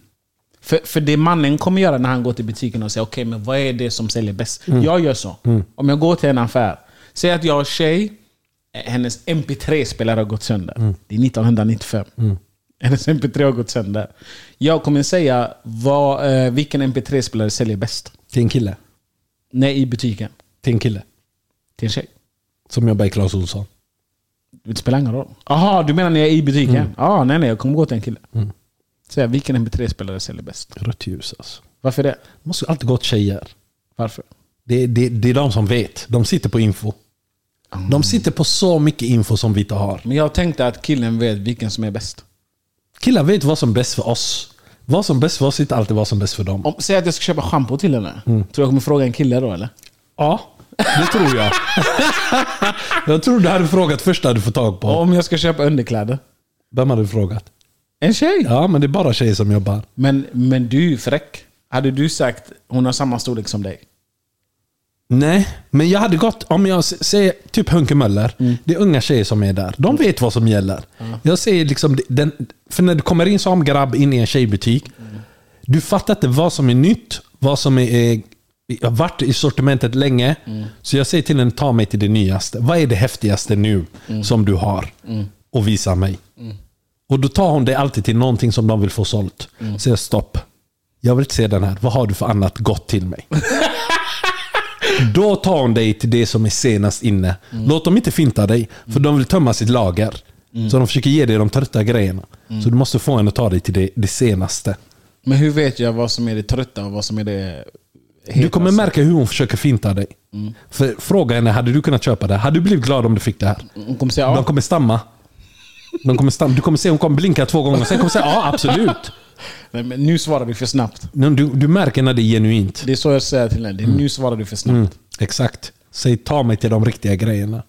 Speaker 1: för, för det mannen kommer göra när han går till butiken och säger okej, men vad är det som säljer bäst? Jag gör så. Om jag går till en affär. Säg att jag har tjej, eh, hennes mp3-spelare har gått sönder. Det är 1995. Hennes mp3 har gått sönder. Jag kommer säga vad, eh, vilken mp3-spelare säljer bäst.
Speaker 2: Till en kille.
Speaker 1: Nej, i butiken.
Speaker 2: Till en kille.
Speaker 1: Till en tjej.
Speaker 2: Som jobbar i Clas Ohlson.
Speaker 1: Det spelar ingen roll. Jaha, du menar när jag är i butiken?
Speaker 2: Mm.
Speaker 1: ah, nej, nej. Jag kommer gå till en kille. Säga vilken mp3-spelare säljer bäst.
Speaker 2: Rött ljus alltså.
Speaker 1: Varför det?
Speaker 2: Det måste ju alltid gå åt tjejer.
Speaker 1: Varför?
Speaker 2: Det, det, det är de som vet. De sitter på info. De sitter på så mycket info som vi inte har.
Speaker 1: Men jag tänkte att killen vet vilken som är bäst.
Speaker 2: Killar vet vad som är bäst för oss. Vad som är bäst för oss är inte alltid vad som är bäst för dem.
Speaker 1: Om, säg att jag ska köpa shampoo till henne.
Speaker 2: Mm.
Speaker 1: Tror du jag kommer fråga en kille då eller?
Speaker 2: Ja, det tror jag. jag tror du hade frågat första du får tag på.
Speaker 1: Om jag ska köpa underkläder?
Speaker 2: Vem hade du frågat?
Speaker 1: En tjej!
Speaker 2: Ja, men det är bara tjejer som jobbar.
Speaker 1: Men, men du är ju fräck. Hade du sagt hon har samma storlek som dig?
Speaker 2: Nej, men jag hade gått, om jag s- säger typ Hunke Möller, det är unga tjejer som är där. De vet vad som gäller. Jag säger liksom, den, för när du kommer in som grabb in i en tjejbutik, du fattar inte vad som är nytt, vad som är, eh, har varit i sortimentet länge. Så jag säger till henne, ta mig till det nyaste. Vad är det häftigaste nu som du har? Och visa mig. Och då tar hon det alltid till någonting som de vill få sålt. Säger stopp. Jag vill inte se den här. Vad har du för annat gott till mig? Då tar hon dig till det som är senast inne.
Speaker 1: Mm.
Speaker 2: Låt dem inte finta dig, för de vill tömma sitt lager.
Speaker 1: Mm.
Speaker 2: Så de försöker ge dig de trötta grejerna. Så du måste få henne att ta dig till det, det senaste.
Speaker 1: Men hur vet jag vad som är det trötta och vad som är det hetaste?
Speaker 2: Du kommer märka hur hon försöker finta dig.
Speaker 1: Mm.
Speaker 2: För fråga henne, hade du kunnat köpa det? Hade du blivit glad om du fick det här?
Speaker 1: Hon kommer säga
Speaker 2: De
Speaker 1: ja.
Speaker 2: kommer stamma. De kommer stamma. Du kommer se, hon kommer blinka två gånger, sen kommer säga ja, absolut.
Speaker 1: Nej, men nu svarar du för snabbt.
Speaker 2: Men Du, du märker när det är genuint.
Speaker 1: Det är så jag säger till henne. Det är
Speaker 2: Mm.
Speaker 1: Nu svarar du för snabbt.
Speaker 2: Exakt. Säg ta mig till de riktiga grejerna.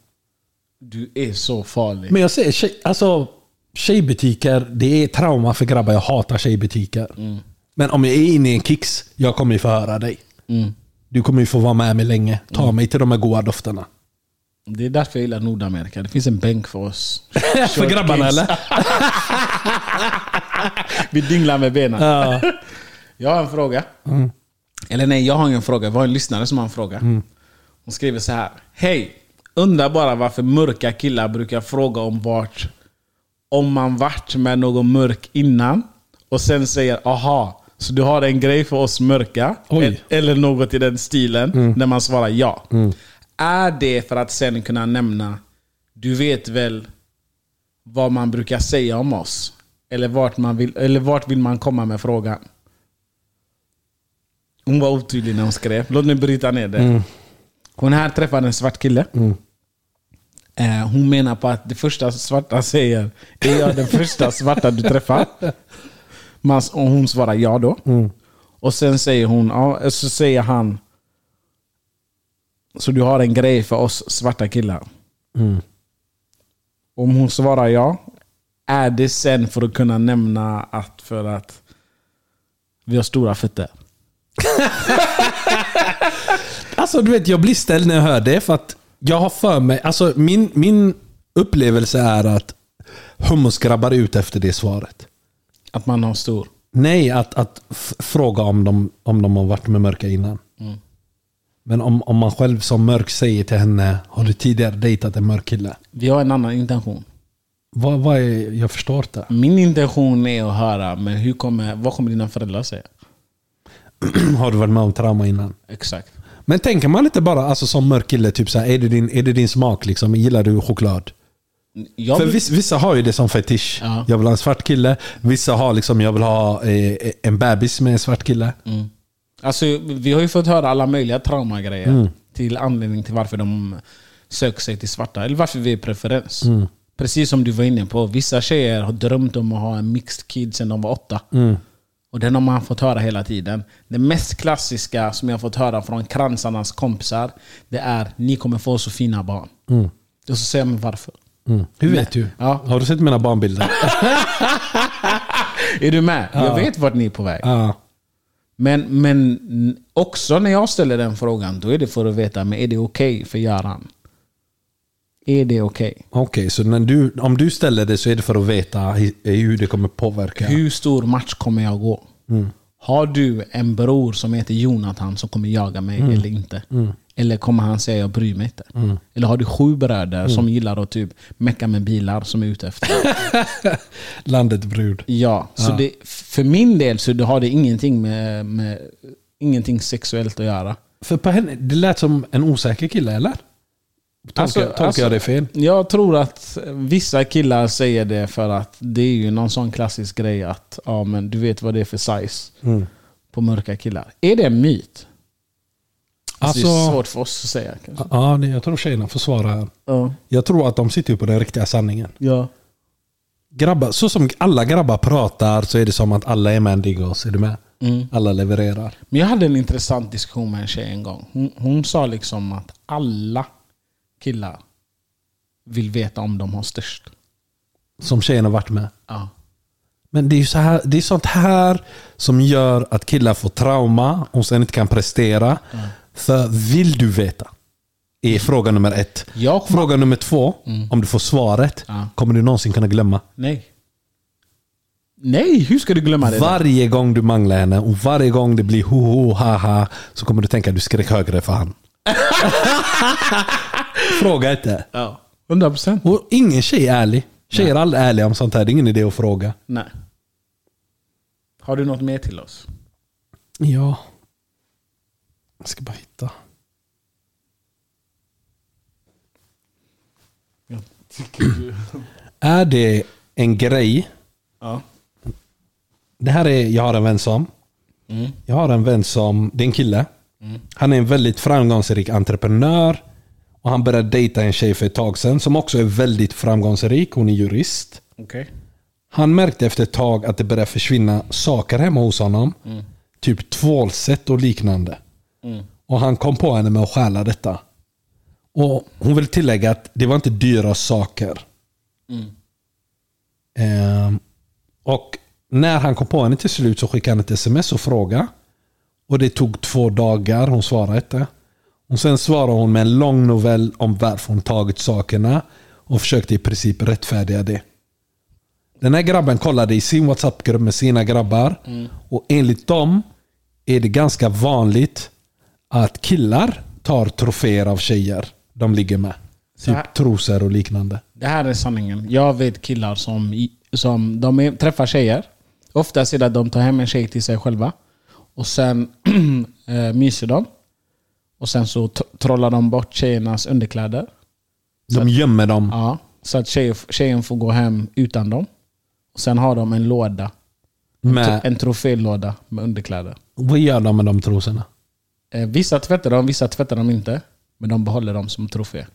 Speaker 1: Du är så farlig.
Speaker 2: Men jag säger, tjej, alltså, tjejbutiker, det är trauma för grabbar. Jag hatar tjejbutiker. Men om jag är inne i en Kicks, jag kommer ju få höra dig. Du kommer ju få vara med mig länge. Ta mig till de här goda dofterna.
Speaker 1: Det är därför jag gillar Nordamerika. Det finns en bänk för oss.
Speaker 2: för grabbarna eller?
Speaker 1: Vi dinglar med benen. Jag har en fråga. Eller nej, jag har ingen fråga. Det var en lyssnare som har en fråga. Hon skriver så här. Hej! Undrar bara varför mörka killar brukar fråga om vart om man varit med någon mörk innan och sen säger aha, så du har en grej för oss mörka?
Speaker 2: Oj.
Speaker 1: E- Eller något i den stilen när man svarar ja. Är det för att sen kunna nämna du vet väl vad man brukar säga om oss? Eller vart, man vill, eller vart vill man komma med frågan? Hon var otydlig när hon skrev. Låt mig bryta ner det. Hon här träffade en svart kille. Eh, Hon menar på att det första svarta säger, är jag den första svarta du träffar? Man, och hon svarar ja då. Och sen säger hon, ja, så säger han, så du har en grej för oss svarta killar? Om hon svarar ja, är det sen för att kunna nämna att för att vi har stora fötter?
Speaker 2: Alltså du vet, jag blir ställd när jag hör det. För att jag har för mig, alltså min, min upplevelse är att hummusgrabbar är ute efter det svaret.
Speaker 1: Att man har stor?
Speaker 2: Nej, att, att f- fråga om de, om de har varit med mörka innan.
Speaker 1: Mm.
Speaker 2: Men om, om man själv som mörk säger till henne, har du tidigare dejtat en mörk kille?
Speaker 1: Vi har en annan intention.
Speaker 2: Vad, vad är, jag förstår inte.
Speaker 1: Min intention är att höra, men hur kommer, vad kommer dina föräldrar säga? Mm.
Speaker 2: har du varit med om trauma innan?
Speaker 1: Exakt.
Speaker 2: Men tänker man inte bara alltså, som mörk kille, typ så här, är, det din, är det din smak? Liksom? Gillar du choklad?
Speaker 1: Jag
Speaker 2: För
Speaker 1: vill-
Speaker 2: vissa, vissa har ju det som fetisch.
Speaker 1: Ja.
Speaker 2: Jag vill ha en svart kille. Vissa har liksom, jag vill ha eh, en bebis med en svart kille.
Speaker 1: Alltså, vi har ju fått höra alla möjliga traumagrejer till anledning till varför de söker sig till svarta. Eller varför vi är preferens. Precis som du var inne på. Vissa tjejer har drömt om att ha en mixed kid sedan de var åtta. Och den har man fått höra hela tiden. Det mest klassiska som jag har fått höra från kransarnas kompisar, det är ni kommer få så fina barn. Och så säger man varför.
Speaker 2: Mm. Hur vet du?
Speaker 1: Ja.
Speaker 2: Har du sett mina barnbilder?
Speaker 1: Är du med? Jag vet vart ni är på väg.
Speaker 2: ja.
Speaker 1: Men, men också när jag ställer den frågan, då är det för att veta, men är det okej för Göran? Är det okej?
Speaker 2: Okej, så när du, om du ställer det så är det för att veta hi- hur det kommer påverka.
Speaker 1: Hur stor match kommer jag gå? Har du en bror som heter Jonathan som kommer jaga mig eller inte? Eller kommer han säga jag bryr mig inte? Eller har du sju bröder som gillar att typ mecka med bilar som är ute efter?
Speaker 2: Landet brud.
Speaker 1: Ja, så det, för min del så har det ingenting med, med ingenting sexuellt att göra.
Speaker 2: För på henne, det lät som en osäker kille, eller? Tolkar,
Speaker 1: Alltså,
Speaker 2: tolkar
Speaker 1: alltså-
Speaker 2: jag det fel?
Speaker 1: Jag tror att vissa killar säger det för att det är ju någon sån klassisk grej att ja, men du vet vad det är för size på mörka killar. Är det en myt? Alltså, det är
Speaker 2: Alltså,
Speaker 1: svårt för oss att säga. Kanske.
Speaker 2: ja, nej, jag tror tjejerna får svara. här.
Speaker 1: Ja.
Speaker 2: Jag tror att de sitter ju på den riktiga sanningen.
Speaker 1: Ja.
Speaker 2: Grabbar, så som alla grabbar pratar så är det som att alla är mandigos. Är du med?
Speaker 1: Mm.
Speaker 2: Alla levererar.
Speaker 1: Men jag hade en intressant diskussion med en tjej en gång. Hon, hon sa liksom att alla killar vill veta om de har störst.
Speaker 2: Som tjejerna varit med.
Speaker 1: Ja.
Speaker 2: Men det är ju så här, det är sånt här som gör att killar får trauma och sen inte kan prestera.
Speaker 1: Mm.
Speaker 2: För vill du veta? Är fråga nummer ett.
Speaker 1: Jag kommer- Mm.
Speaker 2: Fråga nummer två, om du får svaret,
Speaker 1: Ja.
Speaker 2: kommer du någonsin kunna glömma?
Speaker 1: Nej. Nej, hur ska du glömma det? där?
Speaker 2: Varje gång du manglar henne och varje gång det blir ho ho ha ha så kommer du tänka att du skrek högre för han. fråga inte.
Speaker 1: Ja. 100 procent.
Speaker 2: Och ingen tjej är ärlig. Tjejer är aldrig ärliga om sånt här. Det är ingen idé att fråga.
Speaker 1: Nej. Har du något mer till oss?
Speaker 2: Ja. Jag ska bara hitta. Är det en grej?
Speaker 1: Ja.
Speaker 2: Det här är, jag har en vän som. Jag har en vän som, det är en kille. Han är en väldigt framgångsrik entreprenör. Och han började dejta en tjej för ett tag sedan som också är väldigt framgångsrik. Hon är jurist.
Speaker 1: Okej.
Speaker 2: Han märkte efter ett tag att det började försvinna saker hemma hos honom. Typ tvålsätt och liknande. Och han kom på henne med att stjäla detta. Och hon vill tillägga att det var inte dyra saker. Ehm, och när han kom på henne till slut så skickade han ett sms och frågade. Och det tog två dagar, hon svarade inte. Och sen svarade hon med en lång novell om varför hon tagit sakerna. Och försökte i princip rättfärdiga det. Den här grabben kollade i sin WhatsApp-grupp med sina grabbar. Och enligt dem är det ganska vanligt att killar tar troféer av tjejer de ligger med.
Speaker 1: Så här-
Speaker 2: Typ trosor och liknande.
Speaker 1: Det här är sanningen. Jag vet killar som, i- som de är, träffar tjejer. Oftast är det att de tar hem en tjej till sig själva. Och sen eh, myser de. Och sen så t- trollar de bort tjejernas underkläder.
Speaker 2: De gömmer dem.
Speaker 1: Ja, så att tjej, tjejen får gå hem utan dem. Och sen har de en låda.
Speaker 2: Med,
Speaker 1: En trofélåda med underkläder.
Speaker 2: vad gör de med de trosorna?
Speaker 1: Eh, vissa tvättar de, vissa tvättar de inte. Men de behåller dem som trofé.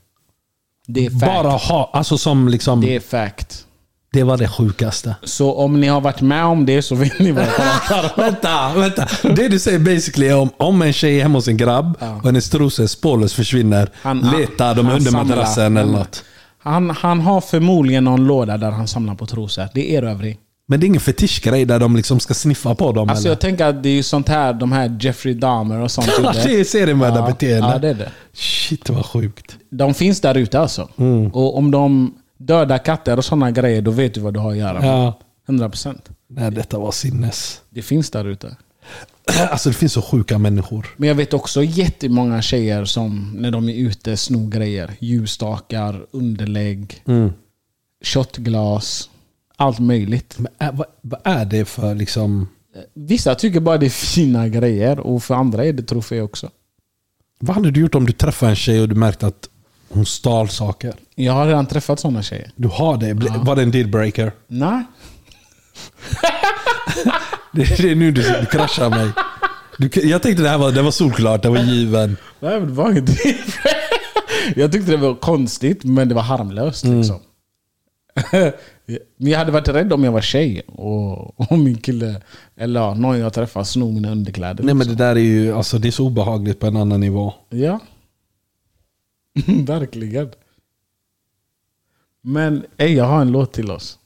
Speaker 1: Det är fact.
Speaker 2: Bara ha, alltså som liksom,
Speaker 1: Det
Speaker 2: det,
Speaker 1: är fact.
Speaker 2: var det sjukaste.
Speaker 1: Så om ni har varit med om det så vet ni vad jag pratar om.
Speaker 2: vänta, vänta. Det du säger basically är om, om en tjej är hemma hos en grabb och hennes trosor spårlöst försvinner. letar de
Speaker 1: han
Speaker 2: under
Speaker 1: samlar.
Speaker 2: madrassen eller något.
Speaker 1: Han, han har förmodligen någon låda där han samlar på trosor. Det är erövring.
Speaker 2: Men det är ingen fetischgrej där de liksom ska sniffa på dem
Speaker 1: Alltså
Speaker 2: eller?
Speaker 1: jag tänker att det är ju sånt här, de här Jeffrey Dahmer och sånt. gjorde.
Speaker 2: det är seriemördarbeteende.
Speaker 1: Ja, det är det.
Speaker 2: Shit vad sjukt.
Speaker 1: De finns där ute alltså.
Speaker 2: Mm.
Speaker 1: Och om de dödar katter och sådana grejer, då vet du vad du har att göra med.
Speaker 2: Ja.
Speaker 1: 100%.
Speaker 2: Nej, detta var sinnes.
Speaker 1: Det finns där ute.
Speaker 2: Alltså det finns så sjuka människor.
Speaker 1: Men jag vet också jättemånga tjejer som när de är ute snor grejer. Ljusstakar, underlägg,
Speaker 2: Mm.
Speaker 1: shotglas, allt möjligt.
Speaker 2: Men ä, vad, vad är det för liksom...
Speaker 1: Vissa tycker bara det är fina grejer och för andra är det trofé också.
Speaker 2: Vad hade du gjort om du träffade en tjej och du märkte att hon stal saker?
Speaker 1: Jag har redan träffat sådana tjejer.
Speaker 2: Du har det. Ble- Var det en dealbreaker?
Speaker 1: Nej.
Speaker 2: Det, det är nu du, du kraschar mig. Du, kan- jag tänkte det här var, det var solklart, det var given.
Speaker 1: Nej, men det var inget Jag tyckte det var konstigt, men det var harmlöst.
Speaker 2: Mm.
Speaker 1: Liksom. men jag hade varit rädd om jag var tjej och, och min kille, eller ja, någon jag träffar, snor mina underkläder. liksom.
Speaker 2: Nej men det där är ju alltså, det är så obehagligt på en annan nivå.
Speaker 1: Ja. Verkligen. Men ey, jag har en låt till oss.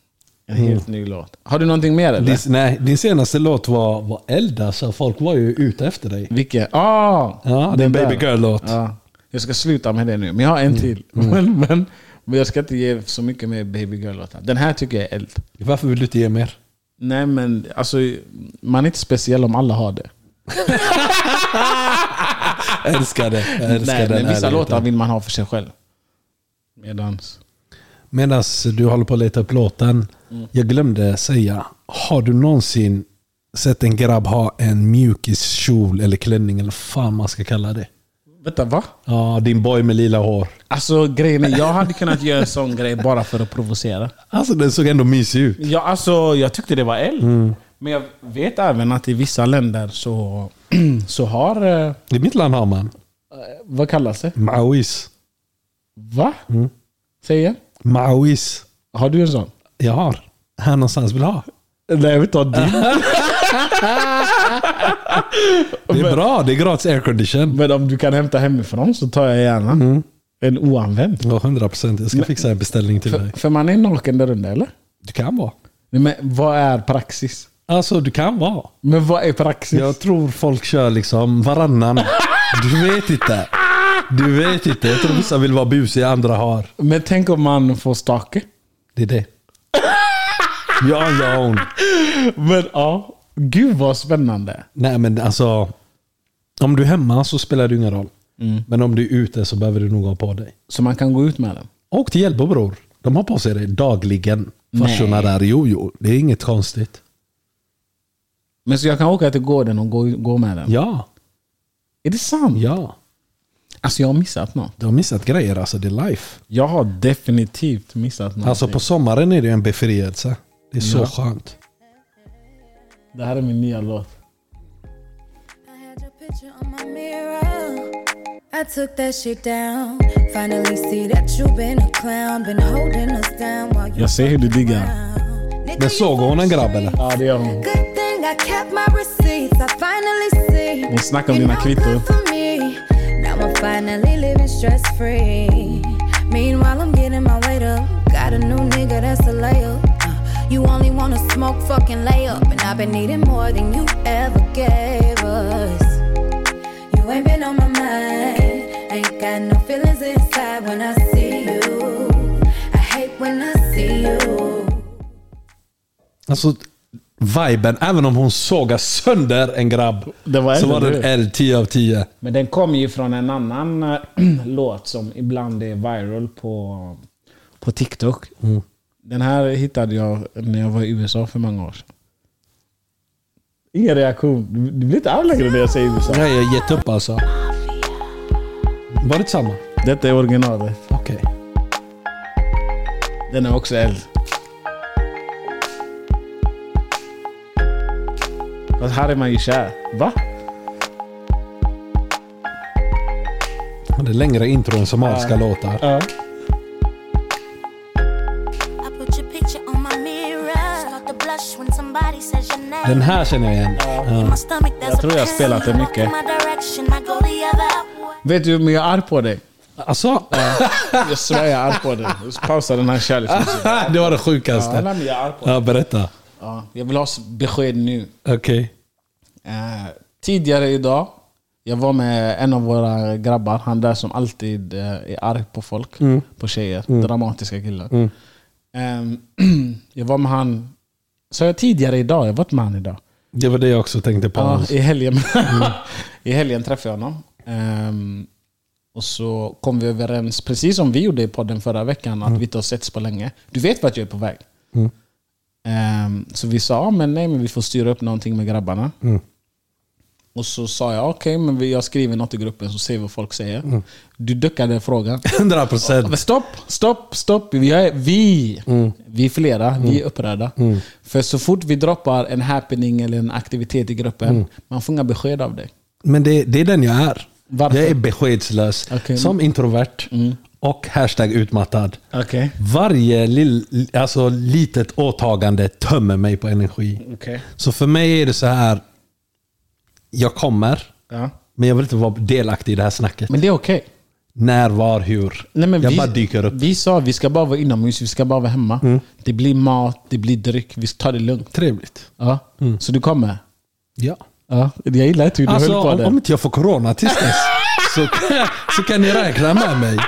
Speaker 1: En helt
Speaker 2: Mm.
Speaker 1: ny låt. Har du någonting mer eller?
Speaker 2: Din, nej, din senaste låt var, var eld alltså. Folk var ju ute efter dig.
Speaker 1: Vilken? Ah!
Speaker 2: Ja, det är en
Speaker 1: den där.
Speaker 2: baby girl-låt.
Speaker 1: Ja. Jag ska sluta med det nu, men jag har en till. Men, men, men jag ska inte ge så mycket mer baby girl-låtar. Den här tycker jag är eld.
Speaker 2: Varför vill du inte ge mer?
Speaker 1: Nej men alltså, man är inte speciell om alla har det.
Speaker 2: Jag älskar det. Jag älskar
Speaker 1: Nej,
Speaker 2: den
Speaker 1: men vissa
Speaker 2: ärligheten.
Speaker 1: låtar vill man ha för sig själv. Medans...
Speaker 2: Medan du håller på att leta upp låten. Jag glömde säga. Har du någonsin sett en grabb ha en mjukiskjol eller klänning eller fan man ska kalla det?
Speaker 1: Vänta, va?
Speaker 2: Ja, din boy med lila hår.
Speaker 1: Alltså grejen är, jag hade kunnat göra en sån grej bara för att provocera.
Speaker 2: Alltså den såg ändå mysig ut.
Speaker 1: Ja, alltså, jag tyckte det var eld. Men jag vet även att i vissa länder så, så har... eh,
Speaker 2: I mitt land har man.
Speaker 1: Vad kallas det?
Speaker 2: Maois.
Speaker 1: Va? Säg igen.
Speaker 2: Maois.
Speaker 1: Har du en sån?
Speaker 2: Jag har. Här någonstans vill ha.
Speaker 1: Nej, jag vill ta din.
Speaker 2: Det är bra. Det är gratis aircondition.
Speaker 1: Men om du kan hämta hemifrån så tar jag gärna
Speaker 2: Mm.
Speaker 1: en oanvänd.
Speaker 2: Ja, 100 procent. Jag ska fixa en beställning till dig.
Speaker 1: För man är naken där under, eller?
Speaker 2: Du kan vara.
Speaker 1: Nej, Men vad är praxis?
Speaker 2: Alltså, du kan vara.
Speaker 1: Men vad är praxis?
Speaker 2: Jag tror folk kör liksom varannan. Du vet inte. Du vet inte. Jag tror vissa vill vara busiga, andra har.
Speaker 1: Men tänk om man får stake?
Speaker 2: Det är det. Ja, ja, hon.
Speaker 1: Men ja. Gud vad spännande.
Speaker 2: Nej men alltså. Om du är hemma så spelar det ingen roll. Men om du är ute så behöver du nog ha på dig.
Speaker 1: Så man kan gå ut med den?
Speaker 2: Åk till Hjällbo bror. De har på sig det dagligen. Farsorna där. Jo, jo. Det är inget konstigt.
Speaker 1: Men så jag kan åka till gården och gå, gå med den?
Speaker 2: Ja,
Speaker 1: Är det sant?
Speaker 2: ja.
Speaker 1: Alltså jag har missat något.
Speaker 2: Du har missat grejer alltså. Det är life.
Speaker 1: Jag har definitivt missat något.
Speaker 2: Alltså på sommaren är det en befrielse. Det är så
Speaker 1: Ja.
Speaker 2: skönt.
Speaker 1: Det här är min nya låt.
Speaker 3: I had your picture on my mirror. I took that shit down. Finally see that you've been a clown. Been holding us down while you
Speaker 1: Jag ser hur du diggar.
Speaker 3: Nigga,
Speaker 2: Men såg hon en grabb eller?
Speaker 1: Ja, det gör hon.
Speaker 3: Good thing I kept my receipts. I finally see.
Speaker 1: Hon snackar om
Speaker 3: You
Speaker 1: dina
Speaker 3: know
Speaker 1: kvitton.
Speaker 3: good for me. Now I'm finally living stress free. Meanwhile I'm getting my weight up. Got a new nigga that's a layup. Uh, You only wanna smoke fucking layup, and I've been needing more than you ever gave us. You ain't been on my mind. Ain't got no feelings inside when I see you. I hate when I see you.
Speaker 2: Alltså viben, även om hon sågar sönder en grabb.
Speaker 1: Det var
Speaker 2: så
Speaker 1: eld,
Speaker 2: var
Speaker 1: eller
Speaker 2: den
Speaker 1: hur?
Speaker 2: eld 10 av 10.
Speaker 1: Men den kommer ju från en annan eh, låt som ibland är viral på, på TikTok.
Speaker 2: Mm.
Speaker 1: Den här hittade jag när jag var i USA för många år sedan. Ingen reaktion. Du- Du blir inte arg längre när jag säger USA.
Speaker 2: Nej, jag har gett upp alltså. Var det samma?
Speaker 1: Detta är originalet.
Speaker 2: Okej.
Speaker 1: Den är också eld. Fast här är man ju kär. Va?
Speaker 2: Men Det är längre intro än somaliska låtar.
Speaker 1: Ja.
Speaker 4: I put your picture on my mirror. Start to blush when somebody says your name.
Speaker 2: Den här känner jag igen.
Speaker 4: In my stomach, there's
Speaker 1: Jag tror
Speaker 4: a
Speaker 1: jag har spelat den
Speaker 4: pain.
Speaker 1: mycket.
Speaker 4: Walk in my direction, I go the other way.
Speaker 1: Vet du, men jag är arg på dig.
Speaker 2: Alltså,
Speaker 1: Jag svär jag är arg på dig. Jag ska Pausa den här kärleksmusiken.
Speaker 2: det var det
Speaker 1: Ja,
Speaker 2: sjukaste.
Speaker 1: nej, men jag är arg på dig.
Speaker 2: Ja, berätta.
Speaker 1: Ja, jag vill ha s- besked nu.
Speaker 2: Okej.
Speaker 1: Eh, tidigare idag, jag var med en av våra grabbar, han där som alltid eh, är arg på folk, på tjejer. Dramatiska killar. Ehm, jag var med han, sa jag tidigare idag? Jag var inte med han idag.
Speaker 2: Det var det jag också tänkte på.
Speaker 1: Ja, i helgen. I helgen träffade jag honom. Ehm, och så kom vi överens, precis som vi gjorde i podden förra veckan, att vi inte har setts på länge. Du vet vart jag är på väg. "Ah, Ehm, så vi sa, "Ja, men nej, men vi får styra upp någonting med grabbarna. Och så sa jag okej, men vi- jag skriver något i gruppen så ser vi vad folk säger. Du duckade frågan.
Speaker 2: 100 procent.
Speaker 1: Men stopp, stopp, stopp. Vi är, vi,
Speaker 2: Mm.
Speaker 1: vi är flera, vi är upprörda. För så fort vi droppar en happening eller en aktivitet i gruppen,
Speaker 2: Mm.
Speaker 1: man får inga besked av dig.
Speaker 2: Men det, det är den jag är.
Speaker 1: Varför?
Speaker 2: Jag är beskedslös.
Speaker 1: Okej. Mm.
Speaker 2: Som introvert och hashtag utmattad.
Speaker 1: Okej.
Speaker 2: Varje lill, alltså litet åtagande tömmer mig på energi.
Speaker 1: Okej.
Speaker 2: Så för mig är det så här. Jag kommer,
Speaker 1: Ja.
Speaker 2: men jag vill inte vara delaktig i det här snacket.
Speaker 1: Men det är okej.
Speaker 2: När, var, hur.
Speaker 1: Nej, men
Speaker 2: jag
Speaker 1: vi,
Speaker 2: bara dyker upp. Mm.
Speaker 1: Vi sa att vi ska bara vara inomhus, vi ska bara vara hemma. Det blir mat, det blir dryck, vi tar det lugnt.
Speaker 2: Trevligt.
Speaker 1: Ja.
Speaker 2: Mm.
Speaker 1: Så du kommer?
Speaker 2: Ja.
Speaker 1: Ja. Jag gillar inte hur du
Speaker 2: Alltså,
Speaker 1: höll på
Speaker 2: om, om
Speaker 1: det.
Speaker 2: inte jag får corona tills dess så, kan jag- så kan ni räkna med mig.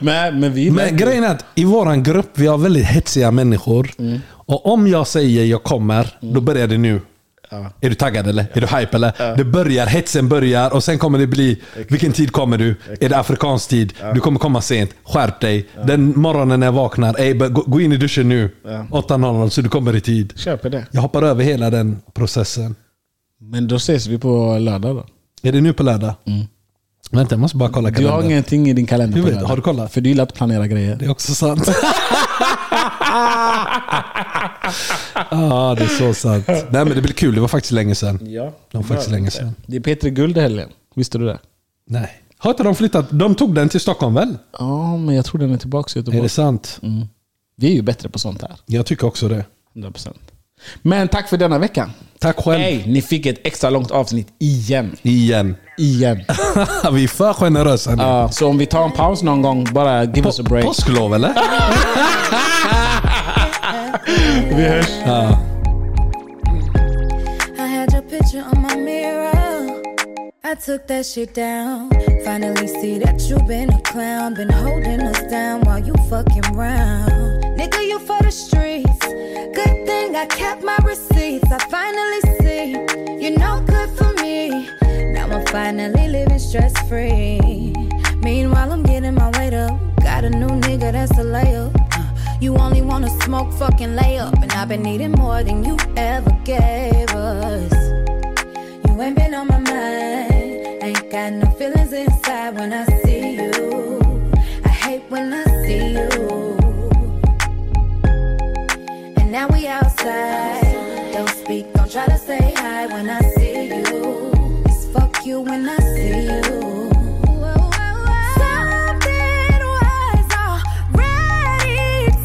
Speaker 1: Men, men vi gillar
Speaker 2: Men
Speaker 1: inte-
Speaker 2: grejen är att i våran grupp, vi har väldigt hetsiga människor.
Speaker 1: Mm.
Speaker 2: Och om jag säger jag kommer, då börjar det nu. Är du taggad eller? Är du hype eller? Det börjar, hetsen börjar och sen kommer det bli, vilken tid kommer du? Är det afrikansk tid? Du kommer komma sent. Skärp dig. Den morgonen när jag vaknar, ey, gå, gå in i duschen nu. 8.00 så du kommer i tid.
Speaker 1: Köper det.
Speaker 2: Jag hoppar över hela den processen.
Speaker 1: Men då ses vi på lördag då.
Speaker 2: Är det nu på lördag? Vänta, jag måste bara kolla
Speaker 1: Mm. Du har
Speaker 2: kalendern.
Speaker 1: ingenting i din kalender
Speaker 2: Hur
Speaker 1: på
Speaker 2: vet-
Speaker 1: lördag.
Speaker 2: har du kollat?
Speaker 1: För du gillar att planera grejer.
Speaker 2: Det är också sant. Ja, det är så sant. Nej, men det blir kul. Det var faktiskt länge sedan.
Speaker 1: Ja.
Speaker 2: Det var faktiskt länge sedan.
Speaker 1: Det är P3 Guld i helgen. Visste du det?
Speaker 2: Nej. Har inte de flyttat? De tog den till Stockholm väl?
Speaker 1: Ja, men jag tror den är tillbaka i
Speaker 2: Är
Speaker 1: Göteborg.
Speaker 2: det sant?
Speaker 1: Vi är ju bättre på sånt här.
Speaker 2: Jag tycker också det.
Speaker 1: 100%. Men tack för denna vecka.
Speaker 2: Tack själv.
Speaker 1: Hej! Ni fick ett extra långt avsnitt igen.
Speaker 2: Igen.
Speaker 1: Igen.
Speaker 2: Vi är för generösa nu.
Speaker 1: Ja, så om vi tar en paus någon gång, bara give us a
Speaker 2: På-
Speaker 1: break.
Speaker 2: Påsklov eller?
Speaker 3: I had your picture on my mirror. I took that shit down. Finally see that you been a clown. Been holding us down while you fucking round. Nigga, you for the streets. Good thing I kept my receipts. I finally see you're no good for me. Now I'm finally living stress free. Meanwhile, I'm getting my weight up. Got a new nigga that's a layup. Uh, You only wanna smoke, fucking layup. And I've been needing more than you ever gave us. You ain't been on my mind. Ain't got no feelings inside when I see you. I hate when I see you. And now we outside. Don't speak, don't try to say hi when I see you. It's fuck you when I see you. Something was already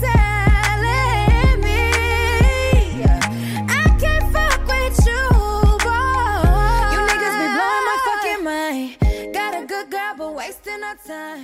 Speaker 3: telling me I can't fuck with you, boy. You niggas be blowing my fucking mind. Got a good girl, but wasting her time.